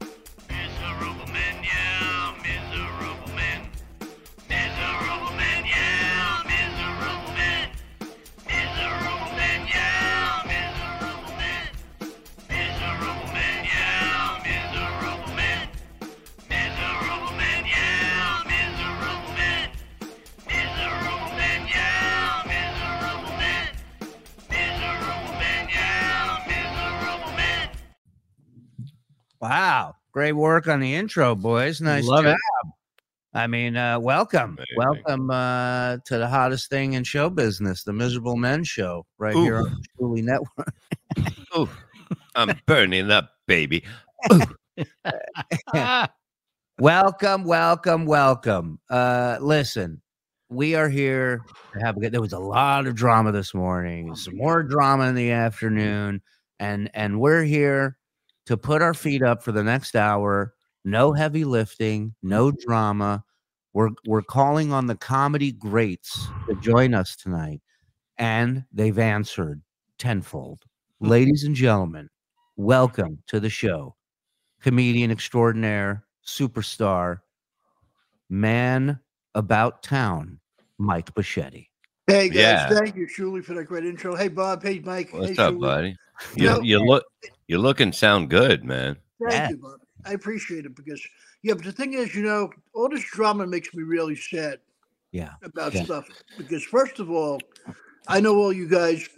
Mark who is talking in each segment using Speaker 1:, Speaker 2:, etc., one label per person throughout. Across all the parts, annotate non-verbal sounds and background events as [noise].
Speaker 1: Miserable men, yeah, miserable men. Miserable men, yeah, miserable men. Miserable men, yeah, miserable men. Miserable men, yeah, miserable men. Miserable men, yeah, miserable men. Miserable men, yeah, miserable men. Miserable men, yeah, miserable men.
Speaker 2: Wow. Great work on the intro, boys. Nice
Speaker 3: Love
Speaker 2: job.
Speaker 3: it.
Speaker 2: I mean, uh, welcome.
Speaker 4: Amazing.
Speaker 2: Welcome uh, to the hottest thing in show business, the Miserable Men Show, right here on the Julie Network.
Speaker 4: I'm burning up, baby.
Speaker 3: Ah,
Speaker 2: Welcome, welcome, welcome. Uh, listen, we are here to have a good. There was a lot of drama this morning, some more drama in the afternoon, and and we're here to put our feet up for the next hour. No heavy lifting, no drama. We're we're calling on the comedy greats to join us tonight, and they've answered tenfold. Ladies and gentlemen, welcome to the show comedian extraordinaire, superstar, man about town, Mike Bichetti.
Speaker 5: Hey guys,
Speaker 4: Yeah.
Speaker 5: thank you, Shuli, for that great intro. Hey Bob, hey Mike,
Speaker 4: What's
Speaker 5: hey,
Speaker 4: up,
Speaker 5: Shuli.
Speaker 4: buddy?
Speaker 5: No.
Speaker 4: You, you look you look and sound good, man.
Speaker 5: Thank
Speaker 2: Yeah.
Speaker 5: you, Bob. I appreciate it because yeah, but the thing is, you know, all this drama makes me really sad.
Speaker 2: Yeah.
Speaker 5: About
Speaker 2: Yeah.
Speaker 5: stuff because first of all, I know all you guys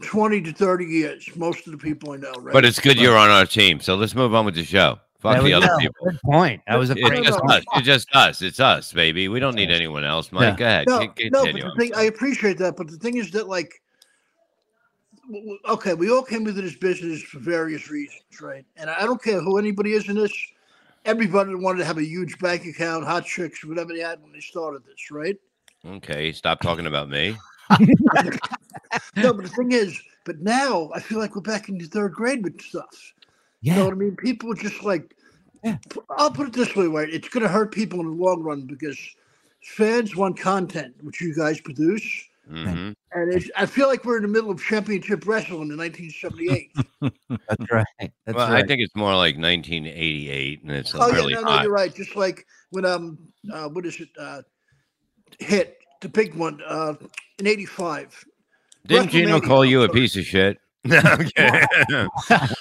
Speaker 5: twenty to thirty years. Most of the people I know, right?
Speaker 4: But it's good you're on our team. So let's move on with the show. Fuck
Speaker 2: There
Speaker 4: the
Speaker 2: we
Speaker 4: other
Speaker 2: go.
Speaker 4: people.
Speaker 2: Good point. That
Speaker 4: [laughs]
Speaker 2: was a
Speaker 4: It's
Speaker 2: great
Speaker 4: just
Speaker 5: No, no.
Speaker 4: us. It's just us. It's us, baby. We don't need anyone else. Mike,
Speaker 2: Yeah.
Speaker 4: go ahead.
Speaker 5: no,
Speaker 4: Con-
Speaker 5: no. But
Speaker 4: continue.
Speaker 5: the thing, I appreciate that, but the thing is that like, w- w- okay, we all came into this business for various reasons, right? And I don't care who anybody is in this. Everybody wanted to have a huge bank account, hot chicks, whatever they had when they started this, right?
Speaker 4: okay, stop talking about
Speaker 5: [laughs]
Speaker 4: me.
Speaker 5: No,
Speaker 2: [laughs]
Speaker 5: but the thing is, but now I feel like we're back in the third grade with stuff. You know
Speaker 2: Yeah.
Speaker 5: what I mean? People are just like,
Speaker 2: Yeah.
Speaker 5: P- I'll put it this way, right? It's going to hurt people in the long run because fans want content, which you guys produce.
Speaker 4: Mhm.
Speaker 5: And it's, I feel like we're in the middle of championship wrestling in 1978.
Speaker 2: That's right. That's
Speaker 4: [laughs] Well,
Speaker 2: right.
Speaker 4: I think it's more like 1988, and it's
Speaker 5: oh,
Speaker 4: really
Speaker 5: yeah, no, no,
Speaker 4: hot.
Speaker 5: you're right. Just like when, um, uh, what is it, uh, hit the big one uh, in 85.
Speaker 4: Didn't Gino
Speaker 5: WrestleMania.
Speaker 4: call you a piece of shit? [laughs] No, I'm kidding.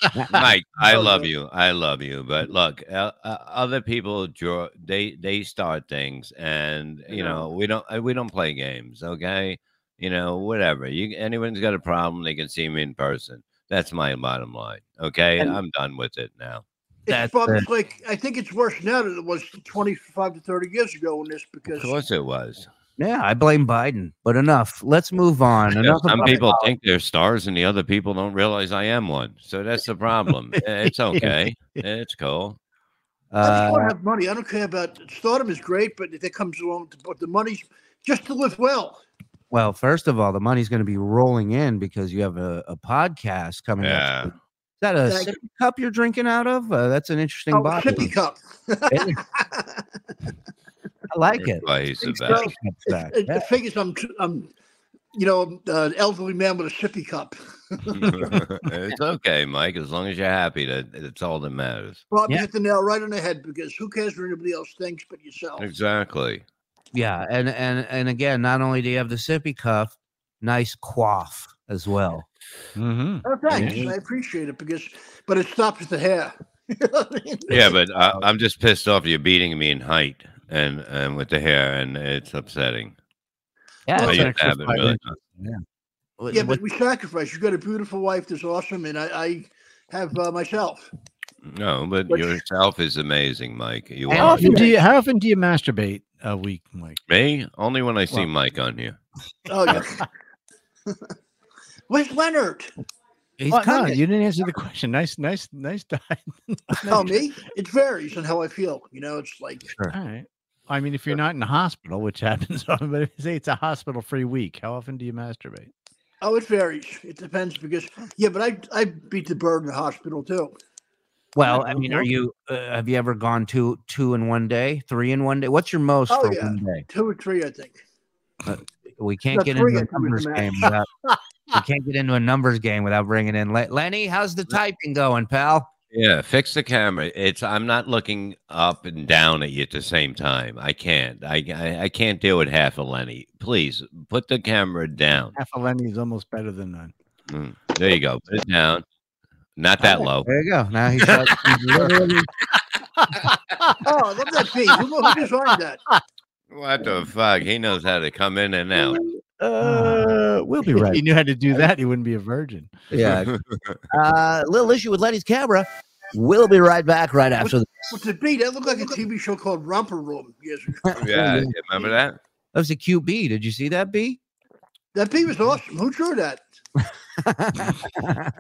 Speaker 2: [laughs]
Speaker 4: Mike, I
Speaker 5: Oh,
Speaker 4: love
Speaker 5: yeah.
Speaker 4: you. I love you. But look, uh, uh, other people draw. They they start things, and you know we don't uh, we don't play games. Okay, you know whatever. You anyone's got a problem, they can see me in person. That's my bottom line. Okay,
Speaker 2: And-
Speaker 4: I'm done with it now.
Speaker 2: That's
Speaker 5: It's, Bob,
Speaker 2: it.
Speaker 5: it's like, I think it's worse now than it was 25 to 30 years ago in this
Speaker 4: Of
Speaker 5: because
Speaker 4: course, it was.
Speaker 2: yeah, I blame Biden, but enough. Let's move on.
Speaker 4: [laughs] Yeah,
Speaker 2: Enough
Speaker 4: Some
Speaker 2: about-
Speaker 4: people think they're stars, and the other people don't realize I am one. So that's the
Speaker 2: [laughs]
Speaker 4: problem. eh, it's okay. It's cool.
Speaker 5: I just
Speaker 2: uh,
Speaker 5: want to have money. I don't care about stardom is great, but if it comes along, to, but the money's just to live well.
Speaker 2: well, first of all, the money's going to be rolling in because you have a, a podcast coming
Speaker 4: Yeah.
Speaker 2: up. Is that a
Speaker 5: Thank
Speaker 2: sippy cup you're drinking out of? Uh, that's an interesting
Speaker 5: Oh,
Speaker 2: bottle.
Speaker 5: sippy cup.
Speaker 2: I like it.
Speaker 4: That's why he's the
Speaker 5: Think so?
Speaker 4: best.
Speaker 2: Cups back.
Speaker 5: It,
Speaker 2: Yeah.
Speaker 5: The thing is, I'm, t- I'm, you know, I'm, uh, an elderly man with a sippy cup.
Speaker 4: [laughs] it's okay, Mike. As long as you're happy, that it's all that matters.
Speaker 5: Bob,
Speaker 2: Yeah.
Speaker 5: you hit the nail right on the head because who cares what anybody else thinks but yourself?
Speaker 4: Exactly.
Speaker 2: Yeah, and and and again, not only do you have the sippy cuff, nice quaff as well.
Speaker 3: mhm.
Speaker 5: Oh, thanks. I appreciate it because, but it stops at the hair. [laughs]
Speaker 4: Yeah, but I, I'm just pissed off. You're beating me in height and and with the hair, and it's upsetting.
Speaker 2: Yeah,
Speaker 5: Well,
Speaker 2: it's
Speaker 4: I
Speaker 5: it's
Speaker 4: used
Speaker 2: an
Speaker 4: to
Speaker 2: extra
Speaker 4: have it
Speaker 2: five
Speaker 4: really
Speaker 2: minutes. What-
Speaker 5: Yeah,
Speaker 2: what-
Speaker 5: but we sacrifice. You've got a beautiful wife that's awesome, and I, I have uh, myself.
Speaker 4: No, but
Speaker 5: But-
Speaker 4: yourself is amazing, Mike. You
Speaker 2: And
Speaker 3: How
Speaker 4: are
Speaker 3: often do you how often do you masturbate a week, Mike?
Speaker 4: me only when I see
Speaker 3: Well-
Speaker 4: Mike on here.
Speaker 5: Oh, yeah. [laughs] Where's Leonard?
Speaker 2: he's
Speaker 3: Oh, no,
Speaker 2: coming.
Speaker 3: you didn't answer the question. Nice, nice, nice [laughs] dive.
Speaker 5: Tell me. It varies on how I feel. You know, it's like
Speaker 3: All right. I mean, if you're not in the hospital, which [laughs] happens often, but if you say it's a hospital free week, how often do you masturbate?
Speaker 5: Oh, it varies. It depends because yeah, but I I beat the bird in the hospital too.
Speaker 2: Well, I mean, are you? Uh, have you ever gone two two in one day, three in one day? What's your most
Speaker 5: Oh,
Speaker 2: for
Speaker 5: yeah.
Speaker 2: one day?
Speaker 5: Two or three, I think.
Speaker 2: We can't
Speaker 5: No,
Speaker 2: get
Speaker 5: three
Speaker 2: into
Speaker 5: I
Speaker 2: a
Speaker 5: think
Speaker 2: numbers
Speaker 5: is the
Speaker 2: game without,
Speaker 5: [laughs]
Speaker 2: you can't get into a numbers game without bringing in Le- Lenny. How's the typing going, pal?
Speaker 4: Yeah, fix the camera. It's I'm not looking up and down at you at the same time. I can't. I I, I can't deal with half a Lenny. Please put the camera down.
Speaker 3: Half a Lenny is almost better than none.
Speaker 4: There you go. Put it down. Not that low.
Speaker 2: There you go. Now he's, [laughs] like, he's literally
Speaker 5: Oh, I love that beat. Who, who designed that?
Speaker 4: What the fuck? He knows how to come in and out.
Speaker 3: Uh, [laughs] we'll be right. he knew how to do that, he wouldn't be a [laughs] virgin.
Speaker 2: [laughs] yeah. Uh, little issue with Lenny's camera. We'll be right back right after. That
Speaker 5: What's the beat? That looked like a TV show called Romper Room years ago.
Speaker 4: [laughs] Yeah, you
Speaker 2: [laughs]
Speaker 4: remember that?
Speaker 2: was a QB. Did you see that, B?
Speaker 5: That beat was awesome. Who drew that?
Speaker 2: [laughs] I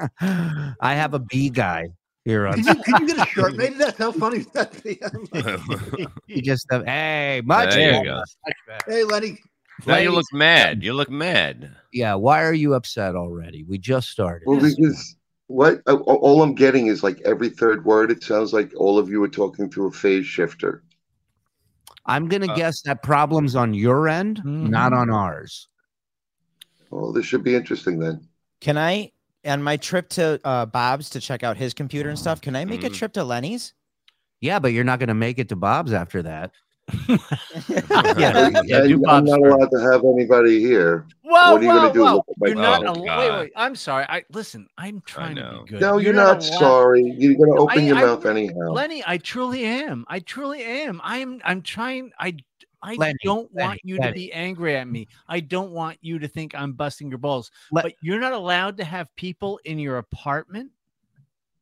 Speaker 2: have a B guy here on.
Speaker 4: [laughs]
Speaker 5: Can you, can you get a shirt made of that? How funny [laughs] would that be?
Speaker 2: He just uh, hey, much.
Speaker 4: there you go.
Speaker 5: hey, Lenny.
Speaker 4: Now you look mad. You look mad.
Speaker 2: Yeah, why are you upset already? We just started.
Speaker 6: Well, because what uh, all I'm getting is like every third word, it sounds like all of you are talking through a phase shifter.
Speaker 2: I'm gonna
Speaker 4: Uh, hmm.
Speaker 2: guess that problems on your end, not on ours.
Speaker 6: Oh, this should be interesting then.
Speaker 7: Can I, on my trip to uh, Bob's to check out his computer and stuff, can I make a
Speaker 4: Mm.
Speaker 7: trip to Lenny's?
Speaker 2: Yeah, but you're not gonna make it to Bob's after that.
Speaker 3: Yeah, yeah, do
Speaker 6: and I'm
Speaker 3: Bob's
Speaker 6: not
Speaker 3: first.
Speaker 6: allowed to have anybody here.
Speaker 3: Whoa,
Speaker 6: What are you
Speaker 3: whoa,
Speaker 6: gonna do?
Speaker 3: whoa!
Speaker 6: Look at my
Speaker 3: You're not.
Speaker 4: phone?
Speaker 3: al-
Speaker 4: God.
Speaker 3: wait, wait. I'm sorry. Oh, I listen. I'm trying to
Speaker 4: know.
Speaker 3: be good.
Speaker 6: No, you're, not,
Speaker 3: allowed-
Speaker 6: sorry. You're gonna open
Speaker 3: I-
Speaker 6: your
Speaker 3: I-
Speaker 6: mouth anyhow.
Speaker 3: Lenny. I truly am. I truly am. I am. I'm trying. I. I
Speaker 2: Lenny,
Speaker 3: don't
Speaker 2: Lenny,
Speaker 3: want you to
Speaker 2: Lenny.
Speaker 3: be angry at me. I don't want you to think I'm busting your balls.
Speaker 2: Let-
Speaker 3: but you're not allowed to have people in your apartment.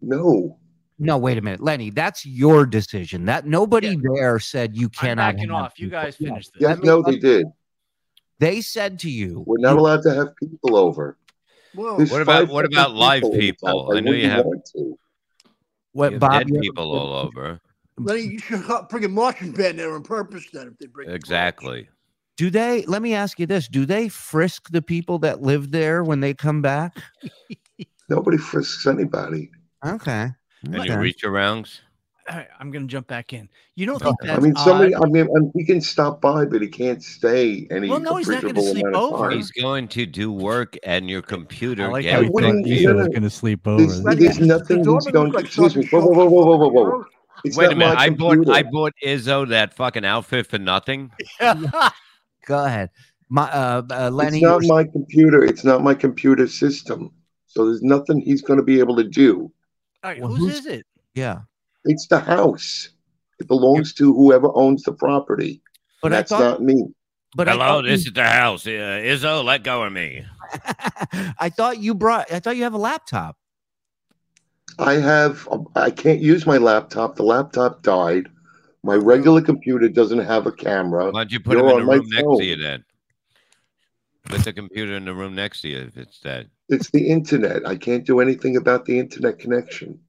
Speaker 6: No.
Speaker 2: No, wait a minute, Lenny. That's your decision. That nobody there said you
Speaker 3: I'm
Speaker 2: cannot.
Speaker 3: backing
Speaker 2: have
Speaker 3: off. You
Speaker 2: people.
Speaker 3: guys
Speaker 2: Yeah.
Speaker 3: finish this.
Speaker 6: Yes,
Speaker 2: me-
Speaker 6: no, they did.
Speaker 2: They said to you,
Speaker 6: We're not allowed to have people over.
Speaker 3: Oh.
Speaker 5: Whoa.
Speaker 6: There's
Speaker 4: What about-
Speaker 6: five
Speaker 4: what
Speaker 6: fucking
Speaker 4: about live
Speaker 6: in this
Speaker 4: people?
Speaker 6: house.
Speaker 4: I know
Speaker 6: wouldn't
Speaker 4: you have-
Speaker 6: want to.
Speaker 4: You
Speaker 2: "What,
Speaker 4: have
Speaker 2: Bob?
Speaker 4: dead
Speaker 2: you-
Speaker 4: people all over.
Speaker 5: Lenny, you should ha- bring a marching band there on purpose then if they bring
Speaker 4: Exactly.
Speaker 2: Do they? Let me ask you this: Do they frisk the people that live there when they come back?
Speaker 6: Nobody frisks anybody.
Speaker 2: Okay.
Speaker 4: And
Speaker 2: okay.
Speaker 4: you reach arounds.
Speaker 3: All right, I'm gonna jump back in. You don't think that's
Speaker 6: I mean, somebody.
Speaker 3: odd?
Speaker 6: I mean, and he can stop by, but he can't stay any
Speaker 3: Well, no, he's not gonna
Speaker 6: appreciable
Speaker 3: sleep
Speaker 6: amount of
Speaker 3: over.
Speaker 6: time.
Speaker 4: He's going to do work, and your computer
Speaker 3: I like
Speaker 6: how
Speaker 3: how
Speaker 6: you
Speaker 3: you
Speaker 4: gets
Speaker 6: what think
Speaker 3: think
Speaker 6: do you- Ethan is
Speaker 3: Ethan's
Speaker 6: no, no.
Speaker 3: gonna sleep
Speaker 6: over.
Speaker 3: over.
Speaker 6: This-
Speaker 3: [laughs]
Speaker 6: There's nothing he's going- excuse me, whoa, whoa, whoa, whoa, whoa, whoa, whoa. It's
Speaker 4: Wait
Speaker 6: not
Speaker 4: a minute!
Speaker 6: my
Speaker 4: I bought I
Speaker 6: computer.
Speaker 4: bought Izzo that fucking outfit for nothing.
Speaker 2: [laughs] Go ahead, my uh, uh Lenny.
Speaker 6: it's
Speaker 2: you
Speaker 6: not
Speaker 2: were-
Speaker 6: my computer. It's not my computer system. So there's nothing he's going to be able to do.
Speaker 3: All right,
Speaker 2: Well,
Speaker 3: whose
Speaker 2: who's-
Speaker 3: is it?
Speaker 2: yeah,
Speaker 6: It's the house. It belongs to whoever owns the property.
Speaker 2: but
Speaker 6: That's
Speaker 2: I thought,
Speaker 6: not me.
Speaker 2: but I
Speaker 4: Hello,
Speaker 2: thought
Speaker 4: this
Speaker 2: you-
Speaker 4: is the house. Uh, Izzo, let go of me.
Speaker 2: I thought you [laughs] brought. I thought you have a laptop.
Speaker 6: I have. I can't use my laptop. The laptop died. My regular computer doesn't have a camera.
Speaker 4: Why'd you put
Speaker 6: You're
Speaker 4: him
Speaker 6: on
Speaker 4: in the
Speaker 6: my
Speaker 4: room next
Speaker 6: phone.
Speaker 4: to you then? Put the computer in the room next to you if it's that.
Speaker 6: It's the internet. I can't do anything about the internet connection.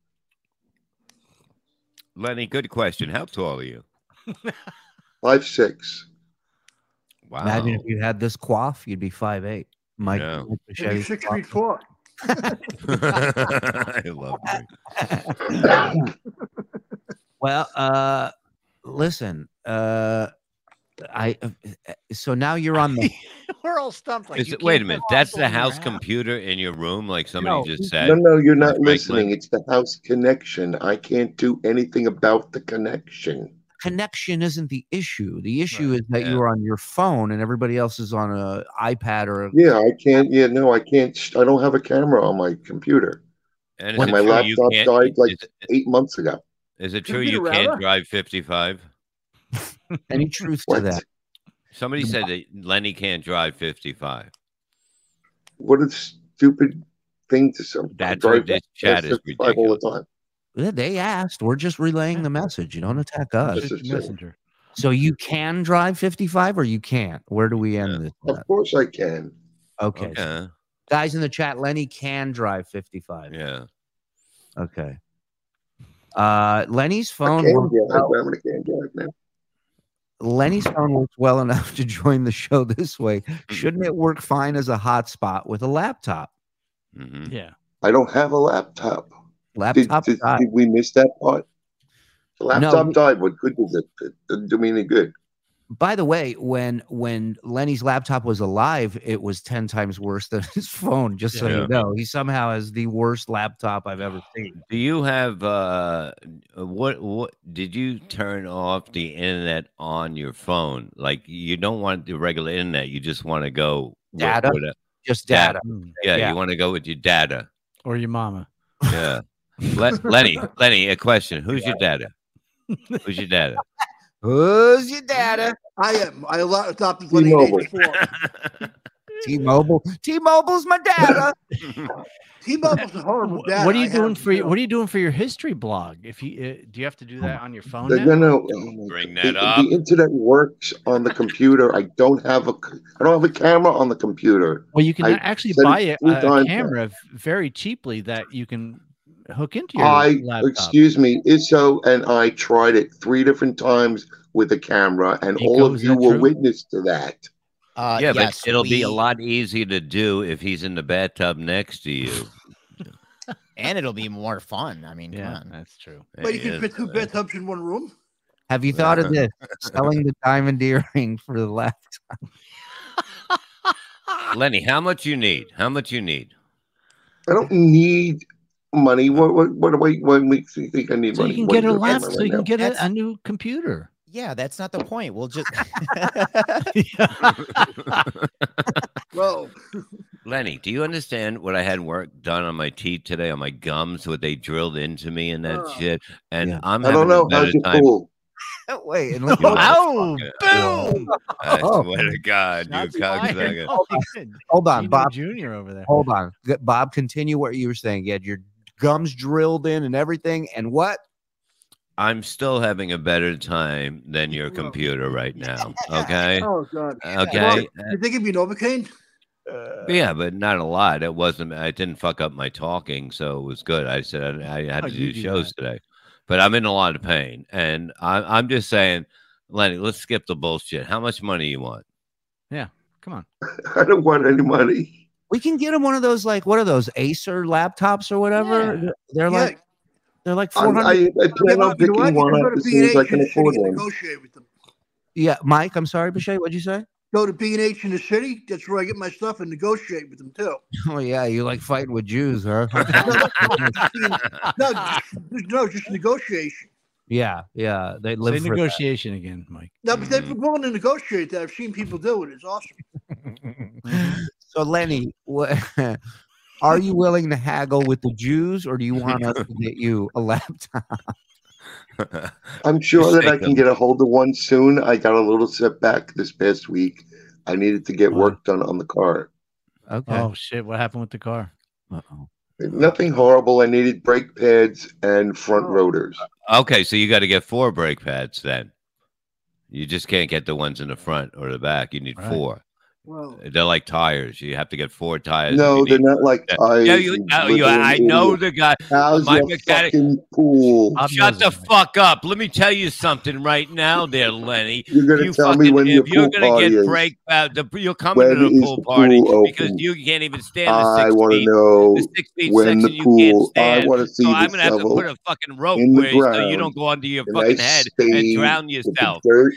Speaker 4: Lenny, good question. How tall are you?
Speaker 6: Five six.
Speaker 4: Wow.
Speaker 2: Imagine if you had this coif, you'd be five eight. Mike,
Speaker 4: Oh. Yeah.
Speaker 2: Mike
Speaker 5: Maybe
Speaker 2: Machetti.
Speaker 5: six feet
Speaker 6: [laughs]
Speaker 5: four.
Speaker 3: [laughs]
Speaker 4: [laughs] I love you.
Speaker 2: well, uh, listen, uh, I. Uh, so now you're on
Speaker 6: [laughs]
Speaker 2: the.
Speaker 3: We're all stumped. Like,
Speaker 4: Is
Speaker 3: you
Speaker 4: it- wait a
Speaker 3: can't
Speaker 4: minute.
Speaker 3: put
Speaker 4: That's
Speaker 3: people
Speaker 4: the
Speaker 3: in your
Speaker 4: house computer in your room, like somebody
Speaker 3: No.
Speaker 4: just
Speaker 6: No,
Speaker 4: said.
Speaker 6: no, you're not
Speaker 4: Mike, Mike.
Speaker 6: listening. It's the house connection. I can't do anything about the connection.
Speaker 2: connection isn't the issue. The issue is that
Speaker 4: yeah.
Speaker 2: you're on your phone and everybody else is on a iPad or a,
Speaker 6: Yeah, I can't. Yeah, no, I can't. sh- I don't have a camera on my computer.
Speaker 4: And
Speaker 6: When
Speaker 4: it
Speaker 6: my
Speaker 4: true you
Speaker 6: laptop
Speaker 4: can't-
Speaker 6: died, like-
Speaker 4: is, it-
Speaker 6: Eight months ago.
Speaker 4: is it true
Speaker 5: Computer
Speaker 4: you can't
Speaker 5: router?
Speaker 4: drive 55?
Speaker 2: any truth to
Speaker 6: What?
Speaker 2: that.
Speaker 4: Somebody said that Lenny can't drive 55.
Speaker 6: What a stupid thing to say.
Speaker 4: That's
Speaker 6: I
Speaker 4: what
Speaker 6: drive
Speaker 4: this chat
Speaker 6: past
Speaker 4: is
Speaker 6: 55 all
Speaker 4: ridiculous.
Speaker 6: the time.
Speaker 2: Yeah, They asked. We're just relaying the message. You don't attack us.
Speaker 6: Just-
Speaker 3: Messenger. messenger.
Speaker 2: So you can drive 55 or you can't. Where do we end this?
Speaker 6: Of
Speaker 2: at?
Speaker 6: course I can.
Speaker 2: Okay. so
Speaker 4: Okay.
Speaker 2: guys in the chat, Lenny can drive 55.
Speaker 4: Yeah.
Speaker 2: Okay. Uh, Lenny's
Speaker 6: I
Speaker 2: phone.
Speaker 6: can
Speaker 2: works
Speaker 6: drive.
Speaker 2: well-
Speaker 6: I'm can drive now.
Speaker 2: Lenny's phone works well enough to join the show this way. Shouldn't it work fine as a hotspot with a laptop?
Speaker 4: hmm
Speaker 3: Yeah.
Speaker 6: I don't have a laptop. Did,
Speaker 2: Laptop.
Speaker 6: did,
Speaker 2: died.
Speaker 6: did we miss that part? The
Speaker 2: No.
Speaker 6: laptop died. What good was it? It didn't do me any good.
Speaker 2: by the way, when when Lenny's laptop was alive, it was ten times worse than [laughs] his phone. Just so
Speaker 4: Yeah.
Speaker 2: you know, he somehow has the worst laptop I've ever seen.
Speaker 4: Do you have uh what what did you turn off the internet on your phone? Like you don't want the regular internet, you just want to go with-
Speaker 2: Data?
Speaker 4: with a-
Speaker 2: Just
Speaker 4: Yeah.
Speaker 2: data.
Speaker 3: Mm.
Speaker 4: yeah,
Speaker 2: Yeah.
Speaker 4: you want to go with your data.
Speaker 3: Or your mama.
Speaker 4: Yeah. Le- Lenny, Lenny, a question. Who's your data? Who's your data?
Speaker 2: Who's your data?
Speaker 5: I am. I lo- adopted Lenny at
Speaker 6: T-Mobile.
Speaker 5: age four.
Speaker 2: [laughs] T-Mobile. T-Mobile's my data.
Speaker 6: [laughs]
Speaker 5: T-Mobile's a horrible
Speaker 3: Wh-
Speaker 5: dad.
Speaker 3: what are you
Speaker 5: I
Speaker 3: doing
Speaker 5: have
Speaker 3: for your,
Speaker 5: to-
Speaker 3: What are you doing for your history blog? If you uh, do, you have to do that on your
Speaker 2: Oh,
Speaker 3: phone.
Speaker 6: The-
Speaker 3: now?
Speaker 6: no, no,
Speaker 4: Don't
Speaker 6: um,
Speaker 4: bring
Speaker 6: the-
Speaker 4: that up.
Speaker 6: The internet works on the computer. I don't have a, c- I don't have a camera on the computer.
Speaker 3: Well, you can
Speaker 6: I
Speaker 3: actually
Speaker 6: said it
Speaker 3: buy a,
Speaker 6: three
Speaker 3: a
Speaker 6: times now.
Speaker 3: camera v- very cheaply that you can hook into your
Speaker 6: I,
Speaker 3: laptop.
Speaker 6: excuse me, Isso and I tried it three different times with a camera, and
Speaker 3: Nico,
Speaker 6: all of
Speaker 3: is
Speaker 6: you
Speaker 3: that
Speaker 6: were
Speaker 3: true?
Speaker 6: witness to that.
Speaker 7: Uh,
Speaker 4: yeah,
Speaker 7: yes,
Speaker 4: but it'll be a
Speaker 7: we-
Speaker 4: lot easier to do if he's in the bathtub next to you.
Speaker 7: and it'll be more fun. I mean,
Speaker 3: yeah,
Speaker 7: come on.
Speaker 3: that's true.
Speaker 5: But you can
Speaker 4: Yes,
Speaker 5: fit two
Speaker 4: uh,
Speaker 5: bathtubs in one room.
Speaker 2: Have you thought of this? Selling the diamond earring for the laptop.
Speaker 4: Lenny, how much you need? How much you need?
Speaker 6: I don't need money. What what what do I what makes you think I need
Speaker 3: So
Speaker 6: money?
Speaker 3: you can
Speaker 6: What
Speaker 3: get a
Speaker 6: is it, camera
Speaker 3: laptop. So you
Speaker 6: right
Speaker 3: can get a,
Speaker 7: That's-
Speaker 3: a new computer.
Speaker 7: Yeah, that's not the point. We'll just
Speaker 5: Well,
Speaker 4: Lenny, do you understand what I had work done on my teeth today on my gums, what they drilled into me and that
Speaker 5: Oh.
Speaker 4: shit? And
Speaker 2: Yeah.
Speaker 4: I'm
Speaker 6: now? I
Speaker 4: having
Speaker 6: don't
Speaker 4: a
Speaker 6: know.
Speaker 4: better
Speaker 6: How's your
Speaker 4: time.
Speaker 6: pool?
Speaker 2: [laughs] Wait, unless
Speaker 4: You
Speaker 3: Oh.
Speaker 7: wow, boom.
Speaker 4: I
Speaker 2: Oh.
Speaker 4: swear to God, you
Speaker 3: Shots fired.
Speaker 6: [laughs]
Speaker 4: cocksucker.
Speaker 3: Oh, my goodness.
Speaker 2: hold on,
Speaker 3: Tito
Speaker 2: Bob.
Speaker 3: Junior over there.
Speaker 2: Hold on, G- Bob. Continue what you were saying. You had your gums drilled in and everything, and what?
Speaker 4: I'm still having a better time than your
Speaker 5: Well.
Speaker 4: computer right
Speaker 5: [laughs]
Speaker 4: now. Okay.
Speaker 5: oh god.
Speaker 4: Okay.
Speaker 5: Well, you think it'd be Novocaine?
Speaker 4: Yeah, but not a lot. It wasn't. I didn't fuck up my talking, so it was good. I said I, I had
Speaker 3: Oh,
Speaker 4: to
Speaker 3: you
Speaker 4: do
Speaker 3: do
Speaker 4: shows today, but I'm in a lot of pain, and I, I'm just saying, Lenny, let's skip the bullshit. How much money you want? [laughs]
Speaker 3: Come on.
Speaker 6: [laughs] I don't want any money.
Speaker 2: We can get him one of those like what are those Acer laptops or whatever.
Speaker 3: Yeah.
Speaker 2: They're, they're
Speaker 5: Yeah.
Speaker 2: like they're like
Speaker 6: I'm-
Speaker 2: four
Speaker 6: I,
Speaker 2: hundred.
Speaker 6: I plan
Speaker 5: know
Speaker 6: on
Speaker 5: what? You
Speaker 6: picking
Speaker 5: know what? You
Speaker 6: one up
Speaker 5: go to
Speaker 6: as soon as I
Speaker 5: B&H
Speaker 6: can
Speaker 5: and the city
Speaker 6: afford
Speaker 5: and
Speaker 6: one.
Speaker 5: negotiate with them.
Speaker 2: Yeah, Mike. I'm sorry, Bichet. What'd you say? [laughs]
Speaker 5: Go to B and H in the city. That's where I get my stuff and negotiate with them too.
Speaker 2: Oh yeah, you like fighting with Jews, huh? [laughs]
Speaker 5: No, just, no, just negotiation.
Speaker 2: yeah, yeah. They
Speaker 3: Say
Speaker 2: live for that.
Speaker 3: negotiation again, Mike.
Speaker 5: No, but they're willing to negotiate that. I've seen people do it. It's awesome.
Speaker 2: So Lenny, what? [laughs] Are you willing to haggle with the Jews, or do you want us to get you a laptop?
Speaker 6: I'm sure that I
Speaker 4: sick
Speaker 6: can get a hold of one soon. I got a little setback this past week. I needed to get
Speaker 3: Wow.
Speaker 6: work done on the car.
Speaker 2: Okay.
Speaker 3: Oh shit! What happened with the car?
Speaker 2: Uh-oh.
Speaker 6: Nothing horrible. I needed brake pads and front
Speaker 5: Oh.
Speaker 6: rotors.
Speaker 4: okay, so you got to get four brake pads then. You just can't get the ones in the front or the back. You need
Speaker 3: Right.
Speaker 4: four.
Speaker 5: Wow.
Speaker 4: They're like tires. You have to get four tires. if
Speaker 6: No,
Speaker 4: you
Speaker 6: they're
Speaker 4: need-
Speaker 6: not like tires.
Speaker 4: Yeah, you, oh,
Speaker 6: You're
Speaker 4: you, I
Speaker 6: an
Speaker 4: know
Speaker 6: idiot.
Speaker 4: the guy.
Speaker 6: How's
Speaker 4: my
Speaker 6: your
Speaker 4: mechanic- Uh,
Speaker 6: fucking pool?
Speaker 3: Bob
Speaker 4: Shut
Speaker 3: knows
Speaker 4: the
Speaker 3: it, Mike.
Speaker 4: fuck up. Let me tell you something right now, there, Lenny.
Speaker 6: You're gonna
Speaker 4: You
Speaker 6: tell me
Speaker 4: fucking-
Speaker 6: when your
Speaker 4: if you're
Speaker 6: pool
Speaker 4: gonna
Speaker 6: party
Speaker 4: get
Speaker 6: is.
Speaker 4: break out, the, you're coming
Speaker 6: When
Speaker 4: to the
Speaker 6: is
Speaker 4: pool
Speaker 6: the
Speaker 4: party
Speaker 6: pool
Speaker 4: because
Speaker 6: open?
Speaker 4: you can't even stand the
Speaker 6: I
Speaker 4: six
Speaker 6: want to
Speaker 4: feet.
Speaker 6: know
Speaker 4: The six feet
Speaker 6: when
Speaker 4: section
Speaker 6: the
Speaker 4: you can't
Speaker 6: pool. I
Speaker 4: stand.
Speaker 6: want to see
Speaker 4: So
Speaker 6: the
Speaker 4: I'm gonna have to
Speaker 6: shovel
Speaker 4: put a fucking rope
Speaker 6: in the
Speaker 4: where you- so you
Speaker 6: ground,
Speaker 4: don't go under your
Speaker 6: and I
Speaker 4: fucking head and
Speaker 6: stay
Speaker 4: drown
Speaker 6: with
Speaker 4: yourself.
Speaker 6: the dirt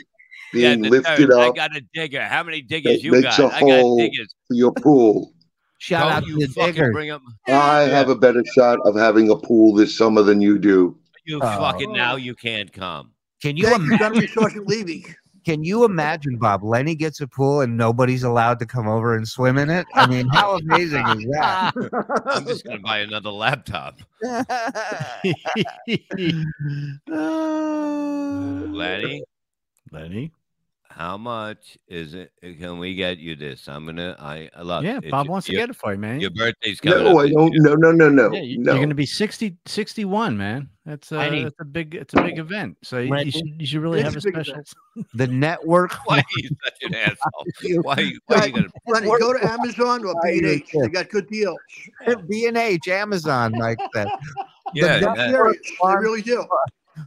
Speaker 4: Yeah,
Speaker 6: being
Speaker 4: the
Speaker 6: lifted
Speaker 4: third, I
Speaker 6: up
Speaker 4: got a digger. How many diggers
Speaker 6: It
Speaker 4: you
Speaker 6: makes
Speaker 4: got?
Speaker 6: a
Speaker 4: I got
Speaker 6: hole.
Speaker 4: diggers.
Speaker 6: for your pool.
Speaker 2: Shout
Speaker 4: Don't
Speaker 2: out
Speaker 4: Oh, you
Speaker 2: to the
Speaker 4: fucking
Speaker 2: digger.
Speaker 4: bring up
Speaker 6: I have a better shot of having a pool this summer than you do.
Speaker 4: you
Speaker 2: Oh.
Speaker 4: fucking now you can't come.
Speaker 2: Can
Speaker 4: [laughs]
Speaker 2: you
Speaker 5: You
Speaker 2: imagine?
Speaker 5: you got to be Sergeant Levy.
Speaker 2: Can you imagine, Bob? Lenny gets a pool and nobody's allowed to come over and swim in it. I mean, how amazing is
Speaker 7: [laughs]
Speaker 2: that?
Speaker 4: I'm just gonna buy another laptop. Lenny,
Speaker 3: Uh, Lenny.
Speaker 4: how much is it? Can we get you this? I'm gonna. I, I love.
Speaker 3: Yeah, Bob wants to get it for you, man.
Speaker 4: Your birthday's coming.
Speaker 6: No,
Speaker 4: up
Speaker 6: I
Speaker 4: this
Speaker 6: don't.
Speaker 4: year.
Speaker 6: No, no, no, no,
Speaker 3: Yeah, you-
Speaker 6: no.
Speaker 3: You're going to be 60, 61, man. That's,
Speaker 2: I
Speaker 3: uh,
Speaker 2: need-
Speaker 3: that's a big, it's a big event. So you,
Speaker 2: Lenny?
Speaker 3: you should, you should really
Speaker 5: It's
Speaker 3: have a
Speaker 5: a big
Speaker 3: special.
Speaker 2: the network.
Speaker 4: [laughs] Why are you such an
Speaker 6: [laughs]
Speaker 4: asshole? Why? Are you, why are you gonna?
Speaker 5: Lenny, go to Amazon or B and H. They got good deals.
Speaker 2: B and H, Amazon, Mike said.
Speaker 4: Yeah,
Speaker 2: The
Speaker 4: that-
Speaker 5: Serious. They
Speaker 2: Farm-
Speaker 5: really do.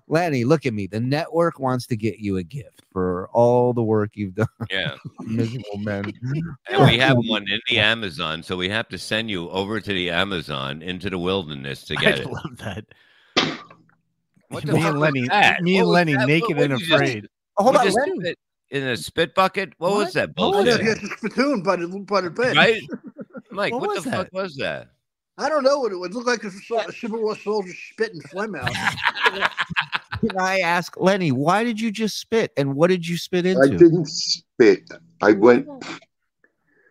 Speaker 2: Lenny, look at me. The network wants to get you a gift for all the work you've done, [laughs]
Speaker 6: [laughs]
Speaker 4: yeah.
Speaker 2: miserable men.
Speaker 4: And we have one in the Amazon, so we have to send you over to the Amazon into the wilderness to
Speaker 3: [laughs] I
Speaker 4: get it.
Speaker 3: love that.
Speaker 4: What the
Speaker 3: me
Speaker 4: fuck
Speaker 3: and
Speaker 4: was
Speaker 3: Lenny,
Speaker 4: that?
Speaker 3: [laughs]
Speaker 4: What
Speaker 3: me and
Speaker 4: was
Speaker 3: Lenny
Speaker 4: that?
Speaker 3: naked
Speaker 4: What
Speaker 3: and
Speaker 4: did you just-
Speaker 3: afraid.
Speaker 2: Hold
Speaker 4: you
Speaker 2: on,
Speaker 4: just
Speaker 2: Lenny,
Speaker 4: did? in a spit bucket? What, was
Speaker 3: What?
Speaker 4: that
Speaker 3: What was
Speaker 5: Oh, yeah,
Speaker 4: bullshit?
Speaker 5: he has a spittoon by the by the bed.
Speaker 4: Right? Mike,
Speaker 3: What
Speaker 4: what,
Speaker 3: was
Speaker 4: the
Speaker 3: that?
Speaker 4: fuck was that?
Speaker 5: I don't know what it would look like if a Civil War soldier spitting phlegm out.
Speaker 2: Can I ask Lenny, why did you just spit and what did you spit into?
Speaker 6: I didn't spit. I went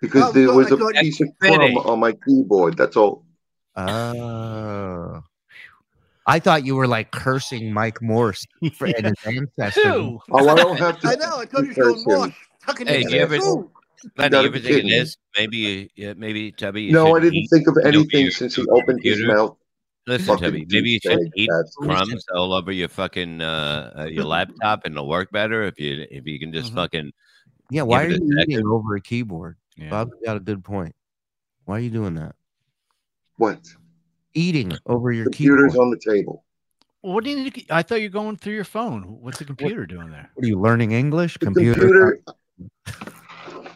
Speaker 6: because
Speaker 5: Oh,
Speaker 6: there
Speaker 5: no,
Speaker 6: was
Speaker 5: I
Speaker 6: a
Speaker 5: thought-
Speaker 6: piece of
Speaker 4: Spitting.
Speaker 6: crumb on my keyboard. That's all.
Speaker 2: Oh. I thought you were like cursing Mike [laughs] Morse for and his ancestors.
Speaker 3: Two.
Speaker 6: Oh, I don't have to.
Speaker 5: [laughs] I know. I told you
Speaker 6: curse
Speaker 5: so
Speaker 6: him.
Speaker 5: much. How can
Speaker 4: Hey,
Speaker 5: you
Speaker 4: do you ever-
Speaker 5: do?
Speaker 4: Lenny,
Speaker 6: gotta
Speaker 4: you ever
Speaker 6: be
Speaker 4: think of
Speaker 6: kidding me.
Speaker 4: this? Maybe, yeah, maybe Tubby. you
Speaker 6: No, I
Speaker 4: should
Speaker 6: didn't
Speaker 4: eat-
Speaker 6: think of
Speaker 4: you
Speaker 6: anything
Speaker 4: eat
Speaker 6: since he
Speaker 4: your
Speaker 6: opened his
Speaker 4: computer?
Speaker 6: mouth.
Speaker 4: [laughs] Listen,
Speaker 6: fucking
Speaker 4: Tubby, maybe you should
Speaker 6: douchebag
Speaker 4: eat
Speaker 6: bastard.
Speaker 4: crumbs all over your fucking uh, uh, your laptop, and it'll work better if you if you can just
Speaker 3: Mhm.
Speaker 4: fucking.
Speaker 2: Yeah, why are
Speaker 4: Give it
Speaker 2: you
Speaker 4: a
Speaker 2: eating over a keyboard?
Speaker 3: Yeah.
Speaker 2: Bob's got a good point. Why are you doing that?
Speaker 6: What?
Speaker 2: Eating over your
Speaker 6: Computers
Speaker 2: keyboard.
Speaker 6: on the table.
Speaker 3: What do you need? To, I thought you're going through your phone. What's the computer doing there?
Speaker 2: What are you learning English?
Speaker 6: The
Speaker 2: Computer.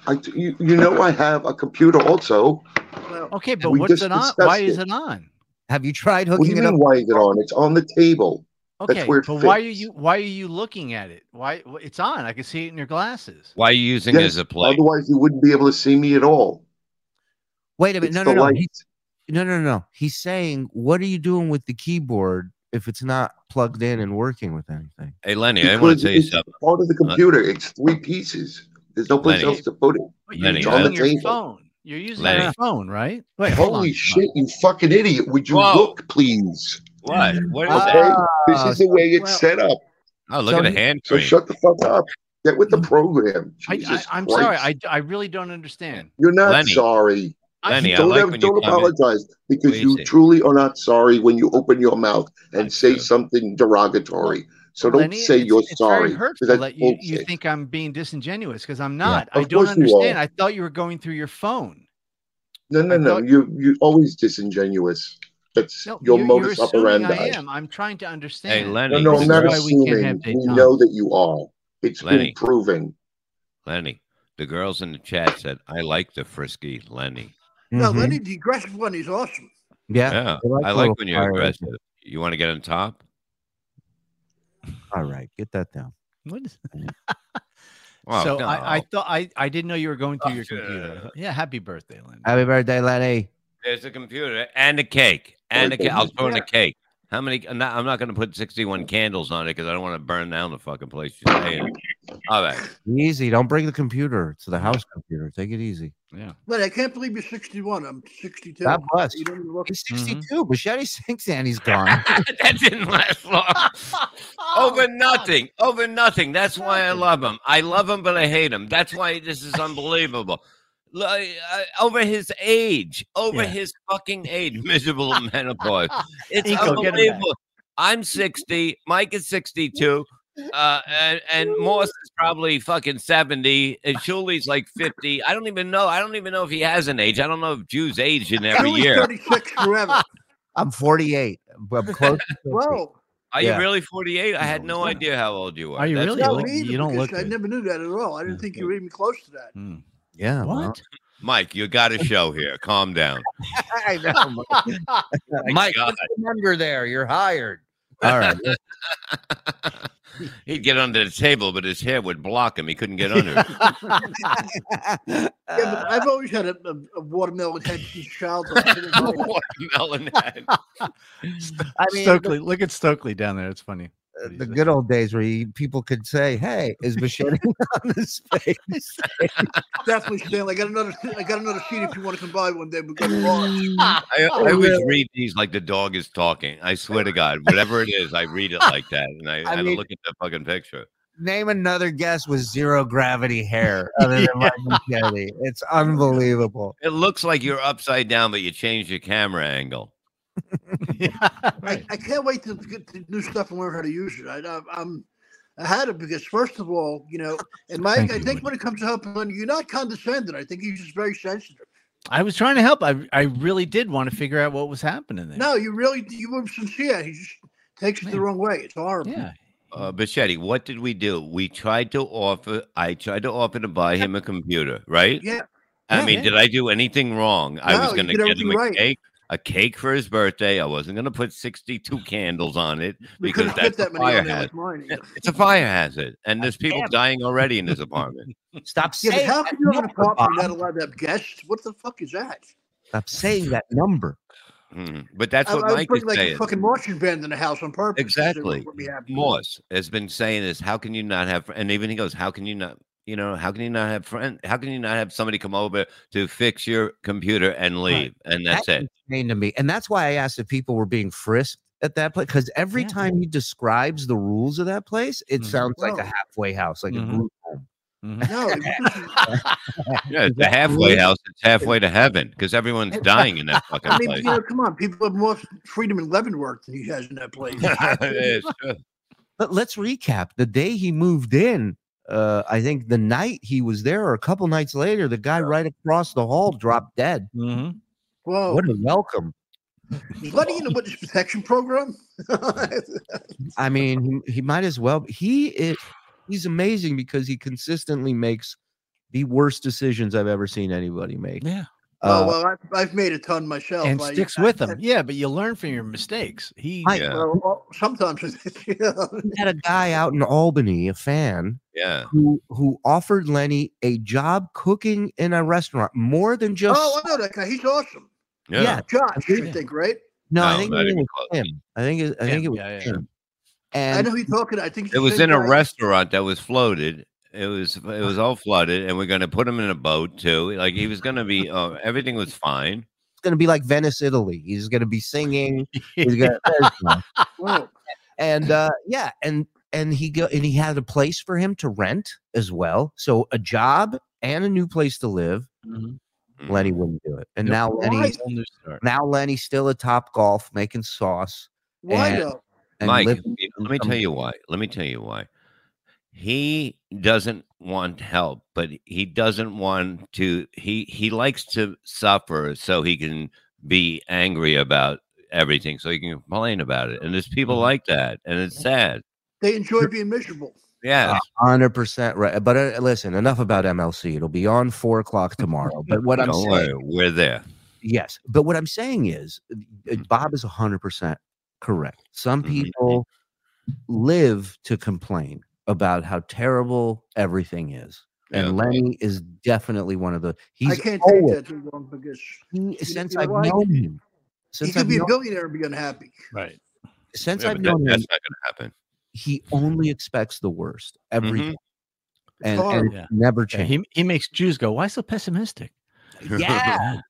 Speaker 6: I, you, you know, I have a computer also.
Speaker 5: Well,
Speaker 3: Okay, but
Speaker 6: We
Speaker 3: what's
Speaker 6: just
Speaker 3: it on? Why
Speaker 6: discussed
Speaker 3: is
Speaker 6: it.
Speaker 3: it on?
Speaker 2: Have you tried
Speaker 6: What do
Speaker 2: hooking
Speaker 6: you
Speaker 2: it up?
Speaker 6: mean? Why is it on? It's on the table.
Speaker 3: Okay,
Speaker 6: where it
Speaker 3: but why are
Speaker 6: fits.
Speaker 3: you why are you looking at it? Why wh- it's on? I can see it in your glasses.
Speaker 4: Why are you using it
Speaker 6: Yes,
Speaker 4: as a plate?
Speaker 6: Otherwise, you wouldn't be able to see me at all.
Speaker 2: Wait a minute.
Speaker 6: It's
Speaker 2: No,
Speaker 6: the
Speaker 2: no, no.
Speaker 6: light.
Speaker 2: He- no, no, no. He's saying, what are you doing with the keyboard if it's not plugged in and working with anything?
Speaker 4: Hey, Lenny, I want
Speaker 6: Because
Speaker 4: to tell you
Speaker 6: it's
Speaker 4: something.
Speaker 6: Part of the computer. It's three pieces. There's no place
Speaker 4: Lenny.
Speaker 6: else to put it.
Speaker 3: But you're
Speaker 4: Lenny,
Speaker 3: using
Speaker 4: I-
Speaker 3: your
Speaker 6: Lenny.
Speaker 3: phone. You're using your
Speaker 4: Lenny.
Speaker 3: phone, right? Wait, hold on.
Speaker 6: Holy shit, you fucking idiot. Would you
Speaker 4: Whoa.
Speaker 6: look, please?
Speaker 4: What? What is
Speaker 6: Okay?
Speaker 4: that?
Speaker 3: Ah.
Speaker 6: this is the way it's
Speaker 2: well-
Speaker 6: set up.
Speaker 4: Oh, look
Speaker 2: so
Speaker 4: at the
Speaker 2: he-
Speaker 4: hand
Speaker 6: So
Speaker 4: cream.
Speaker 6: shut the fuck up. Get with the program.
Speaker 3: Hmm. I,
Speaker 6: Jesus
Speaker 3: I, I'm
Speaker 6: Christ.
Speaker 3: sorry. I, I really don't understand.
Speaker 6: You're not
Speaker 4: Lenny.
Speaker 6: sorry.
Speaker 4: Lenny, I
Speaker 6: don't
Speaker 4: like
Speaker 6: have-
Speaker 4: when you
Speaker 6: don't
Speaker 4: come in-
Speaker 6: apologize
Speaker 4: Wait
Speaker 6: because
Speaker 4: a
Speaker 6: you
Speaker 4: second.
Speaker 6: truly are not sorry when you open your mouth and
Speaker 4: That's
Speaker 6: say
Speaker 4: true.
Speaker 6: something derogatory. so don't
Speaker 3: Lenny,
Speaker 6: say
Speaker 3: it's-
Speaker 6: you're
Speaker 3: it's very
Speaker 6: sorry. 'cause
Speaker 3: hurtful
Speaker 6: that's
Speaker 3: that you, you
Speaker 6: bullshit.
Speaker 3: think I'm being disingenuous because I'm not. I
Speaker 6: of
Speaker 3: don't
Speaker 6: course you are.
Speaker 3: understand. I thought you were going through your phone.
Speaker 6: no, no,
Speaker 3: I
Speaker 6: no.
Speaker 3: thought-
Speaker 6: You you're always disingenuous. That's
Speaker 3: No, you're,
Speaker 6: your
Speaker 3: you're
Speaker 6: modus
Speaker 3: assuming
Speaker 6: operandi.
Speaker 3: I am. I'm trying to
Speaker 4: Hey,
Speaker 3: understand.
Speaker 6: No,
Speaker 4: Lenny.
Speaker 6: no,
Speaker 3: This
Speaker 6: I'm
Speaker 3: is
Speaker 6: not
Speaker 3: why we can't have
Speaker 6: assuming. We,
Speaker 3: detente.
Speaker 6: know that you are. It's been
Speaker 4: Lenny.
Speaker 6: proven.
Speaker 4: Lenny. The girls in the chat said, I like the frisky Lenny.
Speaker 5: no,
Speaker 2: Mhm.
Speaker 5: Lenny, the aggressive one, he's awesome.
Speaker 2: Yeah.
Speaker 4: Yeah.
Speaker 2: I like
Speaker 4: I
Speaker 2: the
Speaker 4: like
Speaker 2: little
Speaker 4: when you're
Speaker 2: fire.
Speaker 4: aggressive. You want to get on top?
Speaker 2: All right. Get that down.
Speaker 3: What is-
Speaker 4: Wow,
Speaker 3: so
Speaker 4: Oh, no.
Speaker 3: I, I thought I, I didn't know you were going through
Speaker 4: Oh,
Speaker 3: your
Speaker 4: yeah.
Speaker 3: computer. Yeah, happy birthday, Lenny.
Speaker 2: Happy birthday, Lenny.
Speaker 4: There's a computer and a cake and a
Speaker 6: Okay.
Speaker 4: cake. I'll throw in a cake. How many? I'm not, I'm not going to put 61 candles on it because I don't want to burn down the fucking place. You stay in. All right.
Speaker 2: Easy. Don't bring the computer to the house computer. Take it easy.
Speaker 5: Lenny, I can't believe you're 61. I'm 62.
Speaker 2: God bless.
Speaker 5: You don't even look.
Speaker 2: He's 62. Machete sinks and he's gone.
Speaker 4: [laughs] that didn't last
Speaker 3: [laughs]
Speaker 4: long. Over nothing. Over nothing. That's why I love him. I love him, but I hate him. That's why this is unbelievable. Like, uh, over his age, over
Speaker 3: Yeah.
Speaker 4: his fucking age,
Speaker 3: [laughs]
Speaker 4: miserable menopause. It's
Speaker 3: Nico, get him back.
Speaker 4: unbelievable. I'm 60. Mike is 62. Uh, and, and Morse is probably fucking 70. And Shuli's like 50. I don't even know. I don't even know if he has an age. I don't know if Jews age in
Speaker 3: [laughs]
Speaker 4: every
Speaker 5: Julie's
Speaker 4: year.
Speaker 5: 36 forever.
Speaker 2: I'm 48. I'm close. to 50.
Speaker 5: Whoa.
Speaker 4: Are
Speaker 2: Yeah.
Speaker 4: you really 48? I had
Speaker 3: No,
Speaker 4: no
Speaker 3: he's not.
Speaker 4: idea how old you were.
Speaker 3: Are you really?
Speaker 5: No,
Speaker 3: look-
Speaker 5: me either,
Speaker 3: you don't
Speaker 5: because
Speaker 3: look
Speaker 5: I
Speaker 3: good.
Speaker 5: never knew that at all. I didn't
Speaker 3: Yeah.
Speaker 5: think you were even close to that.
Speaker 3: Hmm.
Speaker 2: yeah. well,
Speaker 3: What?
Speaker 4: Mike, you got a show here. Calm down.
Speaker 2: [laughs] I [laughs] know. Mike,
Speaker 4: God.
Speaker 2: what's the number there? You're hired. All right.
Speaker 4: [laughs] He'd get under the table, but his hair would block him. He couldn't get under it. [laughs]
Speaker 2: yeah,
Speaker 3: Uh,
Speaker 5: Yeah, but I've always had a, a, a watermelon head since childhood. I
Speaker 3: [laughs]
Speaker 5: didn't know that.
Speaker 4: Watermelon head.
Speaker 2: I mean,
Speaker 3: Stokely, look at Stokely down there. It's funny.
Speaker 2: the, the good old days where you, people could say, "Hey, is [laughs] Machete on this face?"
Speaker 5: Definitely, Stanley. I got another. I got another seat if you want to come by one day. We've got a large.
Speaker 4: I, I always read these like the dog is talking. I swear to God, whatever it is, I read it like that, and I,
Speaker 2: I
Speaker 4: and I
Speaker 2: mean-
Speaker 4: look at the fucking picture.
Speaker 2: Name another guest with zero gravity hair other than Mike Machete. It's unbelievable.
Speaker 4: It looks like you're upside down, but you change your camera angle.
Speaker 5: I,
Speaker 3: Right.
Speaker 5: I can't wait to get to new stuff and learn how to use it. I, I, I'm, I had it because first of all, you know, and Mike,
Speaker 3: Thank
Speaker 5: I
Speaker 3: you,
Speaker 5: think when it comes to helping, Lenny, you're not condescending. I think you're just very sensitive.
Speaker 3: I was trying to help. I, I really did want to figure out what was happening there.
Speaker 5: No, you really, you were sincere. He just takes it the
Speaker 3: Yeah.
Speaker 5: wrong way. It's horrible.
Speaker 3: Yeah.
Speaker 4: Uh,
Speaker 3: Mm.
Speaker 4: Bichetti, what did we do? We tried to offer. I tried to offer to buy him a computer, right?
Speaker 5: Yeah.
Speaker 4: I
Speaker 3: Yeah,
Speaker 4: mean,
Speaker 3: yeah.
Speaker 4: did I do anything wrong? I
Speaker 5: No,
Speaker 4: was
Speaker 5: you
Speaker 4: going to
Speaker 5: did
Speaker 4: get
Speaker 5: everything
Speaker 4: him a
Speaker 5: right.
Speaker 4: cake. a cake for his birthday. I wasn't going to put 62 candles on it
Speaker 5: We
Speaker 4: because
Speaker 5: couldn't fit
Speaker 4: that's a
Speaker 5: that many
Speaker 4: fire
Speaker 5: on there
Speaker 4: hazard.
Speaker 5: with mine. Yeah,
Speaker 4: It's a fire hazard, and there's people
Speaker 2: damn.
Speaker 4: dying already in his apartment.
Speaker 2: Stop
Speaker 5: but
Speaker 2: saying
Speaker 5: how
Speaker 2: that
Speaker 5: can you have an
Speaker 2: number,
Speaker 5: apartment
Speaker 2: Bob.
Speaker 5: you're not allowed to have guests? What the fuck is that?
Speaker 2: Stop saying that number.
Speaker 4: Mm. But that's
Speaker 5: I,
Speaker 4: what
Speaker 5: I would
Speaker 4: Mike
Speaker 5: put
Speaker 4: is
Speaker 5: like
Speaker 4: saying.
Speaker 5: a fucking marching band in the house on purpose. just so it
Speaker 4: Exactly.
Speaker 5: wouldn't be happening.
Speaker 4: Morse has been saying this. How can you not have? fr- And even he goes, "How can you not? You know, how can you not have friend? How can you not have somebody come over to fix your computer and leave? And that's it.
Speaker 2: Insane to me, and that's why I asked if people were being frisked at that place. Because every
Speaker 3: Yeah.
Speaker 2: time he describes the rules of that place, it
Speaker 3: Mhm.
Speaker 2: sounds like a
Speaker 5: Whoa.
Speaker 2: halfway house, like
Speaker 3: Mhm.
Speaker 2: a group home.
Speaker 3: Mhm.
Speaker 5: No, it was-
Speaker 4: Yeah, it's the halfway house. It's halfway to heaven because everyone's dying in that fucking
Speaker 5: [laughs] I mean,
Speaker 4: place.
Speaker 5: you know, come on, people have more freedom in Leavenworth than he has in
Speaker 2: [laughs]
Speaker 5: that place.
Speaker 4: It's true.
Speaker 2: But let's recap. The day he moved in, uh, I think the night he was there, or a couple nights later, the guy right across the hall dropped dead.
Speaker 3: Mhm.
Speaker 5: Whoa,
Speaker 2: What a welcome!
Speaker 5: is Letty in a witness protection program? [laughs] Oh,
Speaker 3: [laughs]
Speaker 2: I mean, he, he might as well. He is he's amazing because he consistently makes the worst decisions I've ever seen anybody make.
Speaker 3: Yeah.
Speaker 5: oh
Speaker 2: Uh,
Speaker 5: well, I've, I've made a ton myself.
Speaker 3: And
Speaker 5: I-
Speaker 3: sticks
Speaker 5: I-
Speaker 3: with them.
Speaker 5: I-
Speaker 3: Yeah, but you learn from your mistakes. He
Speaker 2: I-
Speaker 4: Yeah,
Speaker 5: well, well, sometimes, [laughs] you know,
Speaker 2: we had a guy out in Albany, a fan,
Speaker 4: yeah.
Speaker 2: who who offered Lenny a job cooking in a restaurant more than just.
Speaker 5: oh, I know that guy. He's awesome.
Speaker 4: Yeah.
Speaker 2: Yeah.
Speaker 5: Josh,
Speaker 3: Yeah.
Speaker 5: you think right?
Speaker 2: no, I
Speaker 4: No,
Speaker 2: think
Speaker 4: not
Speaker 2: it
Speaker 4: even
Speaker 2: was
Speaker 4: close.
Speaker 2: him. I think it, I think it was
Speaker 3: yeah, yeah.
Speaker 2: him.
Speaker 5: I
Speaker 2: And
Speaker 5: know who you're talking. I think it's
Speaker 4: It
Speaker 5: the
Speaker 4: was
Speaker 5: same
Speaker 4: in a
Speaker 5: guy.
Speaker 4: restaurant that was floated. It was it
Speaker 2: Uh-huh.
Speaker 4: was all flooded, and we're gonna put him in a boat too. Like he was gonna be. Uh, everything was fine.
Speaker 2: it's going to be like Venice, Italy. He's going to be singing. He's
Speaker 4: [laughs]
Speaker 2: gonna,
Speaker 5: Whoa.
Speaker 2: and uh, yeah, and and he go and he had a place for him to rent as well. So a job and a new place to live.
Speaker 3: Mhm.
Speaker 4: Mm.
Speaker 2: Lenny wouldn't do it, and
Speaker 3: Nope.
Speaker 2: now Lenny,
Speaker 3: Whole new start.
Speaker 2: now Lenny's still a top golf making sauce.
Speaker 5: Why
Speaker 2: And-
Speaker 5: though?
Speaker 2: And
Speaker 4: Mike,
Speaker 2: living
Speaker 4: let me-
Speaker 2: in
Speaker 4: let me
Speaker 2: some-
Speaker 4: tell you why. Let me tell you why. He doesn't want help, but he doesn't want to. He he likes to suffer so he can be angry about everything, so he can complain about it. And there's
Speaker 2: Mm-hmm.
Speaker 4: people like that, and it's sad.
Speaker 5: They enjoy being miserable.
Speaker 4: Yeah,
Speaker 2: Hundred percent right. But uh, listen, enough about MLC. It'll be on four o'clock tomorrow. But what I'm
Speaker 4: don't
Speaker 2: saying,
Speaker 4: worry, we're there.
Speaker 2: yes. But what I'm saying is, uh,
Speaker 5: Mm-hmm.
Speaker 2: uh, Bob is hundred percent correct. Some
Speaker 4: Mhm.
Speaker 2: people live to complain about how terrible everything is,
Speaker 4: Yeah.
Speaker 2: and Lenny is definitely one of the. He's
Speaker 5: I can't take
Speaker 2: always,
Speaker 5: that too long because
Speaker 2: he- since
Speaker 5: know
Speaker 2: I've
Speaker 5: why?
Speaker 2: known him.
Speaker 5: he
Speaker 2: Since
Speaker 5: could
Speaker 2: I've
Speaker 5: be a
Speaker 2: known-
Speaker 5: billionaire and be unhappy.
Speaker 3: Right.
Speaker 2: since
Speaker 4: Yeah,
Speaker 2: I've
Speaker 4: but that-
Speaker 2: known him,
Speaker 4: that's not going to happen.
Speaker 2: he only expects the worst every
Speaker 4: Mhm.
Speaker 2: time and,
Speaker 5: Mm-hmm. hard.
Speaker 2: and
Speaker 3: Yeah.
Speaker 2: never
Speaker 3: Yeah,
Speaker 5: [laughs]
Speaker 2: change.
Speaker 3: he he makes Jews go, why so pessimistic?
Speaker 2: Yeah.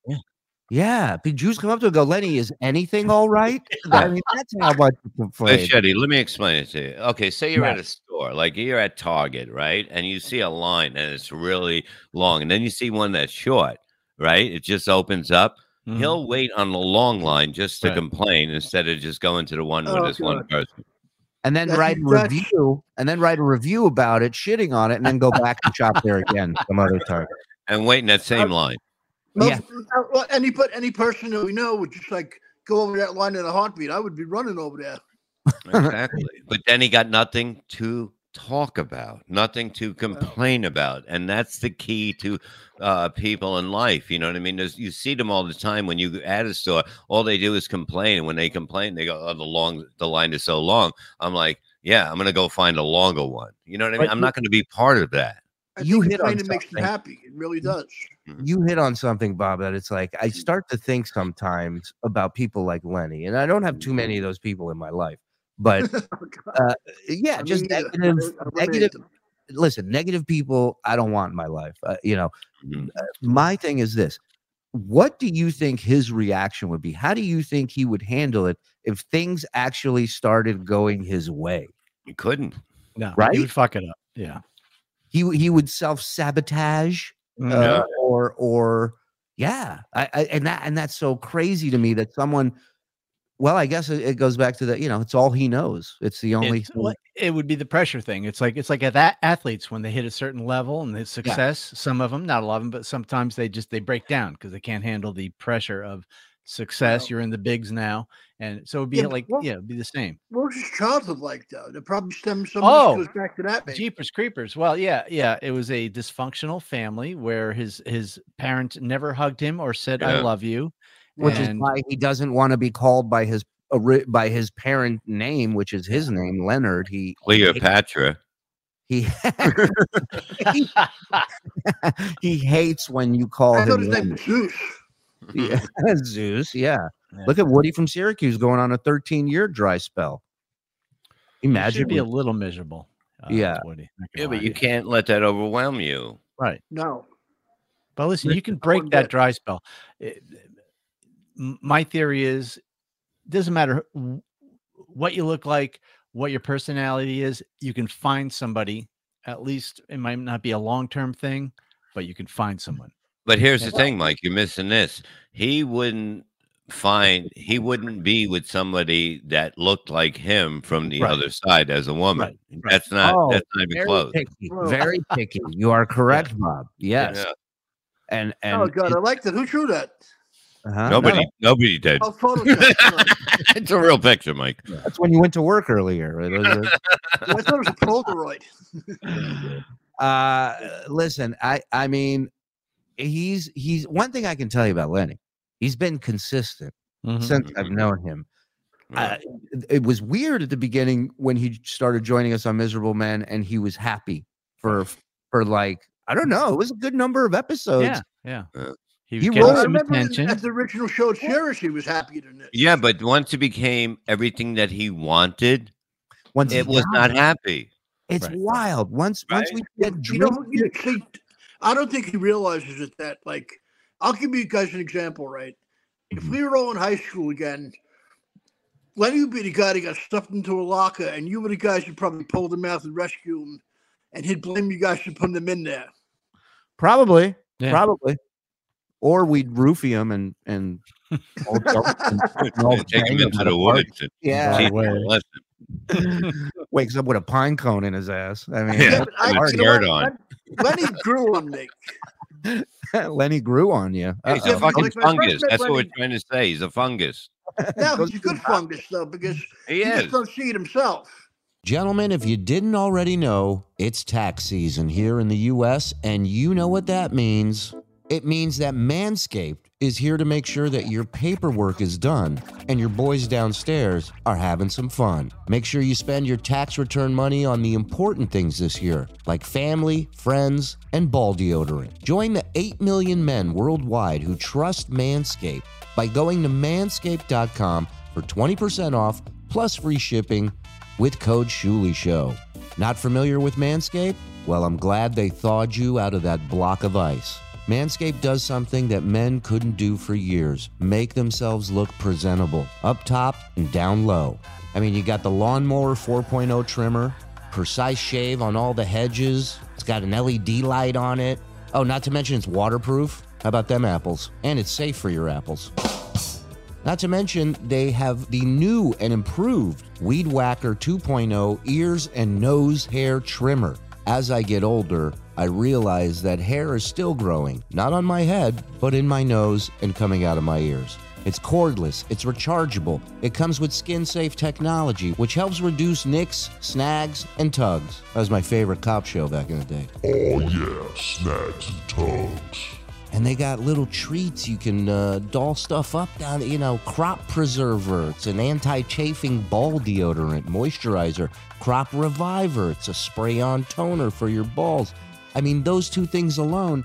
Speaker 2: Yeah, the Jews come up to him and go, Lenny, is anything all right? I mean, that's how much you complain.
Speaker 4: Shetty, let me explain it to you. Okay, say you're at a store, like you're at Target, right? And you see a line and it's really long, and then you see one that's short, right? It just opens up.
Speaker 3: Mhm.
Speaker 4: He'll wait on the long line just to
Speaker 3: Right.
Speaker 4: complain instead of just going to the one with
Speaker 5: Oh,
Speaker 4: this one
Speaker 5: God.
Speaker 4: person.
Speaker 2: And then
Speaker 5: That's
Speaker 2: write a
Speaker 5: exact-
Speaker 2: review, and then write a review about it, shitting on it, and then go back and shop there again some other time.
Speaker 4: And wait in that same line.
Speaker 5: Most,
Speaker 2: Yeah.
Speaker 5: uh, well, any but any person that we know would just like go over that line in a heartbeat. I would be running over there.
Speaker 4: Exactly. [laughs] but then he got nothing to talk about, nothing to complain about. And that's the key to uh, people in life. You know what I mean? There's, you see them all the time when you at a store, all they do is complain. And when they complain, they go, Oh, the long the line is so long. I'm like, Yeah, I'm gonna go find a longer one. You know what I mean?
Speaker 2: But
Speaker 4: I'm
Speaker 2: you-
Speaker 4: not gonna be part of that.
Speaker 5: I
Speaker 2: You
Speaker 5: think
Speaker 2: hit on
Speaker 5: complaining makes them
Speaker 2: something.
Speaker 5: happy. It really does.
Speaker 2: You hit on something, Bob, that it's like I start to think sometimes about people like Lenny, and I don't have too many of those people in my life,
Speaker 5: [laughs]
Speaker 2: but eh, yeah,
Speaker 5: Oh, I
Speaker 2: just
Speaker 5: mean, uh,
Speaker 2: negative,
Speaker 5: I- I eliminate
Speaker 2: negative
Speaker 5: them.
Speaker 2: listen, negative people I don't want in my life. Uh, you know,
Speaker 5: Mm-hmm.
Speaker 4: Mhm.
Speaker 2: uh, my thing is this. What do you think his reaction would be? How do you think he would handle it if things actually started going his way?
Speaker 4: You couldn't.
Speaker 3: No,
Speaker 2: Right?
Speaker 3: You would fuck it up. Yeah.
Speaker 2: He w- he would self sabotage uh,
Speaker 3: Mm-hmm.
Speaker 4: Yeah.
Speaker 2: or or yeah, I, I, and that and that's so crazy to me that someone. Well, I guess it, it goes back to the you know it's all he knows. It's the only
Speaker 3: It's- well, it would be the pressure thing. It's like it's like at that athletes when they hit a certain level and the success. Some of them, not a lot of them, but sometimes they just they break down because they can't handle the pressure of success.
Speaker 5: No.
Speaker 3: You're in the bigs now, and so it'd be
Speaker 5: Yeah, but
Speaker 3: like
Speaker 5: what-
Speaker 3: yeah, it'd be the same.
Speaker 5: What was his childhood like, though? That probably stems some
Speaker 3: Oh.
Speaker 5: of this goes back to that. Maybe.
Speaker 3: Jeepers creepers. Well, yeah, yeah. It was a dysfunctional family where his his parent never hugged him or said
Speaker 4: Yeah.
Speaker 3: I love you,
Speaker 8: which is
Speaker 3: And-
Speaker 8: why he doesn't want to be called by his ori- by his parent name, which is his name, Leonard. He
Speaker 4: Cleopatra.
Speaker 8: he [laughs] he hates when you call
Speaker 5: I thought
Speaker 8: him
Speaker 5: his name was
Speaker 8: Leonard.
Speaker 5: Zeus.
Speaker 8: Yeah, [laughs] Zeus. Yeah.
Speaker 3: Yeah.
Speaker 8: look at Woody from Syracuse going on a 13 year dry spell.
Speaker 3: It
Speaker 8: Imagine
Speaker 3: should be a
Speaker 8: we-
Speaker 3: little miserable. uh,
Speaker 8: Yeah.
Speaker 3: Woody, not gonna
Speaker 4: Yeah, but
Speaker 3: lie.
Speaker 4: you can't let that overwhelm you.
Speaker 3: Right.
Speaker 5: No.
Speaker 3: But listen, you can
Speaker 5: one
Speaker 3: break
Speaker 5: bit.
Speaker 3: that dry spell. It- m- my theory is doesn't matter wh- what you look like, what your personality is, you can find somebody. At least it might not be a long-term thing, but you can find someone.
Speaker 4: But here's the
Speaker 3: Yeah.
Speaker 4: thing, Mike, you're missing this. He wouldn't find he wouldn't be with somebody that looked like him from the
Speaker 3: Right.
Speaker 4: other side as a woman.
Speaker 3: Right, right.
Speaker 4: That's not
Speaker 8: Oh,
Speaker 4: that's not even
Speaker 8: very
Speaker 4: close.
Speaker 8: picky.
Speaker 5: Whoa.
Speaker 8: [laughs] Very picky. You are correct, Bob. Yes.
Speaker 4: Yeah.
Speaker 8: And and
Speaker 5: oh God, I liked it. Who
Speaker 2: [laughs]
Speaker 5: drew that?
Speaker 8: uh-huh.
Speaker 4: Nobody nobody did.
Speaker 5: Oh, Photoshop. Sorry.
Speaker 4: [laughs] it's a real picture, Mike.
Speaker 8: That's when you went to work earlier. It was a-
Speaker 5: I thought it was a Polaroid.
Speaker 3: Mm-hmm.
Speaker 4: [laughs]
Speaker 8: uh listen i i mean he's he's one thing i can tell you about lenny he's been consistent since i've
Speaker 4: Mhm.
Speaker 8: known him
Speaker 4: Right.
Speaker 8: uh, it was weird at the beginning when he started joining us on miserable men and he was happy for for like i don't know it was a good number of episodes
Speaker 3: yeah, yeah.
Speaker 4: Uh,
Speaker 3: He
Speaker 8: you
Speaker 3: was
Speaker 8: wrote-
Speaker 3: getting
Speaker 5: I
Speaker 3: some
Speaker 5: remember
Speaker 3: attention.
Speaker 5: at the original show at Cherish, he was happier than this.
Speaker 4: yeah, but once it became everything that he wanted,
Speaker 8: once
Speaker 4: it was not happy.
Speaker 8: it's
Speaker 3: Right.
Speaker 8: wild once once we get
Speaker 5: you know,
Speaker 8: driven-
Speaker 5: who- you see, I don't think he realizes it that like I'll give you guys an example, right? If
Speaker 4: Mm-hmm.
Speaker 5: we were all in high school again, Lenny would be the guy that got stuffed into a locker, and you were the guys who probably pulled him out and rescued him, and he'd blame you guys for putting him in there.
Speaker 8: probably
Speaker 3: Yeah.
Speaker 8: probably or we'd roofie him and
Speaker 5: [laughs]
Speaker 8: and, and
Speaker 4: [laughs]
Speaker 8: all
Speaker 4: Take him
Speaker 8: banged
Speaker 4: into
Speaker 8: about
Speaker 4: the
Speaker 8: a park.
Speaker 4: woods. and
Speaker 8: yeah
Speaker 4: teach
Speaker 3: Right.
Speaker 4: him a lesson.
Speaker 8: wakes up with a pine cone in his ass. I mean,
Speaker 4: Yeah.
Speaker 5: but I-
Speaker 4: With
Speaker 5: you know what?
Speaker 4: dirt on.
Speaker 5: Lenny grew on
Speaker 4: [laughs]
Speaker 5: me.
Speaker 2: [laughs]
Speaker 8: Lenny grew on you.
Speaker 4: He's
Speaker 8: Uh-oh.
Speaker 4: a fucking
Speaker 5: Like my friend
Speaker 4: fungus.
Speaker 5: said
Speaker 4: That's
Speaker 5: when
Speaker 4: what we're
Speaker 5: he-
Speaker 4: trying to say. He's a fungus.
Speaker 5: Now he's a good fungus though, because
Speaker 4: [laughs] He
Speaker 5: he
Speaker 4: is.
Speaker 5: just don't see it himself.
Speaker 2: Gentlemen, if you didn't already know, it's tax season here in the US, and you know what that means. It means that Manscaped is here to make sure that your paperwork is done and your boys downstairs are having some fun. Make sure you spend your tax return money on the important things this year, like family, friends, and ball deodorant. Join the 8 million men worldwide who trust Manscaped by going to manscaped.com for 20% off plus free shipping with code Shuli Show. Not familiar with Manscaped? Well, I'm glad they thawed you out of that block of ice. Manscaped does something that men couldn't do for years make themselves look presentable, up top and down low. I mean, you got the Lawnmower 4.0 trimmer, precise shave on all the hedges, it's got an LED light on it. Oh, not to mention it's waterproof. How about them apples? And it's safe for your apples. Not to mention, they have the new and improved Weed Whacker 2.0 ears and nose hair trimmer. As I get older, I realize that hair is still growing, not on my head, but in my nose and coming out of my ears. It's cordless, it's rechargeable, it comes with skin safe technology, which helps reduce nicks, snags, and tugs. That was my favorite cop show back in the day. and they got little treats you can uh, doll stuff up down you know crop preserver it's an anti-chafing ball deodorant moisturizer crop reviver it's a spray-on toner for your balls i mean those two things alone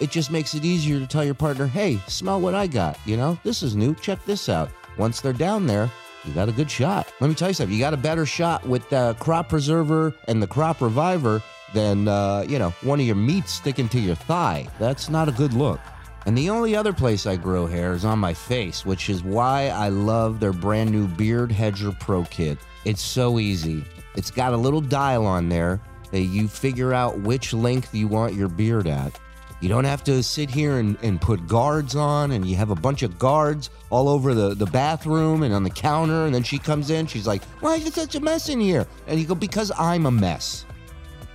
Speaker 2: it just makes it easier to tell your partner hey smell what i got you know this is new check this out once they're down there you got a good shot let me tell you something you got a better shot with the crop preserver and the crop reviver than uh, you know one of your meats sticking to your thigh. That's not a good look. And the only other place I grow hair is on my face, which is why I love their brand new Beard Hedger Pro Kit. It's so easy. It's got a little dial on there that you figure out which length you want your beard at. You don't have to sit here and, and put guards on, and you have a bunch of guards all over the, the bathroom and on the counter. And then she comes in, she's like, Why is it such a mess in here? And you go, Because I'm a mess.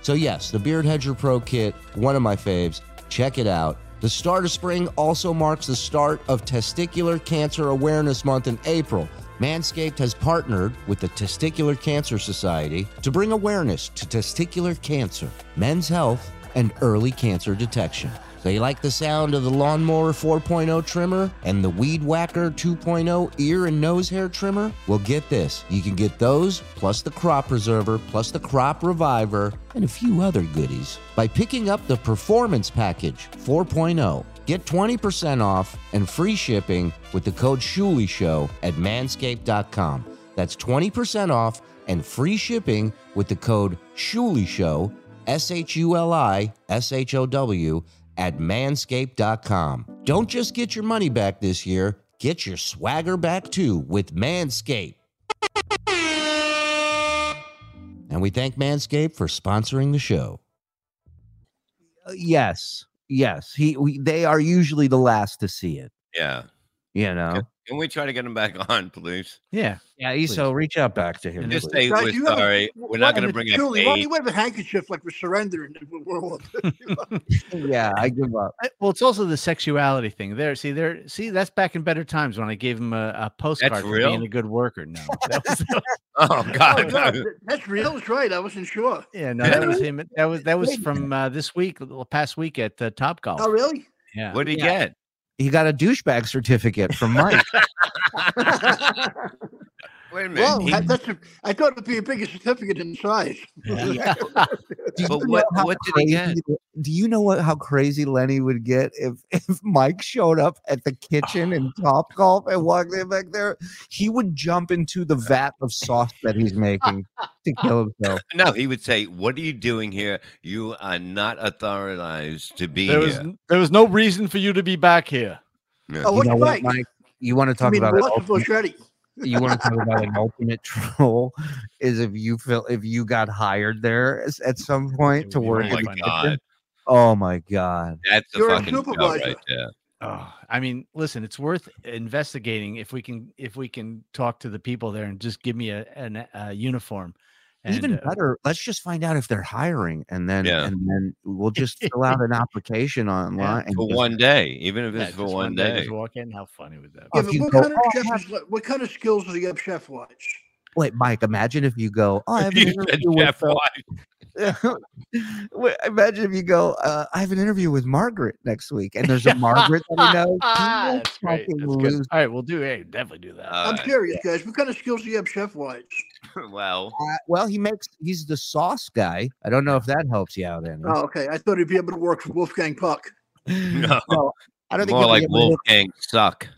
Speaker 2: So, yes, the Beard Hedger Pro Kit, one of my faves. Check it out. The start of spring also marks the start of Testicular Cancer Awareness Month in April. Manscaped has partnered with the Testicular Cancer Society to bring awareness to testicular cancer, men's health, and early cancer detection.
Speaker 8: They like the sound of the Lawnmower 4.0 trimmer and the Weed Whacker 2.0 ear and nose hair trimmer? Well, get this. You can get those, plus the Crop Preserver, plus the Crop Reviver, and a few other goodies by picking up the Performance Package 4.0. Get 20% off and free shipping with the code Shuley Show at manscaped.com. That's 20% off and free shipping with the code Shuley Show, S H U L I S H O W, at manscaped.com. Don't just get your money back this year, get your swagger back too with Manscaped. And we thank Manscaped for sponsoring the show.
Speaker 2: Uh, yes, yes. He we, they are usually the last to see it.
Speaker 4: Yeah.
Speaker 2: You know.
Speaker 4: Can we try to get him back [laughs] on, please?
Speaker 3: Yeah.
Speaker 2: Yeah, Iso, reach out back to him.
Speaker 4: Just
Speaker 2: please.
Speaker 4: say
Speaker 5: Right,
Speaker 4: we're
Speaker 5: you have a-
Speaker 4: sorry. We're not going to bring
Speaker 5: Julie,
Speaker 4: a
Speaker 5: why do
Speaker 4: date.
Speaker 5: you have a handkerchief like we're surrendering in World War
Speaker 4: [laughs]
Speaker 2: yeah, I give up.
Speaker 3: I- Eh, well, it's also the sexuality thing. There, see, there, see, that's back in better times when I gave him a, a postcard for
Speaker 4: real?
Speaker 3: being a good worker. No, that was,
Speaker 4: [laughs] Oh
Speaker 5: Oh,
Speaker 4: God.
Speaker 5: no, th- [laughs] that's real. That's right. I wasn't sure.
Speaker 3: yeah, no, that was him. That was that was from uh, this week, the past week at uh, Top Golf.
Speaker 5: Oh, really?
Speaker 3: Yeah,
Speaker 4: What did he get?
Speaker 2: He got a douchebag certificate from Mike.
Speaker 4: Wait a minute.
Speaker 5: Well,
Speaker 4: he-
Speaker 5: I, that's a, I thought it'd be a bigger certificate in size.
Speaker 3: Yeah.
Speaker 5: [laughs]
Speaker 4: but
Speaker 2: you know
Speaker 4: what,
Speaker 2: how
Speaker 4: what did he get?
Speaker 2: crazy- Do you know what how crazy Lenny would get if [laughs] if Mike showed up at the kitchen [sighs] in Top Golf and walked in back there? He would jump into the vat of sauce that [laughs] he's making to kill himself.
Speaker 4: [laughs] No, he would say, "What are you doing here? You are not authorized to be
Speaker 3: there was
Speaker 4: here."
Speaker 3: there was no reason for you to be back here.
Speaker 4: Yeah.
Speaker 5: Oh,
Speaker 2: You
Speaker 5: what's
Speaker 2: know what,
Speaker 5: Mike?
Speaker 2: Mike? You want to
Speaker 5: I
Speaker 2: talk
Speaker 5: mean,
Speaker 2: about an
Speaker 5: what's
Speaker 2: ultimate,
Speaker 5: Bushretti?
Speaker 2: you want to talk about an ultimate [laughs] troll? Is if you feel if you got hired there as- at some point to
Speaker 3: Oh
Speaker 2: work?
Speaker 4: Oh
Speaker 2: in
Speaker 4: my
Speaker 2: the kitchen?
Speaker 4: god,
Speaker 2: Oh my god!
Speaker 4: that's a
Speaker 5: You're a
Speaker 4: fucking joke
Speaker 5: supervisor.
Speaker 4: right there.
Speaker 3: Oh, I mean, listen, it's worth investigating if we can if we can talk to the people there and just give me a an, a uniform. And,
Speaker 2: Even
Speaker 3: uh,
Speaker 2: better, let's just find out if they're hiring, and then
Speaker 4: Yeah.
Speaker 2: and then we'll just fill out an application online. and
Speaker 4: For
Speaker 2: just-
Speaker 4: one day, even if
Speaker 3: yeah,
Speaker 4: it's for
Speaker 3: just
Speaker 4: one day.
Speaker 3: just walk in. How funny would that?
Speaker 5: Yeah,
Speaker 2: If
Speaker 5: but
Speaker 2: you
Speaker 5: what,
Speaker 2: go,
Speaker 5: kind of
Speaker 2: "Oh, I
Speaker 5: chef is, what kind of skills does he have chef wise?
Speaker 2: Wait, Mike, imagine if you go, oh, I have an
Speaker 4: [laughs] You said
Speaker 2: interview with
Speaker 4: Jeff White.
Speaker 2: [laughs] Wait, imagine if you go, uh, I have an interview with Margaret next week, and there's a Margaret that
Speaker 4: [laughs]
Speaker 2: I know.
Speaker 3: Ah,
Speaker 2: People
Speaker 3: that's great.
Speaker 2: fucking
Speaker 3: That's good.
Speaker 2: lose-
Speaker 3: All right, we'll do. Hey, definitely do that.
Speaker 5: [laughs]
Speaker 3: [laughs]
Speaker 4: Uh,
Speaker 5: I'm curious, guys. What kind of skills do you have chef wise?
Speaker 4: [laughs] well,
Speaker 2: Uh, well, he makes he's the sauce guy. I don't know if that helps you out any. [laughs]
Speaker 5: Oh, okay. I thought he'd be able to work for Wolfgang Puck.
Speaker 4: no,
Speaker 2: I
Speaker 4: [laughs]
Speaker 2: don't think
Speaker 4: more
Speaker 2: he'll be
Speaker 4: like
Speaker 2: able to look-
Speaker 4: Wolfgang suck.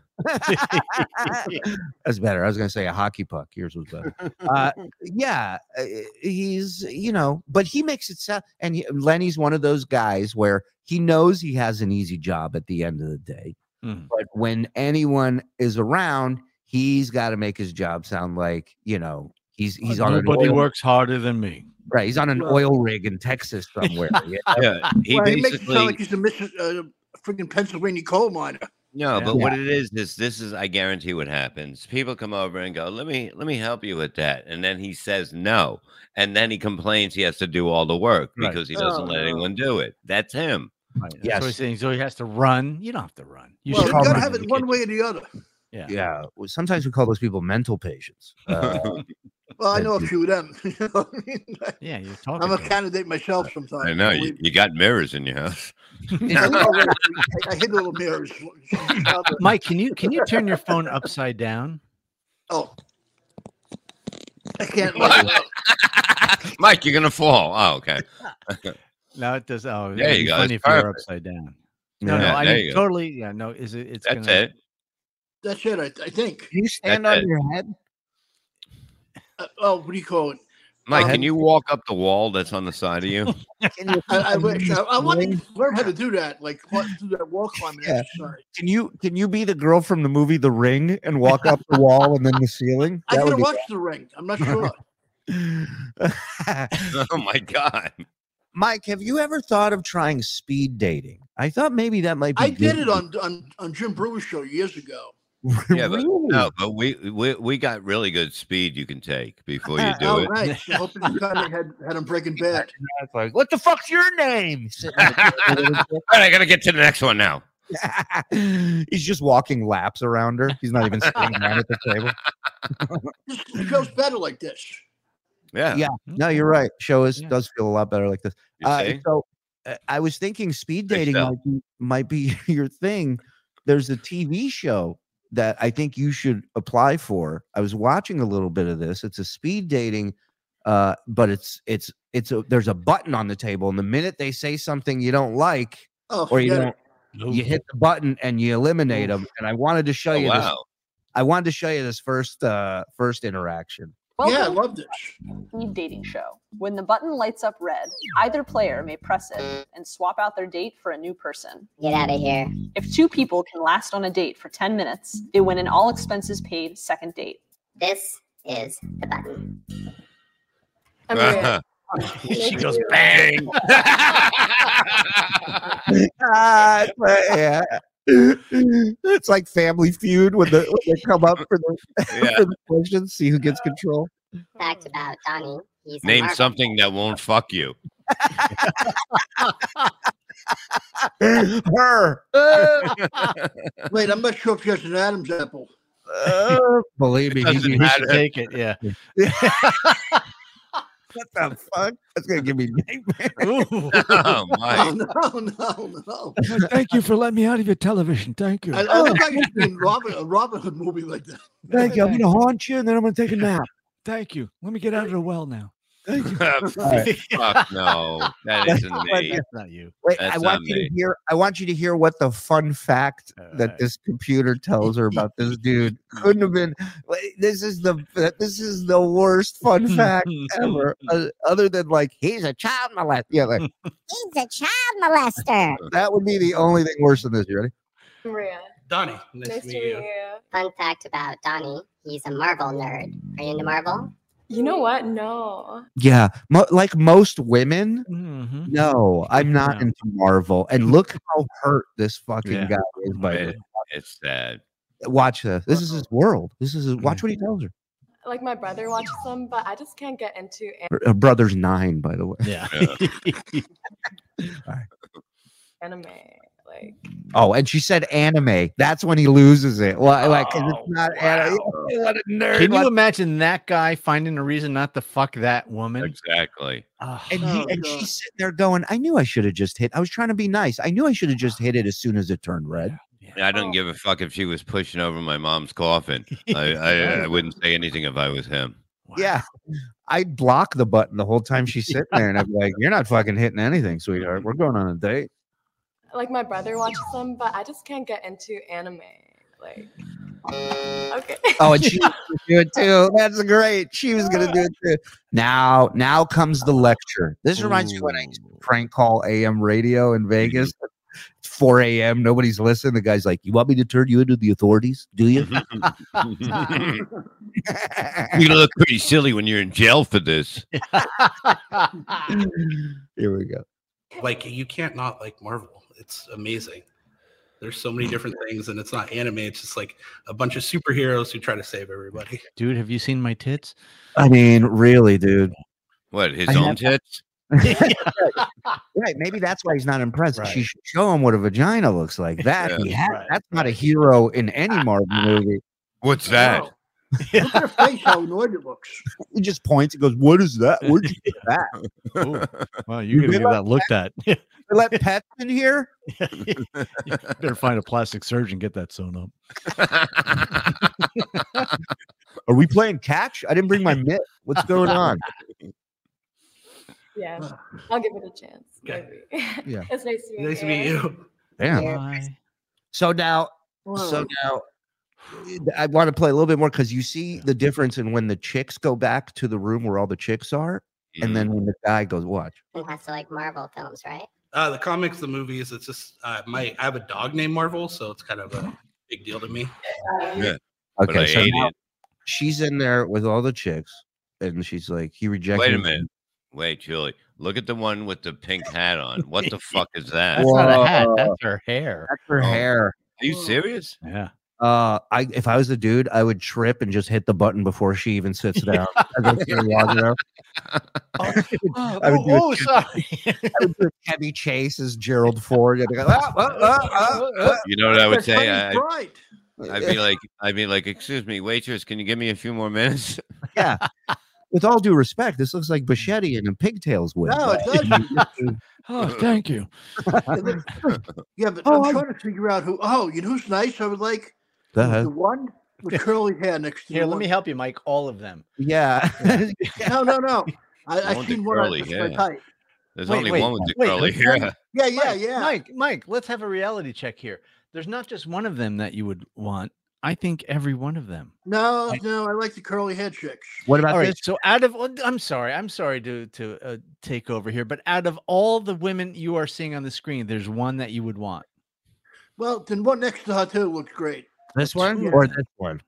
Speaker 2: That's better. I was gonna say a hockey puck. Yours was better. [laughs] Uh, yeah, uh, he's you know, but he makes it sound. And he, Lenny's one of those guys where he knows he has an easy job at the end of the day.
Speaker 3: Mhm.
Speaker 2: But when anyone is around, he's got to make his job sound like you know he's he's on an
Speaker 3: Nobody
Speaker 2: oil,
Speaker 3: works harder than me.
Speaker 2: right. He's on an
Speaker 5: Well-
Speaker 2: oil rig in Texas [laughs] somewhere. you know?
Speaker 4: Yeah, he
Speaker 5: well, he makes it
Speaker 4: basically
Speaker 5: sound like he's a Mrs. Uh, freaking Pennsylvania coal miner.
Speaker 4: No,
Speaker 3: Yeah.
Speaker 4: but what it is is this is I guarantee what happens. People come over and go, "Let me let me help you with that," and then he says no, and then he complains he has to do all the work
Speaker 3: Right.
Speaker 4: because he doesn't
Speaker 5: Oh,
Speaker 4: let
Speaker 5: no.
Speaker 4: anyone do it. That's him.
Speaker 3: Right. That's
Speaker 2: Yes.
Speaker 3: what he's saying. So he has to run. You don't have to run. You
Speaker 5: well,
Speaker 3: should
Speaker 5: you
Speaker 2: call
Speaker 5: got to
Speaker 2: mine
Speaker 5: have
Speaker 3: in
Speaker 5: it
Speaker 3: the
Speaker 5: one
Speaker 3: kitchen.
Speaker 5: way or the other.
Speaker 3: Yeah.
Speaker 2: yeah. well, Sometimes we call those people mental [laughs] patients. Uh,
Speaker 5: Well, I know a
Speaker 2: Yeah.
Speaker 5: few of them. [laughs] you know what I mean?
Speaker 3: Yeah, you're talking.
Speaker 5: I'm a
Speaker 3: to him.
Speaker 5: candidate myself sometimes.
Speaker 4: I know you,
Speaker 5: believe
Speaker 4: you got mirrors in your house.
Speaker 5: me. I,
Speaker 4: [laughs]
Speaker 5: know, right? I- I hit little mirrors.
Speaker 3: Mike, can you can you turn your phone upside down?
Speaker 5: oh, I can't. let it out.
Speaker 4: [laughs] Mike, you're gonna fall. Oh, okay.
Speaker 3: No, it does. Oh,
Speaker 4: There
Speaker 3: it'd
Speaker 4: you
Speaker 3: be
Speaker 4: go,
Speaker 3: Funny if
Speaker 4: it's
Speaker 3: you're
Speaker 4: perfect.
Speaker 3: upside down. No,
Speaker 4: Yeah,
Speaker 3: no, I
Speaker 4: there
Speaker 3: mean
Speaker 4: you go.
Speaker 3: totally. Yeah, no, is it? It's
Speaker 4: That's
Speaker 3: [laughs] gonna,
Speaker 4: it.
Speaker 5: That's it. I, I think.
Speaker 2: Can you stand
Speaker 4: That's
Speaker 2: on
Speaker 4: it.
Speaker 2: your head?
Speaker 5: Uh, oh, what do you
Speaker 2: [laughs]
Speaker 5: call it?
Speaker 4: Mike,
Speaker 5: Um,
Speaker 4: can you walk up the wall that's on the side of
Speaker 3: [laughs]
Speaker 4: you? [laughs]
Speaker 2: Can you,
Speaker 5: I, I
Speaker 2: can you
Speaker 5: wish. I,
Speaker 2: just
Speaker 5: I want
Speaker 2: lay-
Speaker 5: to learn how to do that. Like what, do that wall climbing
Speaker 2: Yeah.
Speaker 5: exercise.
Speaker 2: Can you can you be the girl from the movie The Ring [laughs] and walk up the wall and then the ceiling?
Speaker 5: I
Speaker 2: That
Speaker 5: gotta
Speaker 2: would be-
Speaker 5: watch the ring. I'm
Speaker 2: [laughs]
Speaker 5: not sure.
Speaker 4: oh my god.
Speaker 2: Mike, have you ever thought of trying speed dating? I thought maybe that might be.
Speaker 5: I did
Speaker 2: good
Speaker 5: it
Speaker 2: for
Speaker 5: on, on on Jim Brewer's show years ago.
Speaker 2: you. [laughs]
Speaker 4: Yeah, but
Speaker 2: Really?
Speaker 4: no, but we we we got really good speed you can take before you do
Speaker 5: [laughs] All
Speaker 4: it.
Speaker 5: right. So hoping the Connie had had him breaking bad.
Speaker 2: It's like, what the fuck's your name? Sitting in the
Speaker 4: [laughs] All right, I gotta get to the next one now.
Speaker 2: corner. [laughs] He's just walking laps around her. He's not [laughs] even sitting down at the table.
Speaker 5: This the show's better like this.
Speaker 4: Yeah.
Speaker 2: Yeah. No, you're right. Show is
Speaker 3: Yeah.
Speaker 2: does feel a lot better like this.
Speaker 4: you
Speaker 2: Uh,
Speaker 4: see?
Speaker 2: so uh, I was thinking speed dating
Speaker 4: so.
Speaker 2: might be, might be [laughs] your thing. There's a TV show that I think you should apply for. I was watching a little bit of this. It's a speed dating, uh, but it's it's it's a, there's a button on the table, and the minute they say something you don't like
Speaker 5: Oh,
Speaker 2: or you
Speaker 5: forget it.
Speaker 2: don't, you hit the button and you eliminate them. And I wanted to show
Speaker 4: Oh,
Speaker 2: you this.
Speaker 4: wow.
Speaker 2: I wanted to show you this first uh first interaction.
Speaker 5: yeah, I
Speaker 9: Welcome
Speaker 5: love this.
Speaker 9: to the speed dating show. When the button lights up red, either player may press it and swap out their date for a new person.
Speaker 10: Get out of here.
Speaker 9: If two people can last on a date for 10 minutes, they win an all expenses paid second date.
Speaker 10: This is the button.
Speaker 4: [laughs]
Speaker 3: She goes bang.
Speaker 2: Ah, it's like- yeah. it's like Family Feud when, the, when they come up for the, [laughs]
Speaker 4: yeah.
Speaker 2: for the questions, see who gets control.
Speaker 10: Fact about Donnie. He's a
Speaker 4: [laughs] Name
Speaker 10: Marvel.
Speaker 4: something that won't fuck you.
Speaker 2: Her.
Speaker 5: Wait, I'm not sure if she has an Adam's apple.
Speaker 2: Uh, believe me, he's
Speaker 4: Doesn't
Speaker 3: You
Speaker 4: matter.
Speaker 3: should take it. [laughs] Yeah.
Speaker 2: what the fuck? That's gonna give me nightmares.
Speaker 4: [laughs]
Speaker 3: [laughs]
Speaker 4: oh my.
Speaker 5: [laughs] Oh, no, no, no.
Speaker 3: Thank you for letting me out of your television. Thank you.
Speaker 5: I, I think I could be in Robin, a Robin Hood movie like that.
Speaker 2: Thank you. I'm gonna haunt you, and then I'm gonna take a
Speaker 3: [laughs]
Speaker 2: nap.
Speaker 3: Thank you. Let me get out of the well now.
Speaker 4: [laughs] Fuck no. That isn't me.
Speaker 3: That's not you.
Speaker 2: Wait, I
Speaker 4: That's
Speaker 2: want
Speaker 4: not
Speaker 2: you
Speaker 4: me.
Speaker 2: to hear. I want you to hear what the fun fact that
Speaker 3: Alright.
Speaker 2: this computer tells her about this dude couldn't have been. wait, This is the this is the worst
Speaker 4: [laughs]
Speaker 2: fun
Speaker 3: Hmm.
Speaker 2: fact ever. uh, other than like he's a child molester. Yeah, like,
Speaker 10: He's a child molester.
Speaker 2: that would be the only thing worse than this. You ready?
Speaker 11: Maria.
Speaker 12: Donnie, nice,
Speaker 11: Nice to
Speaker 12: to
Speaker 11: meet you.
Speaker 10: Fun fact about Donnie. He's a Marvel nerd. Are you into Marvel?
Speaker 11: You know what? No.
Speaker 2: Yeah, mo- like most women.
Speaker 3: Mhm.
Speaker 2: No, I'm not
Speaker 3: No.
Speaker 2: into Marvel. And look how hurt this fucking
Speaker 3: Yeah.
Speaker 2: guy is by
Speaker 4: Right.
Speaker 2: this.
Speaker 4: It's sad.
Speaker 2: Watch this. This is
Speaker 3: Uh-huh.
Speaker 2: his world. This is his,
Speaker 3: Hmm.
Speaker 2: watch what he tells her.
Speaker 11: Like my brother watches them, but I just can't get into an-
Speaker 2: her. Her brother's nine, by the way.
Speaker 3: Yeah.
Speaker 11: anime. Like
Speaker 2: Oh, and she said anime. That's when he loses it. Well, like 'cause
Speaker 4: Oh,
Speaker 2: it's not anime. [laughs] What a nerd!
Speaker 3: Can
Speaker 2: What-
Speaker 3: you imagine that guy finding a reason not to fuck that woman? Ah.
Speaker 4: Exactly.
Speaker 3: Ugh.
Speaker 2: and, he,
Speaker 5: Oh,
Speaker 2: and
Speaker 5: God.
Speaker 2: she's sitting there going, "I knew I should have just hit. I was trying to be nice. I knew I should have
Speaker 3: [sighs]
Speaker 2: just hit it as soon as it turned red."
Speaker 4: I don't give a fuck if she was pushing over my mom's coffin. I, I, I wouldn't say anything if I was him.
Speaker 3: Wow.
Speaker 2: Yeah, I'd block the button the whole time she's sitting there, and I'd be like, "You're not fucking hitting anything, sweetheart. We're going on a date."
Speaker 11: like my brother watches them, but I just can't get into anime. Like okay.
Speaker 2: Oh, and she was gonna do it too. That's great. She was gonna do it too. Now, now comes the lecture. This reminds me when I used to prank call AM radio in Vegas. It's 4 a.m. Nobody's listening. The guy's like, You want me to turn you into the authorities? Do you?
Speaker 4: Mm-hmm. you look pretty silly when you're in jail for this.
Speaker 2: Here we go.
Speaker 12: Like you can't not like Marvel. It's amazing. There's so many different things, and it's not anime. It's just like a bunch of superheroes who try to save everybody.
Speaker 3: Dude, have you seen my tits?
Speaker 2: I mean, really, dude.
Speaker 4: What, his
Speaker 2: I
Speaker 4: own
Speaker 2: have-
Speaker 4: tits?
Speaker 2: Right. Maybe that's why he's not impressed. She
Speaker 3: Right.
Speaker 2: should show him what a vagina looks
Speaker 4: [laughs]
Speaker 2: like. That
Speaker 4: Yeah.
Speaker 2: he ha-
Speaker 3: Right,
Speaker 2: that's not a hero in
Speaker 4: [laughs]
Speaker 2: any Marvel movie.
Speaker 4: What's that?
Speaker 5: No. Look at her face, how annoyed it looks.
Speaker 2: He just points and goes, What is that? Where'd you get that?
Speaker 3: Ooh. Wow, you're gonna
Speaker 2: did
Speaker 3: get that looked at.
Speaker 2: They let pets in here?
Speaker 3: Better find a plastic surgeon, get that sewn up.
Speaker 2: Are we playing catch? I didn't bring my mitt. What's [laughs] going on?
Speaker 11: Yeah. I'll give it a chance.
Speaker 12: Okay.
Speaker 11: Maybe.
Speaker 2: Yeah.
Speaker 11: [laughs] it's nice to meet
Speaker 12: nice to meet you.
Speaker 2: Damn. So now, so now, eh, I want to play a little bit more because you see the difference in when the chicks go back to the room where all the chicks are, and then when the guy goes, watch.
Speaker 10: Who has to like Marvel films, right?
Speaker 12: Uh, the comics, the movies. It's just uh, my. I have a dog named Marvel, so it's kind of a big deal to me.
Speaker 11: Um,
Speaker 4: But I
Speaker 2: Okay, so
Speaker 4: hate
Speaker 2: now
Speaker 4: it.
Speaker 2: she's in there with all the chicks, and she's like, he rejected.
Speaker 4: Wait a
Speaker 2: me."
Speaker 4: minute. Wait, Julie. Look at the one with the pink hat on. What the fuck is that?
Speaker 3: That's
Speaker 4: Are
Speaker 3: not a hat, that's her hair.
Speaker 2: That's her
Speaker 4: Oh.
Speaker 2: hair.
Speaker 4: you serious?
Speaker 3: [laughs] Yeah.
Speaker 2: Uh, I if I was a dude, I would trip and just [laughs] hit the button before she even [laughs] sits down. I'd go through the lobby room.
Speaker 3: Oh,
Speaker 2: I would do a
Speaker 3: oh, sorry.
Speaker 2: I would do a heavy chase as Gerald Ford. I'd be like, "Ah, ah, ah, ah, [laughs] ah."
Speaker 4: You know what I would
Speaker 5: That's
Speaker 4: say? uh, I,
Speaker 5: Freddie's pride.
Speaker 4: I'd be like, I'd be like, excuse me, waitress, can you give me a few more minutes?
Speaker 8: with all due respect, this looks like Bichetti and a pigtails wig.
Speaker 5: No, it does.
Speaker 3: oh, thank you.
Speaker 5: yeah, but I'm
Speaker 8: Oh, I-
Speaker 5: trying to figure out who. Oh, you know who's nice? I would like
Speaker 8: Go
Speaker 2: [laughs]
Speaker 5: the
Speaker 8: ahead.
Speaker 5: one with curly hair next to
Speaker 3: [laughs] Here,
Speaker 5: you.
Speaker 3: let me help you, Mike. All of them.
Speaker 8: Yeah.
Speaker 5: No, no, no. I,
Speaker 4: The
Speaker 5: I
Speaker 4: one
Speaker 5: seen
Speaker 4: with
Speaker 5: one on
Speaker 4: curly
Speaker 5: just my
Speaker 4: hair.
Speaker 5: type.
Speaker 4: [laughs] There's
Speaker 3: Wait,
Speaker 4: only
Speaker 3: wait,
Speaker 4: one with the
Speaker 3: wait,
Speaker 4: curly
Speaker 3: let's not-
Speaker 4: hair.
Speaker 5: Yeah, yeah,
Speaker 3: Mike,
Speaker 5: yeah.
Speaker 3: Mike, Mike, let's have a reality check here. There's not just one of them that you would want. I think every one of them.
Speaker 5: No,
Speaker 3: Mike.
Speaker 5: no, I like the curly head chicks.
Speaker 8: What about
Speaker 3: all right.
Speaker 8: this?
Speaker 3: So out of oh, I'm sorry, I'm sorry to to uh, take over here, but out of all the women you are seeing on the screen, there's one that you would want.
Speaker 5: Well, then one next to her too looks great.
Speaker 8: This one
Speaker 5: Yeah.
Speaker 8: or this one?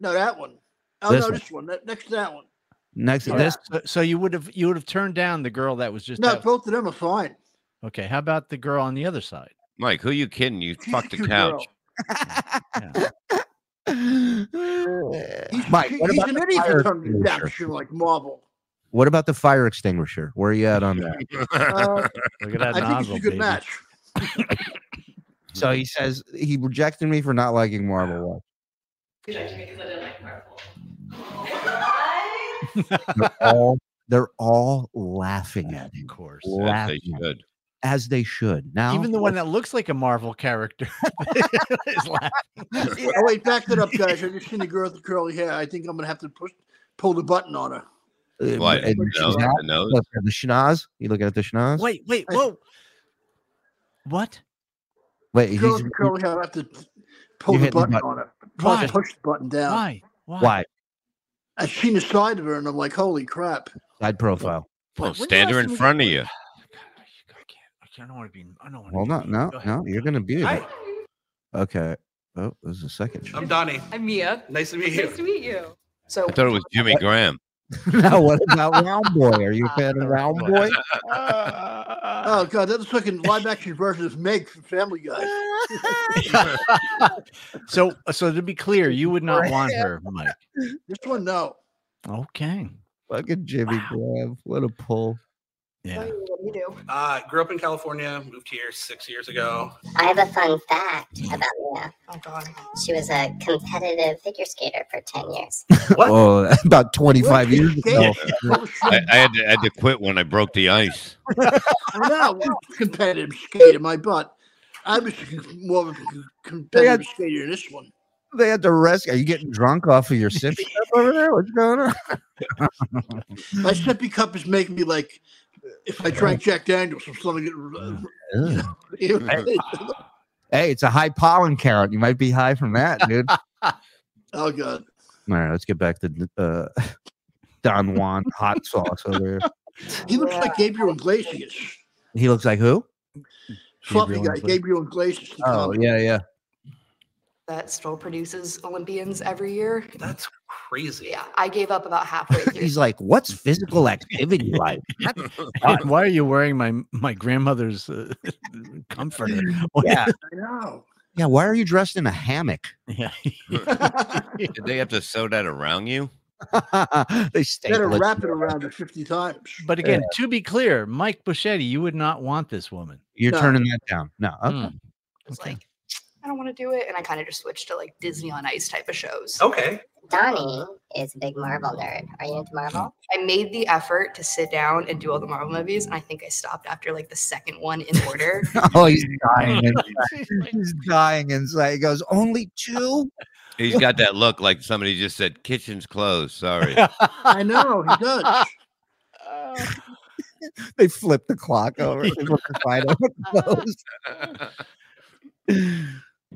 Speaker 5: No, that one. Oh
Speaker 8: This
Speaker 5: no,
Speaker 8: one.
Speaker 5: this one. That, next to that one.
Speaker 8: Next,
Speaker 3: All right,
Speaker 8: this
Speaker 3: So, so you would have you would have turned down the girl that was just
Speaker 5: No,
Speaker 3: out-
Speaker 5: both of them are fine.
Speaker 3: okay. How about the girl on the other side?
Speaker 4: [laughs] Mike, who you kidding? You
Speaker 5: She's a
Speaker 4: fucked the
Speaker 5: cute
Speaker 4: couch.
Speaker 2: [laughs]
Speaker 5: He's,
Speaker 8: Mike,
Speaker 5: he-
Speaker 8: what
Speaker 5: he's
Speaker 8: about
Speaker 5: an
Speaker 8: the
Speaker 5: idiot
Speaker 8: fire
Speaker 5: for turning me down.
Speaker 8: extinguisher?
Speaker 5: She's like
Speaker 8: [laughs]
Speaker 5: marble.
Speaker 8: What about the fire extinguisher? Where are you at on that?
Speaker 5: Uh,
Speaker 3: Look at
Speaker 5: I
Speaker 3: that
Speaker 5: think it's
Speaker 3: nozzle,
Speaker 5: a good
Speaker 3: baby.
Speaker 5: match.
Speaker 8: So he says he rejected me for not liking Marvel Watch.
Speaker 11: Rejected me because I didn't like Marvel. [laughs]
Speaker 8: They're all, they're all laughing at
Speaker 3: Of
Speaker 8: him
Speaker 3: course.
Speaker 4: Yes, they
Speaker 8: Laughing.
Speaker 4: should.
Speaker 8: as they should. Now,
Speaker 3: Even the one that looks like a Marvel
Speaker 8: [laughs]
Speaker 3: character is laughing.
Speaker 5: Oh wait, back that up, guys. I just seen the girl with the curly hair. I think I'm gonna have to push, pull the button on her.
Speaker 8: uh,
Speaker 4: What?
Speaker 8: and
Speaker 4: The
Speaker 8: she's
Speaker 4: nose?
Speaker 8: not-
Speaker 4: The nose?
Speaker 8: look at the schnoz. You looking at the schnoz?
Speaker 3: Wait, wait,
Speaker 5: I-
Speaker 3: whoa. What?
Speaker 8: wait.
Speaker 5: The
Speaker 8: He's,
Speaker 5: girl with the curly hair. I have to pull the
Speaker 8: hit the
Speaker 5: button,
Speaker 8: button.
Speaker 5: on her.
Speaker 3: Why?
Speaker 5: Push, push the button down.
Speaker 3: Why? Why?
Speaker 8: why?
Speaker 5: I seen the side of her, and I'm like, holy crap.
Speaker 8: Side profile.
Speaker 4: Well,
Speaker 3: When's the
Speaker 4: stand her
Speaker 3: last
Speaker 4: in
Speaker 3: time we-
Speaker 4: front of you.
Speaker 3: I can't. I can't. I don't want to be. I don't want to.
Speaker 8: Well,
Speaker 3: be
Speaker 8: no, no,
Speaker 3: Go ahead,
Speaker 8: no. You're
Speaker 3: go
Speaker 8: gonna be
Speaker 2: Hi,
Speaker 8: okay. Oh, there's a second.
Speaker 2: I'm Donnie.
Speaker 11: I'm
Speaker 1: [laughs]
Speaker 11: Mia.
Speaker 2: Nice to meet you.
Speaker 11: meet you. So
Speaker 4: I thought it was Jimmy Graham.
Speaker 8: [laughs] now, what about Round Boy? Are you a [laughs] fan of Round Boy? Ah.
Speaker 5: Oh god, that looks like a live action version of Meg from Family Guy.
Speaker 3: ahead. so, so to be clear, you would
Speaker 8: [laughs]
Speaker 3: not want her, Mike.
Speaker 5: This one, no.
Speaker 3: Okay.
Speaker 8: Fucking Jimmy Graham. What a [laughs] pull.
Speaker 3: Yeah.
Speaker 11: What do you do?
Speaker 2: Uh, grew up in California, moved here six years ago.
Speaker 1: I have a fun fact about Mia.
Speaker 11: Oh god.
Speaker 1: She was a competitive figure skater for 10 years.
Speaker 8: Oh, [laughs] about 25
Speaker 5: What?
Speaker 8: years ago.
Speaker 5: Oh,
Speaker 4: I,
Speaker 5: shit.
Speaker 4: I, had to, I had to quit when I broke the ice.
Speaker 5: I know. I'm a competitive skater, my butt. I was more of a c- competitive skater in this one.
Speaker 8: They had to rescue. Are you getting drunk off [laughs] of your sippy cup over there? What's going on?
Speaker 5: My sippy cup is making me like, if I drank Jack Daniels, I'm starting to [laughs]
Speaker 8: Ugh.
Speaker 5: get.
Speaker 8: Hey, it's a high pollen count. You might be high from that,
Speaker 3: [laughs]
Speaker 8: dude. All
Speaker 5: oh god.
Speaker 8: right, let's get back to uh, [laughs] Don Juan hot sauce over
Speaker 3: [laughs]
Speaker 8: here.
Speaker 5: He looks like Gabriel Iglesias.
Speaker 8: He looks like who?
Speaker 5: Fluffy
Speaker 3: Gabriel
Speaker 5: guy,
Speaker 3: Iglesias.
Speaker 5: Gabriel Iglesias. the
Speaker 8: Oh,
Speaker 5: comic.
Speaker 8: yeah, yeah.
Speaker 11: That still produces Olympians every year.
Speaker 2: That's crazy.
Speaker 11: Yeah, I gave up about halfway
Speaker 8: [laughs]
Speaker 11: through.
Speaker 8: He's like,
Speaker 3: [laughs]
Speaker 8: what's physical activity like?
Speaker 3: And why are you wearing my my grandmother's uh, [laughs] comforter?
Speaker 8: Yeah.
Speaker 5: I know.
Speaker 8: Yeah. Why are you dressed in a hammock? [laughs]
Speaker 3: Yeah.
Speaker 4: Did they have to sew that around you?
Speaker 8: they
Speaker 5: Better
Speaker 8: staple it.
Speaker 5: wrap it around it 50 times.
Speaker 8: [laughs]
Speaker 3: But again, to be clear, Mike Buschetti, you would not want this
Speaker 8: [laughs]
Speaker 3: woman.
Speaker 8: You're
Speaker 5: No.
Speaker 8: turning that down. No. Okay.
Speaker 3: Mm.
Speaker 11: I was like, I don't want to do it. And I kind of just switched to like Disney on Ice type of shows.
Speaker 2: Okay.
Speaker 1: Donnie is a big Marvel nerd. Are you into Marvel?
Speaker 11: I made the effort to sit down and do all the Marvel movies, and I think I stopped after like the second one in order.
Speaker 3: Hmm.
Speaker 8: [laughs] Oh, he's
Speaker 3: [laughs]
Speaker 8: dying. Inside. he's dying inside. He goes, only two?
Speaker 4: He's got that look like somebody just said, kitchen's closed. Sorry.
Speaker 5: I know, he does.
Speaker 8: They flip the clock over. They look to find out
Speaker 3: [laughs]
Speaker 8: what goes.
Speaker 4: [laughs]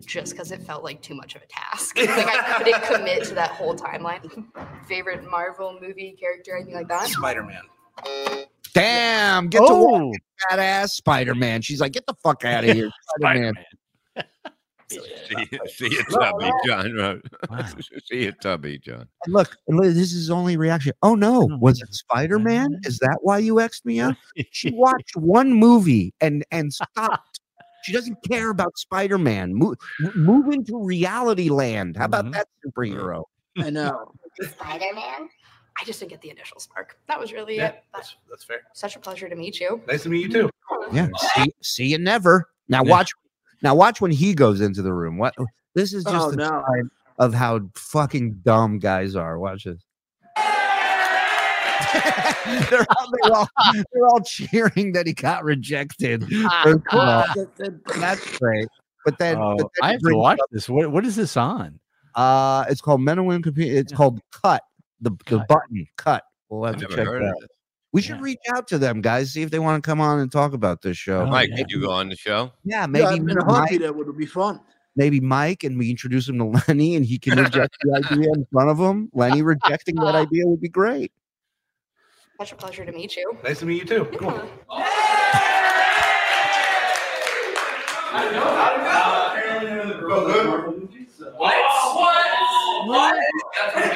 Speaker 11: just because it felt like too much of
Speaker 2: [laughs]
Speaker 11: a task. Like I couldn't commit to that whole timeline. Favorite Marvel movie character, anything like that?
Speaker 2: Spider Man.
Speaker 8: Damn, get to work,
Speaker 3: oh,
Speaker 8: badass Spider Man. She's like, get the fuck out of here, Spider Man.
Speaker 3: [laughs] Spider-Man.
Speaker 4: see,
Speaker 5: [laughs]
Speaker 4: see you, Tubby John. wrote.
Speaker 3: Wow.
Speaker 4: [laughs] see you, Tubby John.
Speaker 8: And look, and look, this is his only reaction. Oh no,
Speaker 3: No,
Speaker 8: was it Spider Man?
Speaker 3: Spider-Man?
Speaker 8: Is that why you X'd me out? She watched one movie and and stopped. She doesn't care about Spider Man. Move, move into reality land. How about
Speaker 3: Mhm.
Speaker 8: that superhero?
Speaker 5: I know.
Speaker 1: Spider Man?
Speaker 11: I just didn't get the initial spark. That was really
Speaker 2: Yeah,
Speaker 11: it. But
Speaker 2: that's, that's fair.
Speaker 11: such a pleasure to meet you.
Speaker 2: Nice to meet you too.
Speaker 8: Yeah. See, see you never. Now
Speaker 3: Yeah.
Speaker 8: watch. Now watch when he goes into the room. What? This is just
Speaker 5: Oh,
Speaker 8: the
Speaker 5: no.
Speaker 8: time of how fucking dumb guys are. Watch this.
Speaker 2: [laughs] they're, all, they're, all, they're all cheering that he got rejected.
Speaker 5: [laughs]
Speaker 2: First of all, that's great. But then,
Speaker 3: Oh,
Speaker 2: but then
Speaker 3: I
Speaker 2: it
Speaker 3: have to
Speaker 2: brings
Speaker 3: watch
Speaker 2: up-
Speaker 3: this. What, what is this on?
Speaker 2: Uh, it's called Men and Women Compete. It's called Cut. The the button Cut. We'll have
Speaker 4: I've
Speaker 2: to
Speaker 4: never
Speaker 2: check
Speaker 4: heard
Speaker 2: that.
Speaker 4: of
Speaker 2: out. We should reach out to them, guys. See if they want to come on and talk about this show.
Speaker 3: Oh,
Speaker 4: Mike, could you go on the show?
Speaker 2: Yeah, maybe
Speaker 5: I'm in a
Speaker 2: Mike-
Speaker 5: hockey that would be fun.
Speaker 2: maybe Mike, and we introduce him to Lenny, and he
Speaker 8: [laughs]
Speaker 2: can reject [laughs] the idea in front of him. Lenny rejecting [laughs] that idea would be great.
Speaker 11: Such a pleasure to meet you.
Speaker 12: Nice to meet you too. Cool.
Speaker 1: What?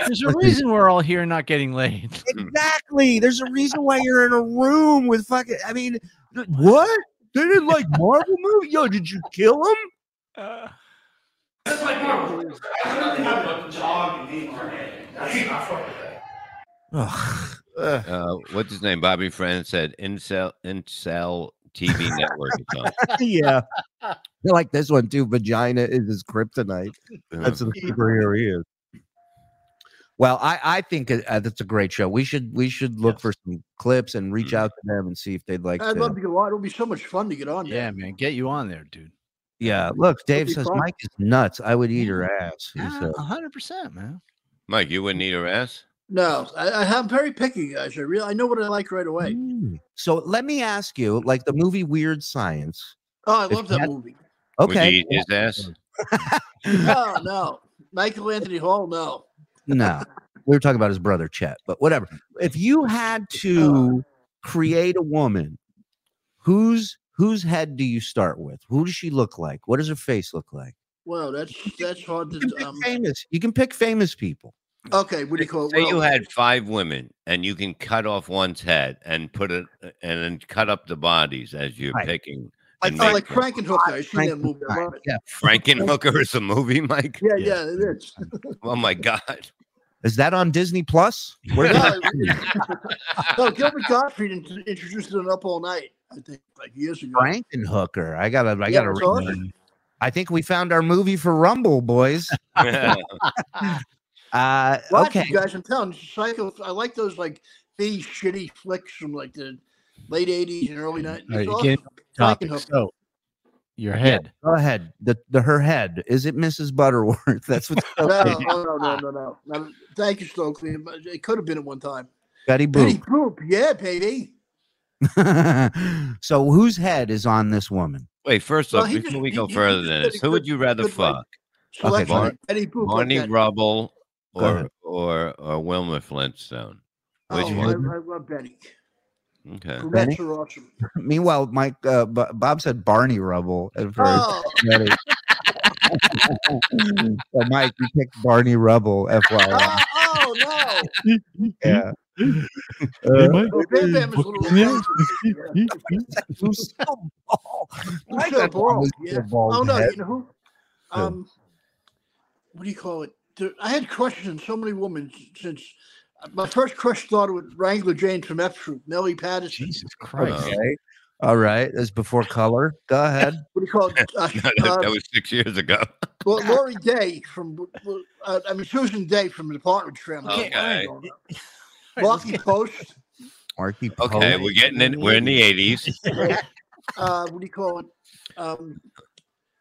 Speaker 3: There's a reason we're all here not getting laid.
Speaker 2: Hmm. Exactly. There's a reason why you're in a room with fucking. I mean, th- what? They didn't like Marvel movie. Yo, did you kill him?
Speaker 4: Uh, what's his name? Bobby Friend said Incel Incel TV network. is on."
Speaker 2: yeah. I like this one too. Vagina is his kryptonite. That's the superhero he is. Well, I, I think uh, that's a great show. We should we should look for some clips and reach out to them and see if they'd like
Speaker 5: I'd
Speaker 2: to.
Speaker 5: Mm-hmm. love to go on. It'll be so much fun to get on.
Speaker 3: [laughs] Yeah, man, get you on there, dude.
Speaker 2: yeah, look, Dave
Speaker 5: be
Speaker 2: says
Speaker 5: fun.
Speaker 2: Mike is nuts. I would eat her ass. He
Speaker 5: uh,
Speaker 2: said.
Speaker 3: hundred percent, man.
Speaker 4: Mike, you wouldn't eat her ass.
Speaker 5: No, I, I, I'm very picky, guys. I really I know what I like right away.
Speaker 2: So let me ask you, like the movie Weird Science.
Speaker 5: Oh, I
Speaker 2: If
Speaker 5: love that
Speaker 2: that-
Speaker 5: movie.
Speaker 4: Would you
Speaker 5: E.
Speaker 2: Okay,
Speaker 4: eat his ass?
Speaker 5: No, no, Michael Anthony Hall. No,
Speaker 2: [laughs] no, we were talking about his brother Chet, but whatever. If you
Speaker 5: Uh.
Speaker 2: had to create a woman, whose whose head do you start with? Who does she look like? What does her face look like?
Speaker 5: well, that's that's hard to. Um,
Speaker 2: Famous. You can pick famous people.
Speaker 5: okay, what do you call it?
Speaker 4: Say you
Speaker 5: Well,
Speaker 4: had five women and you can cut off one's head and put it and then cut up the bodies as you're
Speaker 2: Right.
Speaker 4: picking.
Speaker 5: like,
Speaker 4: and make
Speaker 5: oh, like
Speaker 4: them.
Speaker 5: Frankenhooker. I seen that
Speaker 2: Frankenstein.
Speaker 5: movie. I love it.
Speaker 2: Yeah.
Speaker 4: Frankenhooker is a movie, Mike.
Speaker 5: Yeah, yeah, it is.
Speaker 4: Oh
Speaker 2: [laughs]
Speaker 4: my god. [laughs]
Speaker 2: Is that on Disney Plus? Where
Speaker 5: No,
Speaker 4: [laughs]
Speaker 5: no, Gilbert Gottfried int- introduced it on Up All Night. I think like years ago.
Speaker 2: Frankenhooker. I gotta. I
Speaker 5: Yeah,
Speaker 2: gotta.
Speaker 5: it's
Speaker 2: read
Speaker 5: awesome.
Speaker 2: I think we found our movie for Rumble, boys. Uh,
Speaker 5: Watch
Speaker 2: okay.
Speaker 5: it, guys, I'm telling you, Psycho. I like those like these shitty flicks from like the late '80s and early Oh, '90s.
Speaker 3: All right,
Speaker 5: It's
Speaker 3: again,
Speaker 5: awesome.
Speaker 3: topic.
Speaker 5: Frankenhooker.
Speaker 3: So, your head.
Speaker 2: Go ahead. The, the her head is it Mrs. Butterworth? [laughs] That's what
Speaker 5: No, oh, no, no, no, no, no. no. Thank you, Stokely. but It could have been at one time.
Speaker 4: [laughs]
Speaker 2: Betty Boop.
Speaker 5: Betty Boop, yeah, baby.
Speaker 2: [laughs] so whose head is on this woman?
Speaker 4: Wait, first
Speaker 5: Well,
Speaker 4: off,
Speaker 5: he
Speaker 4: before
Speaker 5: just-
Speaker 4: we
Speaker 5: he-
Speaker 4: go
Speaker 5: he
Speaker 4: further
Speaker 5: just
Speaker 4: than
Speaker 5: said
Speaker 4: this,
Speaker 5: he
Speaker 4: who would
Speaker 5: could-
Speaker 4: you rather
Speaker 5: could, like,
Speaker 4: fuck?
Speaker 5: Selection,
Speaker 4: Barney-
Speaker 5: Betty Boop. like
Speaker 4: Barney
Speaker 5: that.
Speaker 4: Rubble
Speaker 2: Go ahead.
Speaker 4: or or or Wilmer Flintstone? Which
Speaker 5: oh,
Speaker 4: one?
Speaker 5: I, I love Betty.
Speaker 4: Okay.
Speaker 5: Brunettes are awesome.
Speaker 2: [laughs] Meanwhile, Mike uh, B- Bob said Barney Rubble at first.
Speaker 5: Oh,
Speaker 2: Betty. [laughs] so Oh, Mike, you picked Barney Rubble, FYI.
Speaker 5: oh, oh, no.
Speaker 2: yeah. Uh,
Speaker 5: Oh, Bam Bam is a little yeah. Yeah.
Speaker 2: [laughs] Who's still bald? Mike
Speaker 5: Lucille
Speaker 2: had always
Speaker 5: Ball.
Speaker 2: been a
Speaker 5: Yeah.
Speaker 2: bald
Speaker 5: Oh no,
Speaker 2: head.
Speaker 5: you know who? Um, what do you call it? There, I had crushes on so many women s- since uh, my first crush started with Wrangler Jane from F Troop, Nellie Patterson.
Speaker 3: Jesus Christ.
Speaker 2: Okay. All right. That's before color. Go ahead.
Speaker 5: What do you call
Speaker 2: [laughs]
Speaker 5: it? Uh,
Speaker 4: [laughs] that,
Speaker 5: uh,
Speaker 4: that was six years ago.
Speaker 5: well, Lori Day from, uh, I mean Susan Day from the Apartment
Speaker 2: Oh,
Speaker 5: Family.
Speaker 4: Okay.
Speaker 5: Rocky Post.
Speaker 2: Marky
Speaker 4: Okay,
Speaker 2: Post.
Speaker 4: we're getting in. We're in
Speaker 3: [laughs]
Speaker 4: the eighties.
Speaker 5: Uh, what do you call it? Um,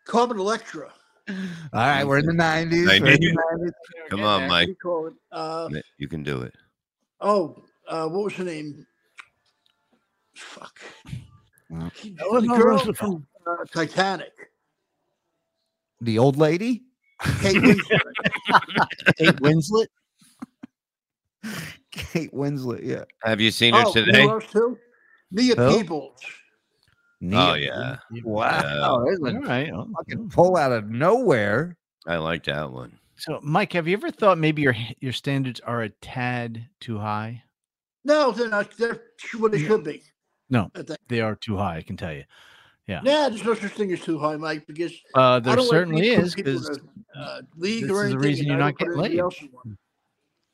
Speaker 5: Carmen Electra.
Speaker 2: All right. We're in the 90s. We're in the 90s.
Speaker 4: Come on,
Speaker 5: What [laughs] do
Speaker 4: Mike.
Speaker 5: you call it? Uh,
Speaker 4: You can do it.
Speaker 5: Oh, uh, what was her name? Fuck.
Speaker 2: Mm.
Speaker 5: She-
Speaker 3: No,
Speaker 5: the
Speaker 3: no,
Speaker 5: girl
Speaker 3: no.
Speaker 5: from uh, Titanic.
Speaker 2: The old lady?
Speaker 5: Kate
Speaker 2: [laughs]
Speaker 5: Winslet.
Speaker 2: Kate Winslet? Kate Winslet, yeah.
Speaker 4: Have you seen her
Speaker 5: oh, you
Speaker 4: today?
Speaker 5: know those two? Mia
Speaker 2: Who?
Speaker 5: Peebles.
Speaker 4: Oh
Speaker 2: Nia-
Speaker 4: yeah,
Speaker 2: Wow. There's
Speaker 3: [laughs] All
Speaker 2: a
Speaker 3: right. well,
Speaker 2: fucking pull out of nowhere.
Speaker 4: I like that one.
Speaker 3: So, Mike, have you ever thought maybe your h- your standards are a tad too high?
Speaker 5: No, they're not. They're sh- what they should be.
Speaker 3: No,
Speaker 5: I think.
Speaker 3: they are too high. I can tell you. Yeah.
Speaker 5: Yeah, there's no such thing as too high, Mike, because
Speaker 3: Uh,
Speaker 5: I
Speaker 3: there
Speaker 5: don't
Speaker 3: certainly
Speaker 5: like
Speaker 3: is
Speaker 5: these people
Speaker 3: because
Speaker 5: in a, uh, league
Speaker 3: this
Speaker 5: or
Speaker 3: is the
Speaker 5: anything.
Speaker 3: reason
Speaker 5: and
Speaker 3: you're
Speaker 5: I don't
Speaker 3: not
Speaker 5: put
Speaker 3: getting
Speaker 5: anybody
Speaker 3: laid.
Speaker 5: else in one.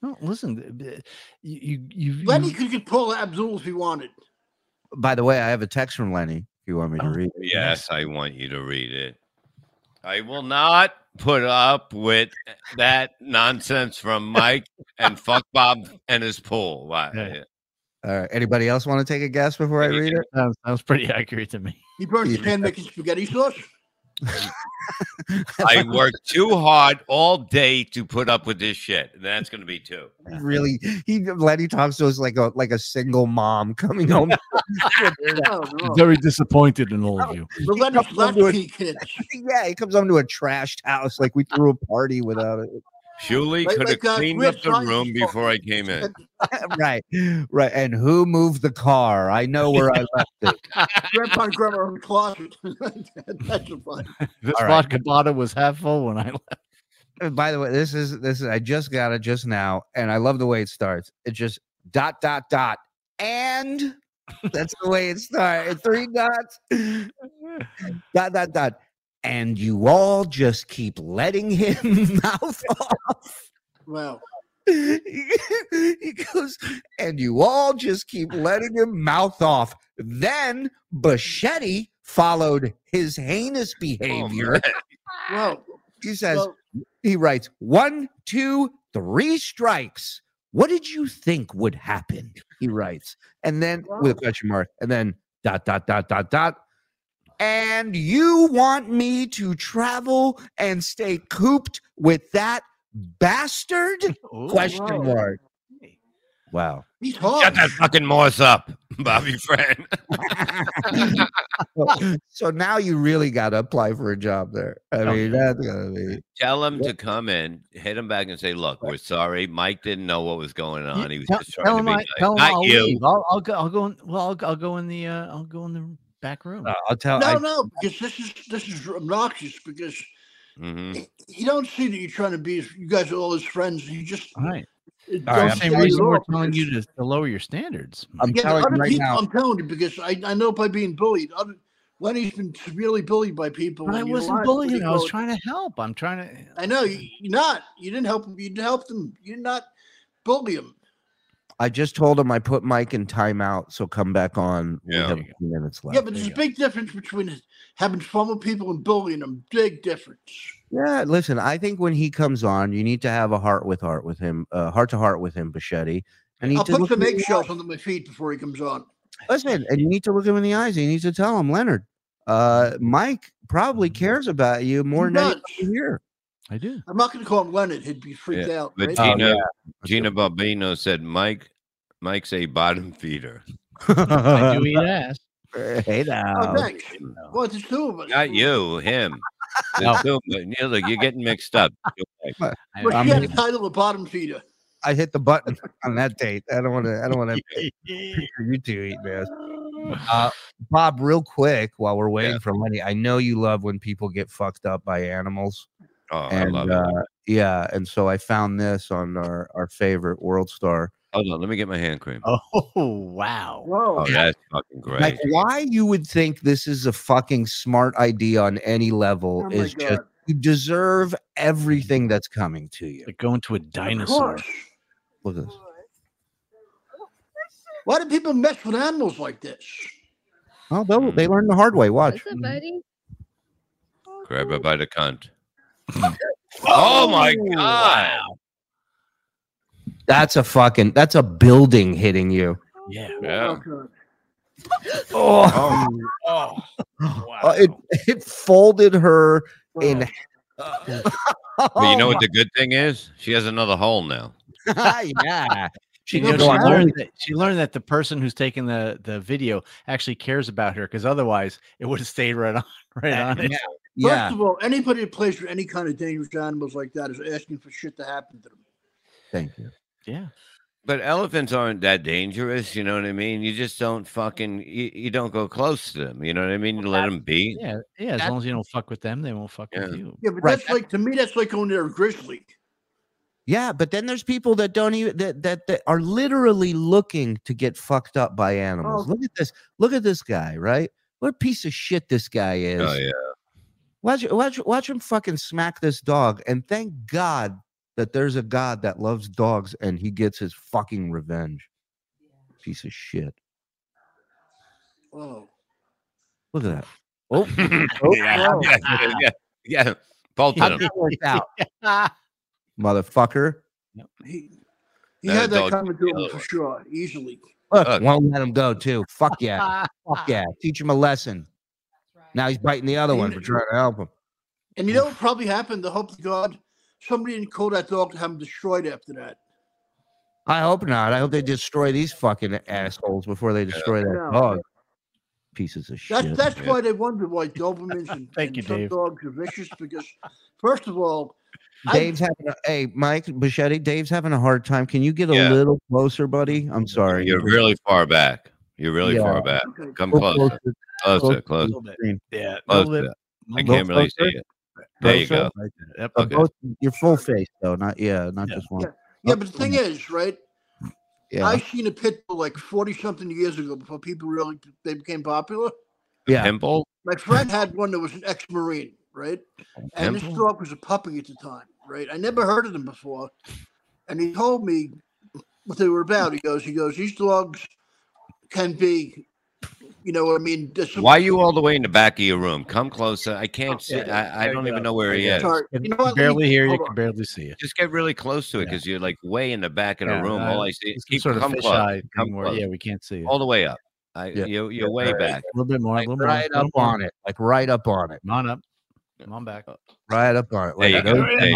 Speaker 3: no, oh, listen, th- th- you you, you
Speaker 5: Lenny could, could pull Abdul if he wanted.
Speaker 2: By the way, I have a text from Lenny if you want me to
Speaker 3: Oh.
Speaker 2: read it.
Speaker 4: Yes, I want you to read it. I will not put up with eh, that nonsense from Mike and fuck Bob and his pool. Why?
Speaker 3: Yeah.
Speaker 2: All right. Anybody else want to take a guess before I read it?
Speaker 3: That was pretty [laughs] accurate to me.
Speaker 5: He burns his
Speaker 2: Yeah.
Speaker 5: hand making spaghetti
Speaker 3: [laughs]
Speaker 5: sauce.
Speaker 4: I worked too hard all day to put up with this shit. And that's going to be two.
Speaker 2: Really, he Lenny talks to us like a like a single mom coming home.
Speaker 5: No, no.
Speaker 3: Very disappointed in all of you.
Speaker 5: The Lenny's latchkey kids.
Speaker 2: yeah, he comes home to a trashed house like we threw a party without it. [laughs]
Speaker 4: Shuli
Speaker 5: Like-
Speaker 4: could have
Speaker 5: like, uh,
Speaker 4: cleaned
Speaker 5: Griff
Speaker 4: up the
Speaker 5: Ryan's
Speaker 4: room before I came in.
Speaker 2: right, right. And who moved the car? I know where I left it.
Speaker 5: Grandpa and grandma are in the closet. [laughs] That's a fun.
Speaker 3: This
Speaker 2: All right.
Speaker 3: vodka bottle was half full when I [laughs] left.
Speaker 2: Uh, By the way, this is this is I just got it just now, and I love the way it starts. It's just dot dot dot and that's the way it starts. Three dots, dot dot dot, and you all just keep letting him [laughs] mouth off.
Speaker 5: Wow.
Speaker 2: [laughs] he goes, and you all just keep letting him mouth off. Then Bashetti followed his heinous
Speaker 4: Oh,
Speaker 2: behavior.
Speaker 5: Wow.
Speaker 2: he says,
Speaker 5: Well,
Speaker 2: he writes, one, two, three strikes. What did you think would happen? He writes, and then with a question mark, and then dot, dot, dot, dot, dot. And you want me to travel and stay cooped with that bastard? question
Speaker 5: wow.
Speaker 2: mark. Wow.
Speaker 5: He's
Speaker 4: Shut
Speaker 5: hard.
Speaker 4: that fucking Morse up, [laughs] Bobby Friend.
Speaker 2: so now you really got to apply for a job there. I mean, that's gonna be
Speaker 4: Tell him to come in, hit him back, and say, "Look, we're sorry. Mike didn't know what was going on. He was
Speaker 3: Tell-
Speaker 4: just trying
Speaker 3: tell
Speaker 4: to
Speaker 3: him
Speaker 4: be
Speaker 3: I-
Speaker 4: nice.
Speaker 3: tell him I'll
Speaker 4: Not you.
Speaker 3: leave. I'll, I'll go. I'll go. In, well, I'll, I'll go in the. Uh, I'll go in the back room.
Speaker 2: Uh, I'll tell.
Speaker 5: No,
Speaker 2: I-
Speaker 5: no, because this is this is obnoxious because
Speaker 4: Mhm.
Speaker 5: you don't see that you're trying to be you guys are all his friends. You just
Speaker 3: all right.
Speaker 5: it
Speaker 2: All right,
Speaker 5: don't
Speaker 2: I'm
Speaker 5: say
Speaker 3: Same reason
Speaker 5: it
Speaker 3: we're
Speaker 5: all
Speaker 3: telling
Speaker 5: because-
Speaker 3: you to, to lower your standards.
Speaker 2: I'm
Speaker 5: Yeah,
Speaker 2: telling
Speaker 5: other
Speaker 2: you right
Speaker 5: people,
Speaker 2: now.
Speaker 5: I'm telling you because I, I know by being bullied. Other, Lenny's been severely bullied by people.
Speaker 3: But I
Speaker 5: and you
Speaker 3: wasn't
Speaker 5: lied,
Speaker 3: bullying.
Speaker 5: you
Speaker 3: I was
Speaker 5: lied.
Speaker 3: trying to help. I'm trying to.
Speaker 5: I know you, you're not. You didn't help him. You didn't help them. You did not bully him.
Speaker 2: I just told him I put Mike in timeout, so come back on. We
Speaker 4: Yeah.
Speaker 2: have a few minutes left.
Speaker 5: yeah, but there's a big difference between having fun with people and bullying them. Big difference.
Speaker 2: Yeah, listen, I think when he comes on, you need to have a heart with heart with him, uh, heart to heart with him, Bashetti. And you
Speaker 5: I'll
Speaker 2: need to
Speaker 5: put
Speaker 2: look
Speaker 5: some
Speaker 2: him in the
Speaker 5: eggshells under my feet before he comes on.
Speaker 2: Listen, and you need to look him in the eyes. And you need to tell him, Leonard, uh, Mike probably cares about you more than
Speaker 5: does.
Speaker 2: anybody here.
Speaker 3: I do.
Speaker 5: I'm not going to call him Leonard. He'd be freaked out.
Speaker 4: But
Speaker 5: Right?
Speaker 4: Gina, Gina Balbino said, "Mike, Mike's a bottom feeder.
Speaker 2: [laughs]
Speaker 3: I do eat [laughs] ass.
Speaker 2: Uh, hey now.
Speaker 5: oh, thanks. Well, there's two of us.
Speaker 4: Not you, him.
Speaker 3: [laughs] No.
Speaker 4: There's two- you know, look, you're getting mixed up.
Speaker 2: But
Speaker 3: I-
Speaker 5: But
Speaker 2: I'm
Speaker 5: she had a
Speaker 2: leaving.
Speaker 5: title of bottom feeder.
Speaker 2: I hit the button on that date. I don't want to. I don't want to picture you two eating ass. Uh, Bob, real quick, while we're waiting
Speaker 4: Yeah.
Speaker 2: for Lenny, I know you love when people get fucked up by animals.
Speaker 4: Oh, I
Speaker 2: and
Speaker 4: love it.
Speaker 2: uh, yeah, and so I found this on our our favorite World Star.
Speaker 4: Hold on, let me get my hand cream.
Speaker 3: [laughs] Oh wow.
Speaker 5: Whoa.
Speaker 4: Oh, that's fucking great.
Speaker 2: Like, why you would think this is a fucking smart idea on any level
Speaker 5: Oh my
Speaker 2: is just
Speaker 5: God.
Speaker 2: you deserve everything that's coming to you.
Speaker 3: Like going to a
Speaker 5: Of
Speaker 3: dinosaur.
Speaker 5: course.
Speaker 2: Look at this.
Speaker 5: Why do people mess with animals like this?
Speaker 2: Oh, they
Speaker 4: Mm.
Speaker 2: they learned the hard way. Watch.
Speaker 11: buddy?
Speaker 4: Grab her by the cunt. oh my god!
Speaker 2: That's a fucking. That's a building hitting you.
Speaker 3: Yeah. [laughs]
Speaker 4: Yeah.
Speaker 5: Okay.
Speaker 2: Oh.
Speaker 3: Oh.
Speaker 2: [laughs] Uh, it it folded her in. half.
Speaker 4: But
Speaker 2: Oh
Speaker 4: you know what the good thing is? She has another hole now.
Speaker 2: yeah.
Speaker 3: She,
Speaker 2: She
Speaker 3: you know,
Speaker 2: goes,
Speaker 3: she
Speaker 2: "I
Speaker 3: learned
Speaker 2: only-
Speaker 3: that she learned that the person who's taking the the video actually cares about her because otherwise it would have stayed right on [laughs] right on it.
Speaker 5: First
Speaker 2: yeah,
Speaker 5: of all, anybody that plays with any kind of dangerous animals like that is asking for shit to happen to them.
Speaker 2: thank you.
Speaker 3: Yeah.
Speaker 4: But elephants aren't that dangerous, you know what I mean? You just don't fucking you, you don't go close to them, you know what I mean? You let them be.
Speaker 3: Yeah. Yeah. As long as you don't fuck with them, they won't fuck
Speaker 4: Yeah.
Speaker 3: with you.
Speaker 5: Yeah, but
Speaker 2: Right.
Speaker 5: that's like to me, that's like going to a grizzly.
Speaker 2: [laughs] Yeah, but then there's people that don't even that that, that are literally looking to get fucked up by animals.
Speaker 5: Oh.
Speaker 2: Look at this. Look at this guy, right? What a piece of shit this guy is.
Speaker 4: Oh yeah.
Speaker 2: Watch watch watch him fucking smack this dog and thank God that there's a God that loves dogs and he gets his fucking revenge. Piece of shit.
Speaker 5: Oh,
Speaker 2: Look at that.
Speaker 4: [laughs] yeah,
Speaker 5: wow.
Speaker 4: yeah, yeah, yeah, yeah. Both
Speaker 2: How'd
Speaker 4: of them.
Speaker 2: that work out,
Speaker 3: Ah,
Speaker 2: motherfucker?
Speaker 5: he, he
Speaker 4: That
Speaker 5: had that
Speaker 4: dog-
Speaker 5: coming to him
Speaker 4: yeah.
Speaker 5: for sure, easily.
Speaker 2: Look, won't let him go too. Fuck yeah, fuck
Speaker 3: [laughs]
Speaker 2: yeah. Teach him a lesson. Now he's biting the other one for trying to help him.
Speaker 5: And you know what probably happened? The hope to God, somebody didn't call that dog to have him destroyed after that.
Speaker 2: I hope not. I hope they destroy these fucking assholes before they destroy that
Speaker 5: No.
Speaker 2: dog. Pieces of
Speaker 5: That's
Speaker 2: shit.
Speaker 5: that's why they wonder
Speaker 2: [laughs]
Speaker 5: why Dobermans and, and
Speaker 2: you,
Speaker 5: some
Speaker 2: Dave.
Speaker 5: dogs are vicious because, first of all, I-
Speaker 2: Dave's having a, hey Mike Bichetti, Dave's having a hard time. Can you get a
Speaker 4: Yeah.
Speaker 2: little closer, buddy? I'm sorry.
Speaker 4: You're really far back. You're really
Speaker 2: Yeah.
Speaker 4: far back. Come
Speaker 2: Go
Speaker 4: closer.
Speaker 2: closer.
Speaker 4: Closer, closer.
Speaker 3: Yeah,
Speaker 4: Closer.
Speaker 3: lip-
Speaker 4: I
Speaker 2: Go
Speaker 4: can't really see
Speaker 2: closer.
Speaker 4: it. There you
Speaker 2: Closer.
Speaker 4: go.
Speaker 3: Yep,
Speaker 2: But
Speaker 4: okay.
Speaker 2: both, your full face though, not yeah, not just one.
Speaker 5: yeah, but the thing is, right?
Speaker 2: Yeah.
Speaker 5: I seen a pit bull like forty something years ago before people really they became popular.
Speaker 2: yeah.
Speaker 4: Pimple?
Speaker 5: My friend had one that was an ex-marine, right? And this
Speaker 4: Pimple?
Speaker 5: dog was a puppy at the time, right? I never heard of them before, and he told me what they were about. He goes, he goes, these dogs can be, you know, what I mean, there's some-
Speaker 4: Why are you all the way in the back of your room? Come closer. I can't see.
Speaker 5: yeah,
Speaker 4: I, I don't even know where he is.
Speaker 5: Sorry. You know what? Let me-
Speaker 3: barely hear you,
Speaker 5: hold on.
Speaker 3: can barely see you.
Speaker 4: Just get really close to it because you're like way in the back of the
Speaker 3: Yeah,
Speaker 4: room.
Speaker 3: uh,
Speaker 4: All I see is
Speaker 3: it's some
Speaker 4: keep
Speaker 3: sort of
Speaker 4: come
Speaker 3: fisheye
Speaker 4: close.
Speaker 3: thing
Speaker 4: Come
Speaker 3: where-
Speaker 4: close.
Speaker 3: yeah, we can't see it.
Speaker 4: All the way up. I, You're, you're way back.
Speaker 3: A little bit more, a little more,
Speaker 2: Right up
Speaker 3: little more.
Speaker 2: on it. Like right up on it.
Speaker 3: Come on up. Come on back.
Speaker 2: Right up on it.
Speaker 4: There
Speaker 2: Like
Speaker 4: you go.
Speaker 2: those-
Speaker 4: There you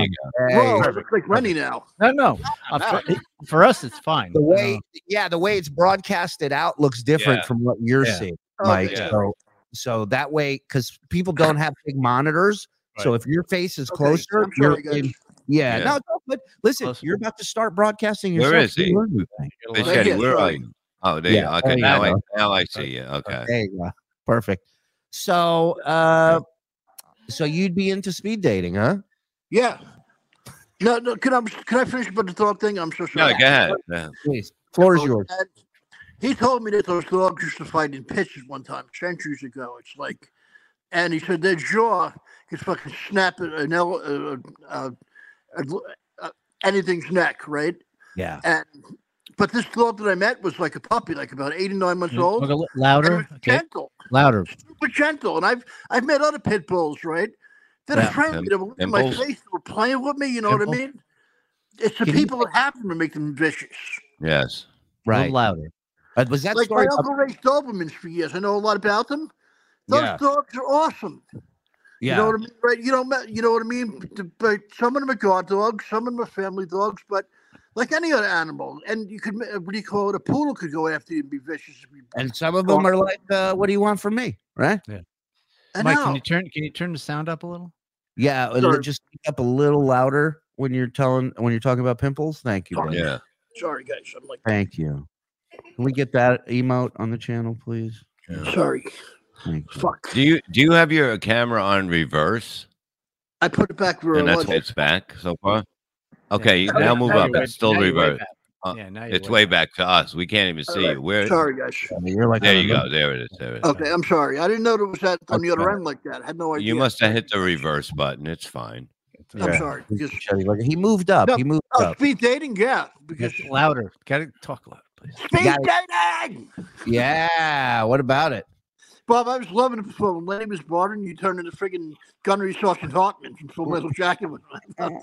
Speaker 2: Hey,
Speaker 5: Whoa, I look like Rennie now.
Speaker 3: No, no. Uh, for, for us, it's fine.
Speaker 2: the
Speaker 3: I
Speaker 2: way
Speaker 3: don't-
Speaker 2: yeah, the way it's broadcasted out looks different
Speaker 4: Yeah.
Speaker 2: from what you're
Speaker 3: Yeah.
Speaker 2: seeing,
Speaker 5: Okay,
Speaker 2: Mike.
Speaker 4: yeah.
Speaker 2: So so that way, because people don't have big monitors. So if your face is
Speaker 5: Okay,
Speaker 2: closer,
Speaker 5: I'm
Speaker 2: you're
Speaker 5: sorry, guys.
Speaker 2: in- yeah,
Speaker 4: Yeah.
Speaker 2: No, it's all good. Listen,
Speaker 3: Closer.
Speaker 2: you're about to start broadcasting
Speaker 4: Where
Speaker 2: yourself.
Speaker 4: is he?
Speaker 2: You learn new things.
Speaker 3: you're
Speaker 4: Fish
Speaker 3: lying.
Speaker 5: Right
Speaker 4: Daddy,
Speaker 5: here,
Speaker 4: where are
Speaker 5: sorry.
Speaker 4: you? Oh, there
Speaker 2: Yeah,
Speaker 4: you go.
Speaker 2: there
Speaker 4: Okay,
Speaker 2: you
Speaker 4: now I
Speaker 2: go.
Speaker 4: now I see you. Okay.
Speaker 2: There you go. Perfect. So uh so you'd be into speed dating, huh?
Speaker 5: Yeah. No, no. Can I can I finish about the dog thing? I'm so
Speaker 4: No,
Speaker 5: sorry.
Speaker 4: go ahead. Yeah.
Speaker 2: Please. Floor is yours.
Speaker 5: And He told me that those dogs used to fight in pitches one time centuries ago. It's like, and he said their jaw could fucking snap a- an ele- uh, uh, uh, uh, anything's neck, right?
Speaker 2: Yeah.
Speaker 5: And but this dog that I met was like a puppy, like about eight and nine months
Speaker 3: Talk a
Speaker 5: old.
Speaker 3: little
Speaker 5: and it
Speaker 3: louder.
Speaker 5: was
Speaker 3: Okay.
Speaker 5: gentle,
Speaker 3: Louder.
Speaker 5: super gentle. And I've I've met other pit bulls, right? That
Speaker 4: Yeah,
Speaker 5: are friendly.
Speaker 4: pim-
Speaker 5: They were looking in my
Speaker 4: pimples.
Speaker 5: face. They were playing with me. You know
Speaker 3: Pimple.
Speaker 5: what I mean? It's the
Speaker 3: Can you-
Speaker 5: people that have them that make them vicious.
Speaker 4: Yes.
Speaker 3: Right.
Speaker 2: Right.
Speaker 3: louder.
Speaker 2: Uh, was that
Speaker 5: like my
Speaker 2: story up-
Speaker 5: uncle raised Dobermans for years. I know a lot about them. Those
Speaker 2: Yeah.
Speaker 5: dogs are awesome.
Speaker 2: yeah.
Speaker 5: You know what I mean? Right? You don't. ma- You know what I mean? But- But some of them are guard dogs. Some of them are family dogs. But like any other animal, and you could ma- uh, what do you call it? A poodle could go after you and be vicious. If you,
Speaker 2: and some of them are like, uh, what do you want from me? Right?
Speaker 5: I
Speaker 3: Mike,
Speaker 5: know.
Speaker 3: can you turn can you turn the sound up a little?
Speaker 2: Yeah, it'll
Speaker 5: Sorry.
Speaker 2: just speak up a little louder when you're telling when you're talking about pimples. Thank you.
Speaker 5: Sorry.
Speaker 2: brother.
Speaker 4: Oh, Yeah.
Speaker 5: sorry, guys. I'm like
Speaker 2: Thank you. Can we get that emote on the channel, please?
Speaker 5: sorry.
Speaker 2: Thank you.
Speaker 5: Fuck.
Speaker 4: Do you do you have your camera on reverse
Speaker 5: I put it back where
Speaker 4: and
Speaker 5: it
Speaker 4: that's
Speaker 5: was.
Speaker 4: why it's back so far? Okay, now move
Speaker 3: you're
Speaker 4: up.
Speaker 3: way-
Speaker 4: It's still
Speaker 3: now you're way
Speaker 4: reverse.
Speaker 3: back.
Speaker 4: Uh,
Speaker 3: yeah, now you're
Speaker 4: It's way back to us. We can't even see you. Where?
Speaker 5: Sorry, guys.
Speaker 2: I mean, you're like
Speaker 4: There
Speaker 2: on
Speaker 4: you
Speaker 2: another- [laughs]
Speaker 4: go. There it is. There it is.
Speaker 5: Okay, I'm sorry. I didn't know there was that on the
Speaker 2: That's
Speaker 5: other
Speaker 2: better.
Speaker 5: end like that. I had no idea.
Speaker 4: You must have hit the reverse button. It's fine.
Speaker 5: I'm
Speaker 2: Yeah.
Speaker 5: sorry. Because,
Speaker 2: Shetty, like, He moved up.
Speaker 5: No,
Speaker 2: He moved
Speaker 5: oh,
Speaker 2: up.
Speaker 5: speed dating, yeah. Because
Speaker 3: It's louder. Gotta talk loud, please.
Speaker 5: speed dating.
Speaker 2: Yeah. What about it?
Speaker 5: Bob, I was loving it before when Lenny was modern. You turned into friggin' Gunnery Sergeant Hartman from Full Metal Jacket.
Speaker 4: Thank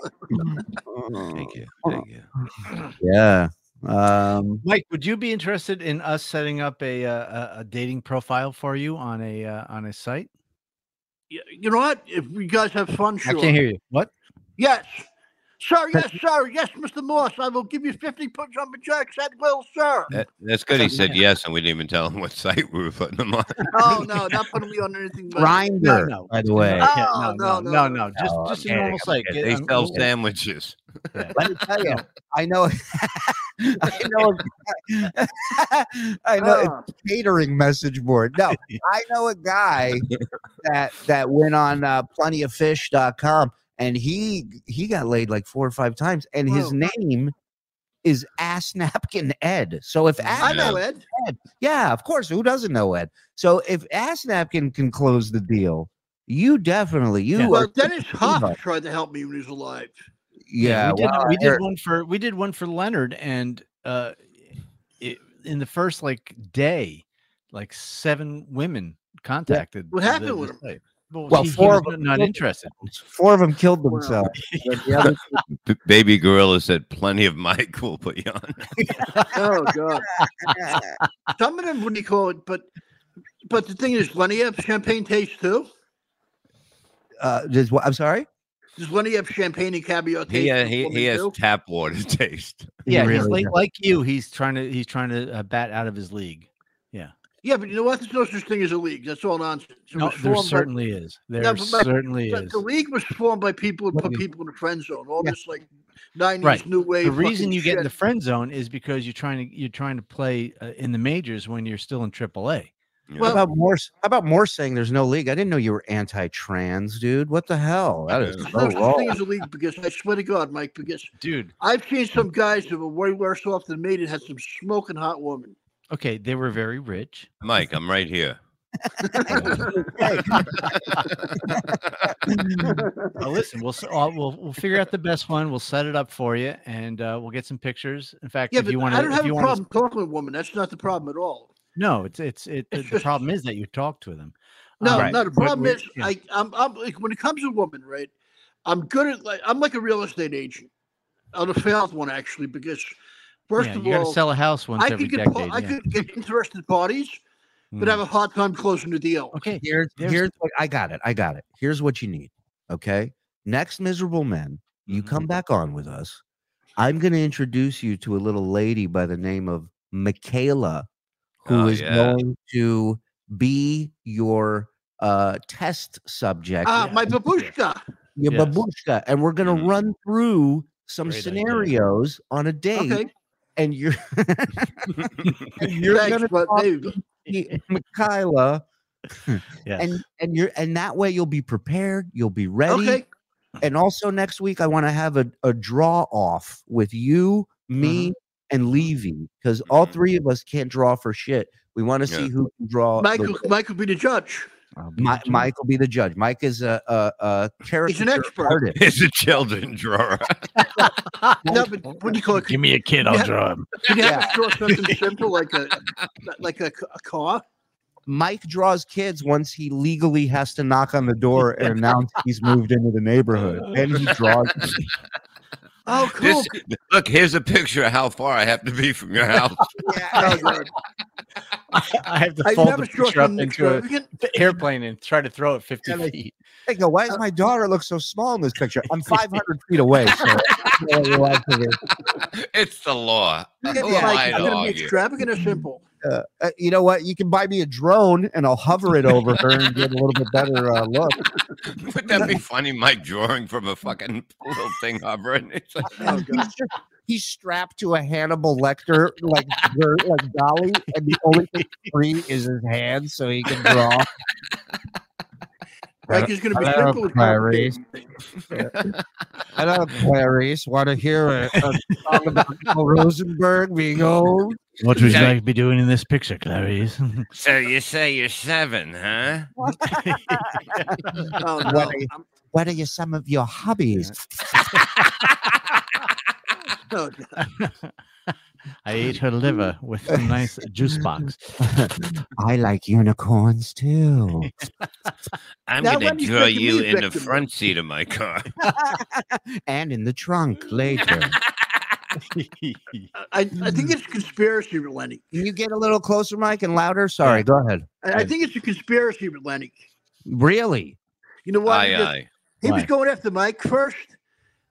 Speaker 4: you. Thank you.
Speaker 2: Yeah. Um,
Speaker 3: Mike, would you be interested in us setting up a uh, a, a dating profile for you on a uh, on a site?
Speaker 5: Y- You know what? If you guys have fun, sure.
Speaker 3: I can't hear you. What?
Speaker 5: Yes. Sir, yes, sir. Yes, Mr. Morse. I will give you 50 put jumping jacks at will, sir.
Speaker 4: That- that's good. He said yes, and we didn't even tell him what [laughs] site we were putting
Speaker 5: [laughs]
Speaker 4: him on.
Speaker 5: Oh, no, not putting me on anything. but-
Speaker 2: grinder,
Speaker 3: no.
Speaker 2: by the way.
Speaker 3: Okay,
Speaker 5: Oh,
Speaker 3: no, no,
Speaker 5: no, no,
Speaker 3: no, no, Oh,
Speaker 5: no.
Speaker 3: Just
Speaker 2: No, I'm
Speaker 3: just a
Speaker 2: kidding,
Speaker 3: normal
Speaker 2: I'm
Speaker 3: site. Get-
Speaker 4: They
Speaker 3: um,
Speaker 5: Oh.
Speaker 4: sell
Speaker 3: we'll-
Speaker 4: sandwiches.
Speaker 2: Let me tell you, I know, [laughs] I know, [laughs] I know.
Speaker 5: Ah,
Speaker 2: catering message board. No, I know a guy that that went on uh, plentyoffish.com and he he got laid like four or five times and his
Speaker 5: Whoa.
Speaker 2: name is ass [laughs] napkin ed. So if
Speaker 5: I
Speaker 2: ass,
Speaker 5: know, Ed.
Speaker 2: yeah, of course, who doesn't know Ed? So if ass napkin can close the deal, you definitely you
Speaker 3: Yeah.
Speaker 2: yeah.
Speaker 5: Well,
Speaker 2: are
Speaker 5: Dennis
Speaker 2: Eva.
Speaker 5: Hoff tried to help me when he was alive.
Speaker 2: yeah.
Speaker 3: we did,
Speaker 2: well,
Speaker 3: we
Speaker 2: there-
Speaker 3: did one for we did one for Leonard, and uh, it, in the first like day, like seven women contacted.
Speaker 5: What
Speaker 3: the-
Speaker 5: happened
Speaker 3: the
Speaker 5: with him?
Speaker 3: site.
Speaker 7: Well,
Speaker 3: he- he
Speaker 7: four
Speaker 3: was
Speaker 7: of them
Speaker 3: not
Speaker 7: killed
Speaker 3: interested.
Speaker 7: Four of them killed themselves. The other-
Speaker 4: B- Baby Gorilla said, "Plenty of Mike will put you on."
Speaker 5: oh god. Some of them what do you call it? But but the thing is, Lenny have champagne taste too.
Speaker 2: Uh, just, what- I'm sorry.
Speaker 5: Does Lenny have champagne and caviar taste?
Speaker 4: He uh,
Speaker 5: as
Speaker 4: he,
Speaker 5: women
Speaker 4: he has
Speaker 5: do?
Speaker 4: tap water [laughs] taste.
Speaker 3: Yeah, he's
Speaker 5: really
Speaker 3: like,
Speaker 5: does.
Speaker 3: like you. He's trying to he's trying to uh, bat out of his league. Yeah,
Speaker 5: Yeah, but you know what? There's no such thing as a league. That's all nonsense. It
Speaker 3: no,
Speaker 5: was
Speaker 3: there
Speaker 5: formed by-
Speaker 3: certainly is. There
Speaker 5: No, but- but-
Speaker 3: certainly
Speaker 5: but
Speaker 3: is.
Speaker 5: The league was formed by people who
Speaker 3: What
Speaker 5: put
Speaker 3: do you-
Speaker 5: people in the friend zone. All this like '90s
Speaker 3: Right.
Speaker 5: new wave.
Speaker 3: The reason
Speaker 5: fucking
Speaker 3: you get in the
Speaker 5: shit.
Speaker 3: friend zone is because you're trying to you're trying to play uh, in the majors when you're still in AAA.
Speaker 2: How
Speaker 5: Oh.
Speaker 2: about Morse? How about Morse saying there's no league? I didn't know you were anti-trans, dude. What the hell? That is
Speaker 5: There's
Speaker 2: so
Speaker 5: no such thing
Speaker 2: wrong.
Speaker 5: as a league because I swear to God, Mike, because
Speaker 3: dude,
Speaker 5: I've seen some guys that were way worse off than me that had some smoking hot woman.
Speaker 3: Okay, they were very rich.
Speaker 4: Mike, I'm right here. [laughs]
Speaker 3: Uh, listen, we'll, s- uh, we'll we'll figure out the best one. We'll set it up for you, and uh, we'll get some pictures. In fact,
Speaker 5: Yeah,
Speaker 3: if
Speaker 5: but
Speaker 3: you want to,
Speaker 5: I don't
Speaker 3: if
Speaker 5: have
Speaker 3: you
Speaker 5: a
Speaker 3: want
Speaker 5: problem talking with women. That's not the problem at all.
Speaker 3: no, it's it's it. The, the problem is that you talk to them.
Speaker 5: No,
Speaker 3: Um,
Speaker 5: no. The
Speaker 3: but
Speaker 5: problem
Speaker 3: we-
Speaker 5: is, I, I'm, I'm like, when it comes to women, right? I'm good at like I'm like a real estate agent. I'm a failed one actually because first
Speaker 3: Yeah,
Speaker 5: of
Speaker 3: you gotta
Speaker 5: all,
Speaker 3: sell a house once
Speaker 5: I
Speaker 3: every
Speaker 5: could get,
Speaker 3: decade,
Speaker 5: I
Speaker 3: yeah.
Speaker 5: could get interested parties, but
Speaker 2: Mm.
Speaker 5: have a hard time closing the deal.
Speaker 3: Okay,
Speaker 2: here's here's what I got it. I got it. Here's what you need. Okay. Next miserable men, you come
Speaker 5: Mm-hmm.
Speaker 2: back on with us. I'm gonna introduce you to a little lady by the name of Michaela,
Speaker 4: Oh,
Speaker 2: who is
Speaker 4: yeah.
Speaker 2: going to be your uh test subject.
Speaker 5: Ah, my babushka.
Speaker 2: your
Speaker 5: Yes. Mm-hmm.
Speaker 2: babushka, and we're gonna run through some
Speaker 5: Great idea.
Speaker 2: scenarios on a date.
Speaker 5: Okay.
Speaker 2: And you're [laughs] and you're
Speaker 5: Thanks,
Speaker 2: gonna
Speaker 5: but
Speaker 2: talk
Speaker 5: maybe-
Speaker 2: to
Speaker 5: [laughs]
Speaker 2: Michaela. And and you're and that way you'll be prepared, you'll be ready.
Speaker 5: Okay.
Speaker 2: And also next week I want to have a, a draw off with you,
Speaker 3: Mm-hmm.
Speaker 5: Mm-hmm.
Speaker 2: me, and Levy, because all three of us can't draw for shit. We want to see who can draw. the
Speaker 5: Michael,
Speaker 2: worst.
Speaker 5: Mike will be the
Speaker 3: [laughs]
Speaker 5: judge.
Speaker 2: Mi- Mike will be the judge. Mike is a a, a character.
Speaker 5: expert.
Speaker 2: Artist.
Speaker 4: He's a children drawer. [laughs]
Speaker 5: no, but what do you call it?
Speaker 3: Give me a kid,
Speaker 5: Yeah.
Speaker 3: I'll draw him.
Speaker 5: Could you have us draw something simple like a like a, a car?
Speaker 2: Mike draws kids once he legally has to knock on the door and announce he's moved into the neighborhood. And he draws.
Speaker 5: Oh,
Speaker 4: cool. look, here's a picture of how far I have to be from your
Speaker 5: [laughs]
Speaker 4: house.
Speaker 3: [laughs]
Speaker 4: [laughs]
Speaker 5: Oh,
Speaker 3: I have to
Speaker 2: I
Speaker 3: fold
Speaker 2: never
Speaker 3: the
Speaker 2: saw
Speaker 3: picture up
Speaker 2: something
Speaker 3: into a
Speaker 2: extravagant.
Speaker 3: the airplane and try to throw it 50
Speaker 2: And I-
Speaker 3: feet.
Speaker 2: They go, why does my daughter look so small in this picture? [laughs] I'm 500 feet away. So [laughs] I'm not allowed to do-
Speaker 4: It's the law. [laughs]
Speaker 5: It's
Speaker 4: Who am Oh, I
Speaker 5: like,
Speaker 4: to
Speaker 5: I'm gonna be
Speaker 4: argue?
Speaker 5: extravagant or simple.
Speaker 2: uh, uh, you know what? You can buy me a drone and I'll hover it over her and get a little bit better uh, look.
Speaker 4: Would that be funny, Mike drawing from a fucking little thing hovering? [laughs] It's like,
Speaker 2: [laughs]
Speaker 5: Oh,
Speaker 3: [laughs]
Speaker 2: he's, just- he's strapped to a Hannibal Lecter like gir- like dolly, and the only [laughs] thing free is his hand, so he can [laughs] draw.
Speaker 5: Like he's gonna be
Speaker 2: Hello,
Speaker 5: simple. with
Speaker 2: Clarice.
Speaker 5: complicated.
Speaker 2: [laughs] Hello, Clarice. Want to hear a, a song about Michael Rosenberg being old?
Speaker 3: What would you
Speaker 4: Yeah.
Speaker 3: like to be doing in this picture, Clarice?
Speaker 4: so you say you're seven, huh?
Speaker 5: Oh, no.
Speaker 2: What, are you- what are your, some of your hobbies?
Speaker 5: Oh, no.
Speaker 3: [laughs] [laughs] I ate her liver with a [laughs] nice juice box.
Speaker 2: [laughs] I like unicorns too.
Speaker 4: I'm
Speaker 2: Now,
Speaker 4: going
Speaker 2: when
Speaker 4: to
Speaker 2: you
Speaker 4: draw
Speaker 2: think of
Speaker 4: you
Speaker 2: me,
Speaker 4: in the
Speaker 2: victim-
Speaker 4: front seat of my [laughs] car.
Speaker 2: and in the trunk [laughs] later.
Speaker 5: I, I think it's a conspiracy, Lenny.
Speaker 2: Can you get a little closer, Mike, and louder? Sorry, go ahead.
Speaker 5: I, I think it's a conspiracy, Lenny.
Speaker 2: Really?
Speaker 5: You know why?
Speaker 4: Aye,
Speaker 5: Because
Speaker 4: aye.
Speaker 5: He was
Speaker 2: Why?
Speaker 5: going after Mike first.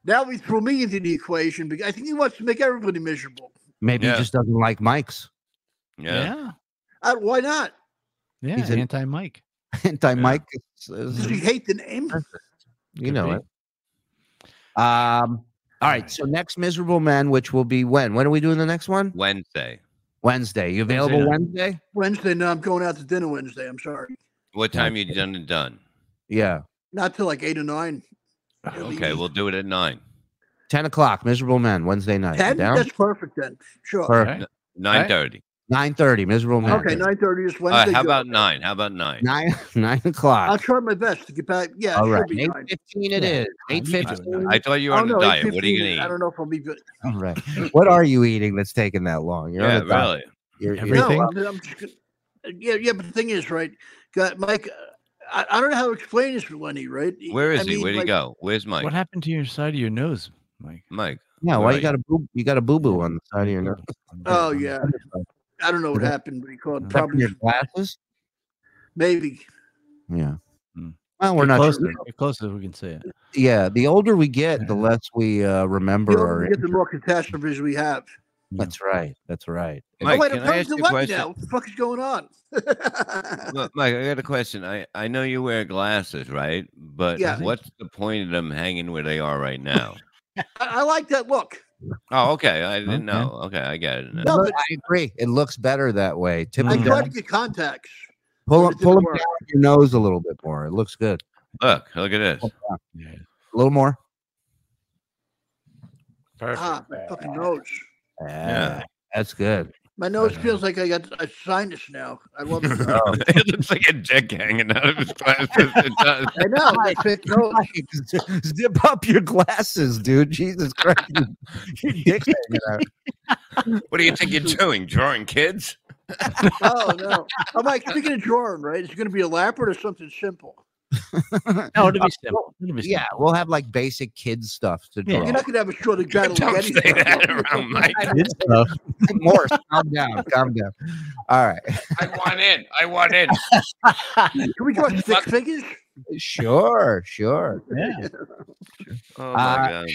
Speaker 5: Now he threw me into the equation because I think he wants to make everybody miserable.
Speaker 2: Maybe he just doesn't like [laughs] Mike's.
Speaker 3: Yeah.
Speaker 5: Uh, why not?
Speaker 3: Yeah.
Speaker 2: He's an-
Speaker 3: anti Mike.
Speaker 2: Anti Mike.
Speaker 5: Does
Speaker 4: Mm-hmm.
Speaker 5: he hate the name?
Speaker 2: You know it. Um. All right. So next miserable man, which will be when? When are we doing the next one?
Speaker 4: Wednesday.
Speaker 2: Wednesday. You available
Speaker 4: night.
Speaker 2: Wednesday?
Speaker 5: Wednesday? No, I'm going out to dinner Wednesday. I'm sorry.
Speaker 4: What time you done and done?
Speaker 2: Yeah.
Speaker 5: Not till like eight or nine. It'll be
Speaker 4: Ah, Okay, we'll do it at nine.
Speaker 2: Ten o'clock. Miserable man. Wednesday night. You
Speaker 5: ten.
Speaker 2: down?
Speaker 5: That's perfect then. Sure.
Speaker 2: Perfect.
Speaker 4: Nine thirty.
Speaker 2: Nine thirty. Miserable man.
Speaker 5: Okay, nine thirty is
Speaker 4: All right,
Speaker 5: Wednesday.
Speaker 4: how
Speaker 5: good.
Speaker 4: about nine? How about nine?
Speaker 2: Nine nine [laughs] o'clock.
Speaker 5: I'll try my best to get back. Yeah, it
Speaker 2: All
Speaker 5: should
Speaker 2: right.
Speaker 5: be nine.
Speaker 2: 8:15 it is. 8:15.
Speaker 4: I thought you were
Speaker 5: Oh,
Speaker 4: on
Speaker 5: no,
Speaker 4: a diet. What are you
Speaker 5: 8:15. I
Speaker 4: gonna
Speaker 5: don't know if I'll be good.
Speaker 2: [laughs] All [laughs] right. What are you eating that's taking that long?
Speaker 4: eat?
Speaker 2: You're
Speaker 4: Yeah,
Speaker 2: on the diet.
Speaker 4: really.
Speaker 2: You're- you're-
Speaker 5: No, I'm, I'm just, gonna- yeah, yeah. But the thing is, right, got Mike. uh, I, I don't know how to explain this for Lenny, right?
Speaker 4: Where is
Speaker 5: I
Speaker 4: he?
Speaker 5: mean,
Speaker 4: Where'd he
Speaker 5: like,
Speaker 4: go? Where's Mike?
Speaker 3: What happened to your side of your nose, Mike?
Speaker 4: Mike.
Speaker 2: Yeah, why
Speaker 4: Right.
Speaker 2: you got a boo you got a boo boo on the side of your nose? [laughs]
Speaker 5: Oh yeah, I don't know what
Speaker 2: Is that-
Speaker 5: happened, but he called
Speaker 2: Is that from
Speaker 5: probably
Speaker 2: your glasses?
Speaker 5: maybe.
Speaker 2: Yeah.
Speaker 3: Mm.
Speaker 2: Well, we're
Speaker 3: Get
Speaker 2: not
Speaker 3: closer,
Speaker 2: sure.
Speaker 3: get closer. We can say it.
Speaker 2: Yeah, the older we get, the less we uh, remember.
Speaker 5: The older
Speaker 2: our
Speaker 5: we get, the more catastrophes we have.
Speaker 2: That's right. That's right.
Speaker 5: oh,
Speaker 4: Mike,
Speaker 5: wait,
Speaker 4: can
Speaker 5: I'm
Speaker 4: I
Speaker 5: talking
Speaker 4: ask
Speaker 5: to
Speaker 4: you a
Speaker 5: Lenny
Speaker 4: question?
Speaker 5: now. [laughs] What the fuck is going on?
Speaker 4: Look, Mike, I got a question. I, I know you wear glasses, right? But
Speaker 5: Yeah.
Speaker 4: what's the point of them hanging where they are right now?
Speaker 5: I, I like that look.
Speaker 4: oh, okay. I didn't
Speaker 2: Okay.
Speaker 4: know. Okay, I get it. now.
Speaker 5: No, but
Speaker 2: I agree. It looks better that way. Tip
Speaker 5: I
Speaker 2: it
Speaker 5: tried
Speaker 2: down,
Speaker 5: to get contacts.
Speaker 2: pull
Speaker 5: it
Speaker 2: it, pull
Speaker 5: didn't
Speaker 2: it
Speaker 5: work.
Speaker 2: down your nose a little bit more. It looks good.
Speaker 4: Look, look at
Speaker 2: Oh,
Speaker 4: this.
Speaker 2: A little more.
Speaker 5: Ah, my fucking nose.
Speaker 2: Yeah, Ah, that's good.
Speaker 5: My nose feels like I got a sinus now. I love it.
Speaker 4: [laughs] it looks like a dick hanging out of his glasses. It does.
Speaker 5: I know. my fake nose.
Speaker 2: [laughs] Zip up your glasses, dude. Jesus Christ. your dick's hanging out.
Speaker 4: What do you think you're doing? Drawing kids?
Speaker 5: Oh no! I'm like speaking of drawing, right? It's going to be elaborate or something simple.
Speaker 3: No, it'll
Speaker 2: Uh,
Speaker 3: be simple. It'll be
Speaker 2: Yeah,
Speaker 3: simple.
Speaker 2: we'll have like basic kid stuff to
Speaker 3: Yeah.
Speaker 2: draw.
Speaker 5: You're not going to have a short of
Speaker 4: [laughs]
Speaker 5: guy
Speaker 4: Don't
Speaker 5: Ligeti
Speaker 4: say
Speaker 5: drawing.
Speaker 4: that around Mike.
Speaker 3: It's tough.
Speaker 2: Morse, calm down, calm down. All right,
Speaker 4: I want in. I want in.
Speaker 5: Can we draw six figures?
Speaker 2: sure, sure.
Speaker 3: Yeah.
Speaker 4: Oh
Speaker 2: Uh,
Speaker 4: my god.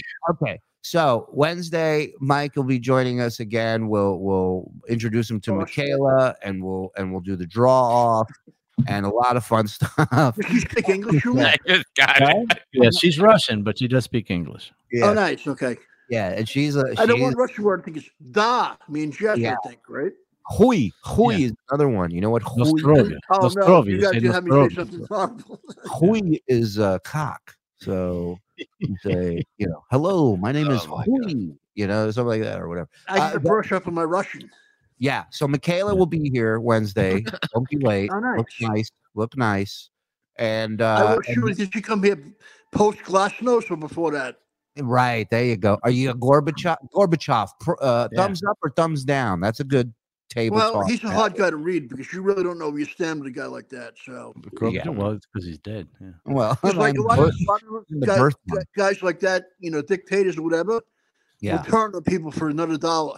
Speaker 2: Okay, so Wednesday, Mike will be joining us again. We'll we'll introduce him to
Speaker 5: Awesome.
Speaker 2: Michaela, and we'll and we'll do the draw off and a lot of fun stuff. [laughs]
Speaker 5: Does she speak English? Julie?
Speaker 4: [laughs] I just got it.
Speaker 3: Yeah, she's Russian, but she does speak English.
Speaker 2: Yeah,
Speaker 5: Oh, nice. Okay.
Speaker 2: yeah, and she's a she's
Speaker 5: I don't want Russian word. I think it's da. means yes.
Speaker 2: Yeah.
Speaker 5: I think right.
Speaker 2: hui hui
Speaker 3: Yeah.
Speaker 2: is another one. You know what hui
Speaker 3: Nostrovia.
Speaker 5: Oh no! You
Speaker 3: Nostrovia.
Speaker 5: guys
Speaker 3: Say
Speaker 5: did have me say
Speaker 3: Nostrovia.
Speaker 5: something horrible.
Speaker 2: Hui is uh, cock. So you say, you know, hello, my name is
Speaker 4: Oh my
Speaker 2: Hui, you know, something like that or whatever.
Speaker 5: I
Speaker 2: Uh,
Speaker 5: did a
Speaker 2: but-
Speaker 5: brush up on my Russian.
Speaker 2: Yeah. So Michaela will be here Wednesday. Don't be late.
Speaker 5: Oh,
Speaker 2: Look nice. Look nice. And
Speaker 5: I
Speaker 2: uh,
Speaker 5: was sure. Did she come here post Glasnost or before that?
Speaker 2: and- right there you go. Are you a Gorbachev? Gorbachev, pr- uh,
Speaker 3: Yeah.
Speaker 2: thumbs up or thumbs down? That's a good table
Speaker 5: Well,
Speaker 2: talk.
Speaker 5: he's a
Speaker 2: man.
Speaker 5: hard guy to read because you really don't know where you stand with a guy like that. So,
Speaker 2: Yeah.
Speaker 3: Well, it's because he's dead. Yeah.
Speaker 2: [laughs] Well,
Speaker 5: it's
Speaker 2: [laughs]
Speaker 5: like a
Speaker 2: I'm
Speaker 5: lot of,
Speaker 2: birth-
Speaker 5: lot of
Speaker 2: I'm the
Speaker 5: guy-
Speaker 2: birth
Speaker 5: guy-
Speaker 2: month.
Speaker 5: guys like that, you know, dictators or whatever,
Speaker 2: yeah.
Speaker 5: will turn on people for another dollar.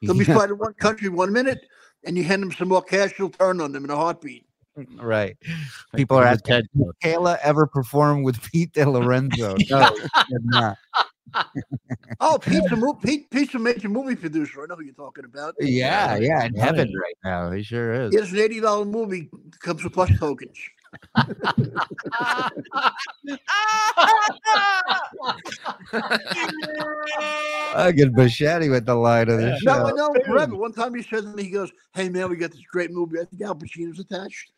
Speaker 5: They'll be fighting one country one minute, and you hand them some more cash, they'll turn on them in a heartbeat.
Speaker 2: right. People are
Speaker 3: He's a
Speaker 2: asking,
Speaker 3: dead joke.
Speaker 2: Michaela ever perform with [laughs] Pete DeLorenzo? No, she did not. [laughs]
Speaker 5: Oh, Pete's a movie. Pete, Pete's a major movie producer. I know who you're talking about.
Speaker 2: Yeah, yeah, in
Speaker 3: Yeah.
Speaker 2: heaven right now. He sure is.
Speaker 5: He has an eighty dollar movie. Comes with plus tokens.
Speaker 2: I get Bashetti with the line of the
Speaker 5: No, I
Speaker 2: show.
Speaker 5: know him forever. One time he said to me, he goes, Hey man, we got this great movie. I think Al Pacino's attached.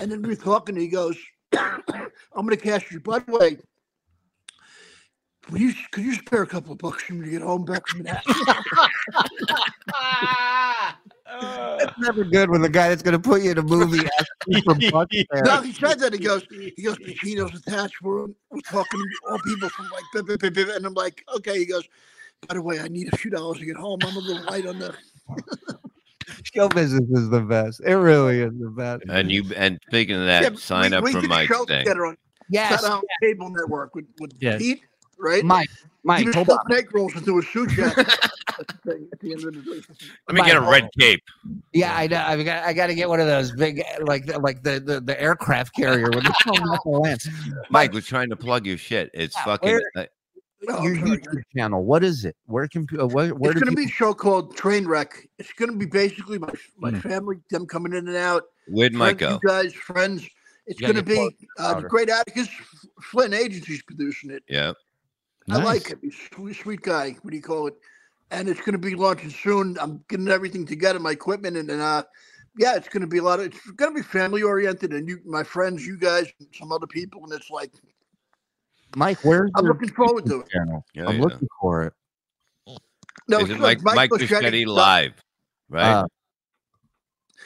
Speaker 5: And then we were talking, and he goes, [coughs] I'm gonna cash you. By the way, would you, could you spare a couple of bucks for me to get home back from that?
Speaker 2: It's never good when the guy that's going to put you in a movie asks you for bucks there.
Speaker 5: no, he said that.
Speaker 4: [laughs]
Speaker 5: He goes, he goes, Pacino's attached. We're, we're talking to all people from like, blah, blah, blah, blah, blah." and I'm like, okay. He goes, by the way, I need a few dollars to get home. I'm a little light on the.
Speaker 2: Show business is the best. It really is the best.
Speaker 4: And you and speaking of that,
Speaker 5: Yeah,
Speaker 4: sign
Speaker 5: we-
Speaker 4: up
Speaker 5: we
Speaker 4: for
Speaker 5: did a
Speaker 4: Mike's
Speaker 5: show
Speaker 4: thing.
Speaker 5: together on
Speaker 2: Yes,
Speaker 5: Cut Out Cable Network with, with
Speaker 3: Yeah.
Speaker 5: Pete, right?
Speaker 2: Mike,
Speaker 5: He
Speaker 2: Mike,
Speaker 5: just
Speaker 2: hold on.
Speaker 5: stuffed egg rolls into
Speaker 2: [laughs]
Speaker 5: a suit jacket. thing at the end of the day.
Speaker 4: Let me get a red cape.
Speaker 2: Yeah, I know. I got, I got to get one of those big, like, the- like the the, the aircraft carrier with
Speaker 5: [laughs]
Speaker 2: the phone at the land.
Speaker 4: Mike was trying to plug your shit. It's
Speaker 2: Yeah,
Speaker 4: fucking.
Speaker 2: where-
Speaker 4: uh,
Speaker 5: No,
Speaker 2: Your
Speaker 5: I'm sorry, guys.
Speaker 2: YouTube channel, what is it? Where can pe- uh, where, where
Speaker 5: Oh, it's
Speaker 2: do
Speaker 5: going to
Speaker 2: people-
Speaker 5: be a show called Trainwreck. It's going to be basically my, my
Speaker 2: Hmm.
Speaker 3: Mm.
Speaker 5: family, them coming in and out.
Speaker 4: Where'd Mike go?
Speaker 5: friends, You guys, friends. It's
Speaker 2: You gotta
Speaker 5: going to
Speaker 2: get
Speaker 5: be uh,
Speaker 2: louder.
Speaker 5: the Great Atticus. F- Flynn Agency's producing it.
Speaker 4: Yeah.
Speaker 5: I
Speaker 3: Nice.
Speaker 5: like him. He's a sweet, sweet guy. What do you call it? And it's going to be launching soon. I'm getting everything together, my equipment, and, and uh, yeah, it's going to be a lot of. It's going to be family oriented, and you, my friends, you guys, and some other people, and it's like
Speaker 2: Mike, where's
Speaker 5: I'm
Speaker 2: your
Speaker 5: looking forward to it.
Speaker 2: channel?
Speaker 4: Yeah,
Speaker 2: I'm
Speaker 4: yeah.
Speaker 2: looking for it.
Speaker 5: No,
Speaker 4: Is
Speaker 5: it's
Speaker 4: it
Speaker 5: good.
Speaker 4: Mike Mike
Speaker 5: Buscetti
Speaker 4: Buscetti
Speaker 5: does-
Speaker 4: live? Right.
Speaker 2: Uh,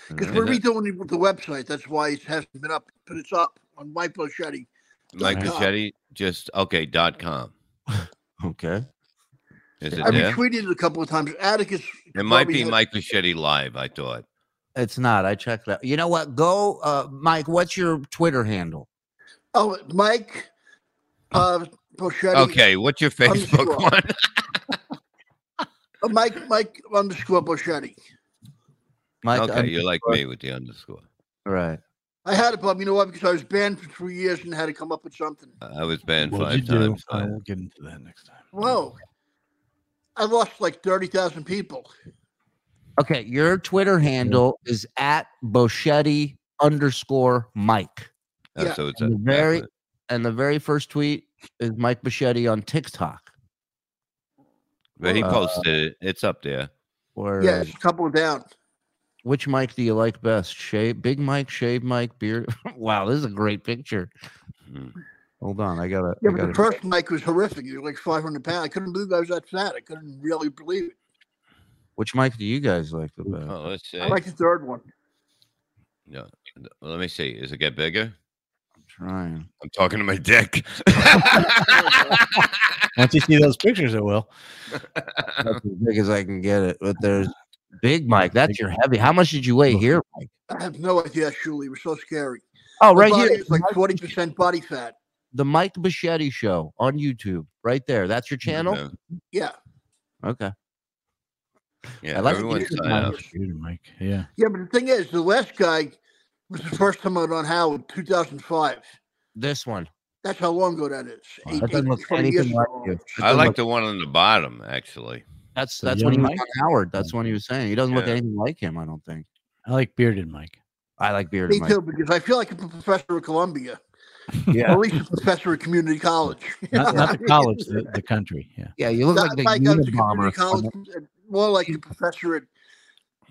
Speaker 5: Because
Speaker 4: Is
Speaker 5: we're
Speaker 4: it
Speaker 5: redoing the, the website. That's why it hasn't been up, but it's up on Mike Boschetti.
Speaker 4: Mike
Speaker 5: dot com.
Speaker 4: Buscetti just okay dot com.
Speaker 2: [laughs] Okay.
Speaker 4: Is it
Speaker 5: I
Speaker 4: there?
Speaker 5: retweeted it a couple of times. Atticus.
Speaker 4: It might
Speaker 5: probably
Speaker 4: be
Speaker 5: had-
Speaker 4: Mike Buscetti live. I thought.
Speaker 2: It's not. I checked that. You know what? Go, uh, Mike. What's your Twitter handle?
Speaker 5: Oh, Mike. Uh, Boschetti.
Speaker 4: Okay, what's
Speaker 5: [laughs]
Speaker 4: your Facebook
Speaker 5: Underscore.
Speaker 4: one?
Speaker 5: Uh, Mike. Mike underscore Boschetti.
Speaker 2: Mike.
Speaker 4: okay, you're like
Speaker 2: underscore-
Speaker 4: me with the underscore.
Speaker 2: Right.
Speaker 5: I had it, but you know what? Because I was banned for three years and had to come up with something.
Speaker 4: I was banned
Speaker 3: What'd
Speaker 4: five
Speaker 3: you do?
Speaker 4: times.
Speaker 3: I will get into that next time.
Speaker 5: Whoa. I lost like 30,000 people.
Speaker 2: Okay, your Twitter handle is at Boschetti underscore Mike.
Speaker 4: Oh, Yeah. so it's
Speaker 2: and
Speaker 4: a-
Speaker 2: the very and the very first tweet is Mike Boschetti on TikTok.
Speaker 4: But he
Speaker 2: Uh,
Speaker 4: posted it. It's up there.
Speaker 2: Or
Speaker 5: Yeah, it's a couple down.
Speaker 2: which Mike do you like best? Shave Big Mike, Shave Mike, Beard. [laughs] wow, this is a great picture.
Speaker 4: Hmm.
Speaker 2: Hold on, I gotta.
Speaker 5: Yeah,
Speaker 2: I
Speaker 5: but the
Speaker 2: gotta
Speaker 5: first mic was horrific. It was like 500 pounds. I couldn't believe I was that fat. I couldn't really believe it.
Speaker 2: which Mike do you guys like the best?
Speaker 4: Oh, let's see.
Speaker 5: I like the third one. [clears throat]
Speaker 4: No, no, let me see. Does it get bigger? [laughs]
Speaker 2: Trying.
Speaker 4: I'm talking to my dick. [laughs]
Speaker 3: Once you see those pictures, it will.
Speaker 2: That's as big as I can get it. But there's Big Mike. That's your heavy. How much did you weigh here, Mike?
Speaker 5: I have no idea, Shuli. It was so scary.
Speaker 2: Oh,
Speaker 5: My
Speaker 2: right
Speaker 5: body
Speaker 2: here.
Speaker 5: was like 40% body fat.
Speaker 2: The Mike Bichetti Show on YouTube, right there. That's your channel.
Speaker 4: Yeah.
Speaker 5: Yeah.
Speaker 2: Okay.
Speaker 4: Yeah,
Speaker 2: I like
Speaker 4: everyone
Speaker 2: YouTube,
Speaker 4: sign up.
Speaker 3: Mike. Yeah.
Speaker 5: Yeah, but the thing is, the last guy was the first time I was on Howard, 2005.
Speaker 2: This one.
Speaker 5: That's how long ago that is. Eight-
Speaker 2: That doesn't
Speaker 5: eight-
Speaker 2: look
Speaker 5: 20 years
Speaker 2: anything
Speaker 5: ago.
Speaker 2: like you. That
Speaker 4: I
Speaker 2: doesn't
Speaker 4: like
Speaker 2: look-
Speaker 4: the one on the bottom, actually.
Speaker 2: that's
Speaker 3: The
Speaker 2: that's when he was
Speaker 3: young Mike?
Speaker 2: on Howard. That's when he was saying he doesn't look
Speaker 4: Yeah.
Speaker 2: anything like him. I don't think.
Speaker 3: I like bearded Mike.
Speaker 2: I like bearded
Speaker 5: Me
Speaker 2: Mike.
Speaker 5: too, because I feel like I'm a professor at Columbia,
Speaker 2: Yeah.
Speaker 5: or at least a professor at
Speaker 2: [laughs]
Speaker 5: community college. [laughs]
Speaker 3: Not, not the college, the, the country. Yeah.
Speaker 2: Yeah, you look
Speaker 5: Not
Speaker 2: like the
Speaker 5: like I was a community
Speaker 2: Unabomber.
Speaker 5: college,
Speaker 2: from-
Speaker 5: uh, more like a professor at,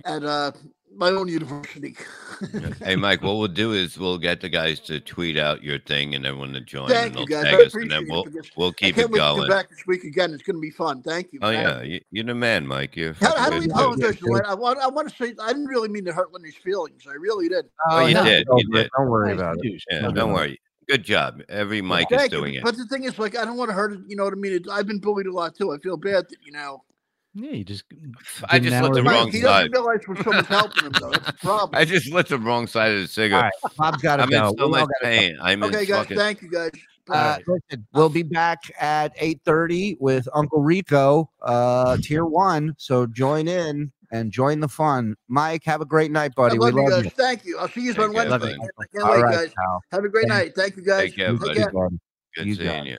Speaker 5: at uh, my own university.
Speaker 4: [laughs] hey, Mike, what we'll do is we'll get the guys to tweet out your thing and everyone to join
Speaker 5: Thank
Speaker 4: and
Speaker 5: you,
Speaker 4: they'll
Speaker 5: guys. I
Speaker 4: tag us and
Speaker 5: appreciate
Speaker 4: then
Speaker 5: it
Speaker 4: we'll,
Speaker 5: because
Speaker 4: we'll
Speaker 5: I
Speaker 4: keep
Speaker 5: can't
Speaker 4: it
Speaker 5: wait to
Speaker 4: going.
Speaker 5: come back this week again. It's going to be fun. Thank you.
Speaker 4: Oh,
Speaker 5: Thank
Speaker 4: yeah. You, you're the man, Mike. You're
Speaker 5: you. How, how
Speaker 4: fucking
Speaker 5: do
Speaker 4: good,
Speaker 5: we
Speaker 4: dude.
Speaker 5: apologize? Lorraine? I want, I want to say I didn't really mean to hurt Lenny's feelings. I really did.
Speaker 4: Oh, you
Speaker 2: no,
Speaker 4: did.
Speaker 2: don't
Speaker 4: You
Speaker 2: worry-
Speaker 5: [laughs]
Speaker 4: did.
Speaker 2: Don't worry about it.
Speaker 4: Yeah, don't worry. Good job. Every Mike is
Speaker 5: Thank you,
Speaker 4: doing it.
Speaker 5: But the thing is, like, I don't want to hurt it. You know what I mean? It, I've been bullied a lot too. I feel bad that you know.
Speaker 3: Yeah, you just.
Speaker 4: I
Speaker 3: did an
Speaker 4: just lit
Speaker 3: hour
Speaker 4: the
Speaker 3: of-
Speaker 5: Mike,
Speaker 4: wrong
Speaker 5: he
Speaker 4: side.
Speaker 5: doesn't realize
Speaker 4: [laughs]
Speaker 5: when someone's helping him though. That's the problem.
Speaker 4: I just lit the wrong side of the
Speaker 2: All
Speaker 4: cigarette.
Speaker 2: right, Bob's got to
Speaker 4: I'm in
Speaker 2: go.
Speaker 4: so
Speaker 2: We all
Speaker 4: much
Speaker 2: gotta go.
Speaker 4: pain. I'm in
Speaker 5: okay, guys.
Speaker 4: fucking.
Speaker 5: Thank you, guys.
Speaker 2: Uh, listen, we'll be back at 8.30 with Uncle Rico, uh, tier one. So join in and join the fun. Mike, have a great night, buddy.
Speaker 5: I love
Speaker 2: we
Speaker 5: you
Speaker 2: love
Speaker 5: guys.
Speaker 2: you.
Speaker 5: Thank you. I'll see you on
Speaker 4: Take care,
Speaker 5: Wednesday.
Speaker 4: buddy.
Speaker 5: I can't
Speaker 2: All
Speaker 5: wait,
Speaker 2: right,
Speaker 5: guys.
Speaker 2: pal.
Speaker 5: Have a great night. Thank you, guys.
Speaker 4: Take care,
Speaker 5: Take
Speaker 4: buddy.
Speaker 5: care.
Speaker 2: buddy.
Speaker 4: Good
Speaker 2: You got
Speaker 4: seeing
Speaker 2: it.
Speaker 4: you.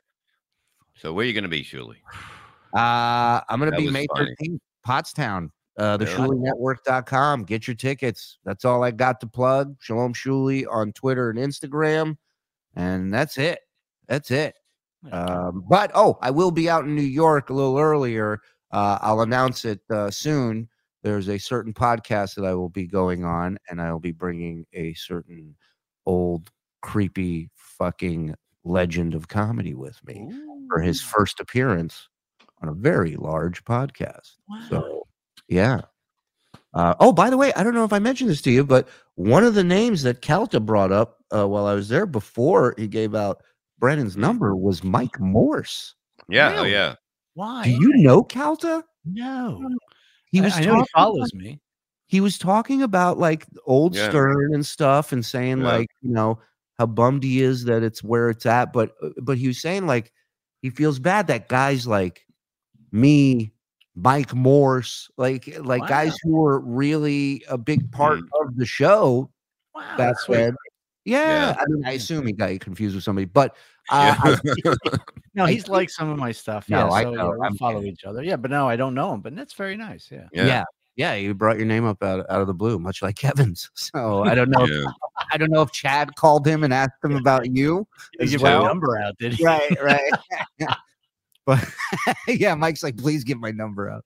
Speaker 4: So where you going to be, Shuli?
Speaker 2: Uh, I'm going to
Speaker 4: That
Speaker 2: be
Speaker 4: was
Speaker 2: May
Speaker 4: funny.
Speaker 2: 13th, Pottstown. Uh, the
Speaker 4: Yeah.
Speaker 2: network.com. Get your tickets. That's all I got to plug. Shalom Shuli on Twitter and Instagram. And that's it. That's it.
Speaker 4: uh,
Speaker 2: Um, but oh, I will be out in New York a little earlier. Uh, I'll announce it uh, soon. There's a certain podcast that I will be going on, and I'll be bringing a certain old, creepy, fucking legend of comedy with me Uh, for his first appearance on a very large podcast. So, yeah. Uh, oh, by the way, I don't know if I mentioned this to you, but one of the names that Calta brought up uh, while I was there before he gave out Brennan's number was Mike Morse.
Speaker 4: Yeah, oh
Speaker 3: Really?
Speaker 4: yeah.
Speaker 3: Why?
Speaker 2: Do you know Calta?
Speaker 3: No.
Speaker 2: He was
Speaker 3: I, I know he
Speaker 2: talking
Speaker 3: follows
Speaker 2: about-
Speaker 3: me.
Speaker 2: he was talking about like old
Speaker 4: Yeah.
Speaker 2: Stern and stuff, and saying
Speaker 4: Yeah.
Speaker 2: like you know how bummed he is that it's where it's at, but uh, but he was saying like he feels bad that guys like me, Mike Morse, like eh, like
Speaker 3: Wow.
Speaker 2: guys who were really a big part
Speaker 4: Mm.
Speaker 2: of the show
Speaker 3: Wow.
Speaker 2: back
Speaker 3: that's weird.
Speaker 2: then. Yeah,
Speaker 4: Oh, Yeah.
Speaker 2: I mean, I assume he got you confused with somebody, but uh, I-
Speaker 4: [laughs] Yeah.
Speaker 3: No,
Speaker 2: I
Speaker 3: he's
Speaker 2: think-
Speaker 3: like some of my stuff.
Speaker 2: No,
Speaker 3: Yeah,
Speaker 2: I
Speaker 3: so, yeah,
Speaker 2: know,
Speaker 3: we
Speaker 2: I'm
Speaker 3: follow
Speaker 2: kidding.
Speaker 3: each other. Yeah, but no, I don't know him. But that's very nice. Yeah.
Speaker 2: yeah. yeah. you brought your name up out, out of the blue, much like Kevin's. [laughs] So I don't know. if-
Speaker 4: Yeah.
Speaker 2: I don't know if Chad called him and asked him about you.
Speaker 3: He
Speaker 2: as
Speaker 3: gave my
Speaker 2: well.
Speaker 3: number out, did he?
Speaker 2: right right
Speaker 3: [laughs]
Speaker 2: Yeah. but [laughs] yeah mike's like please give my number out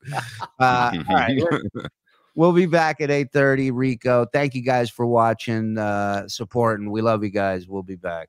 Speaker 2: uh,
Speaker 3: [laughs]
Speaker 2: all right we'll- we'll be back at 8 30 rico thank you guys for watching uh supporting we love you guys we'll be back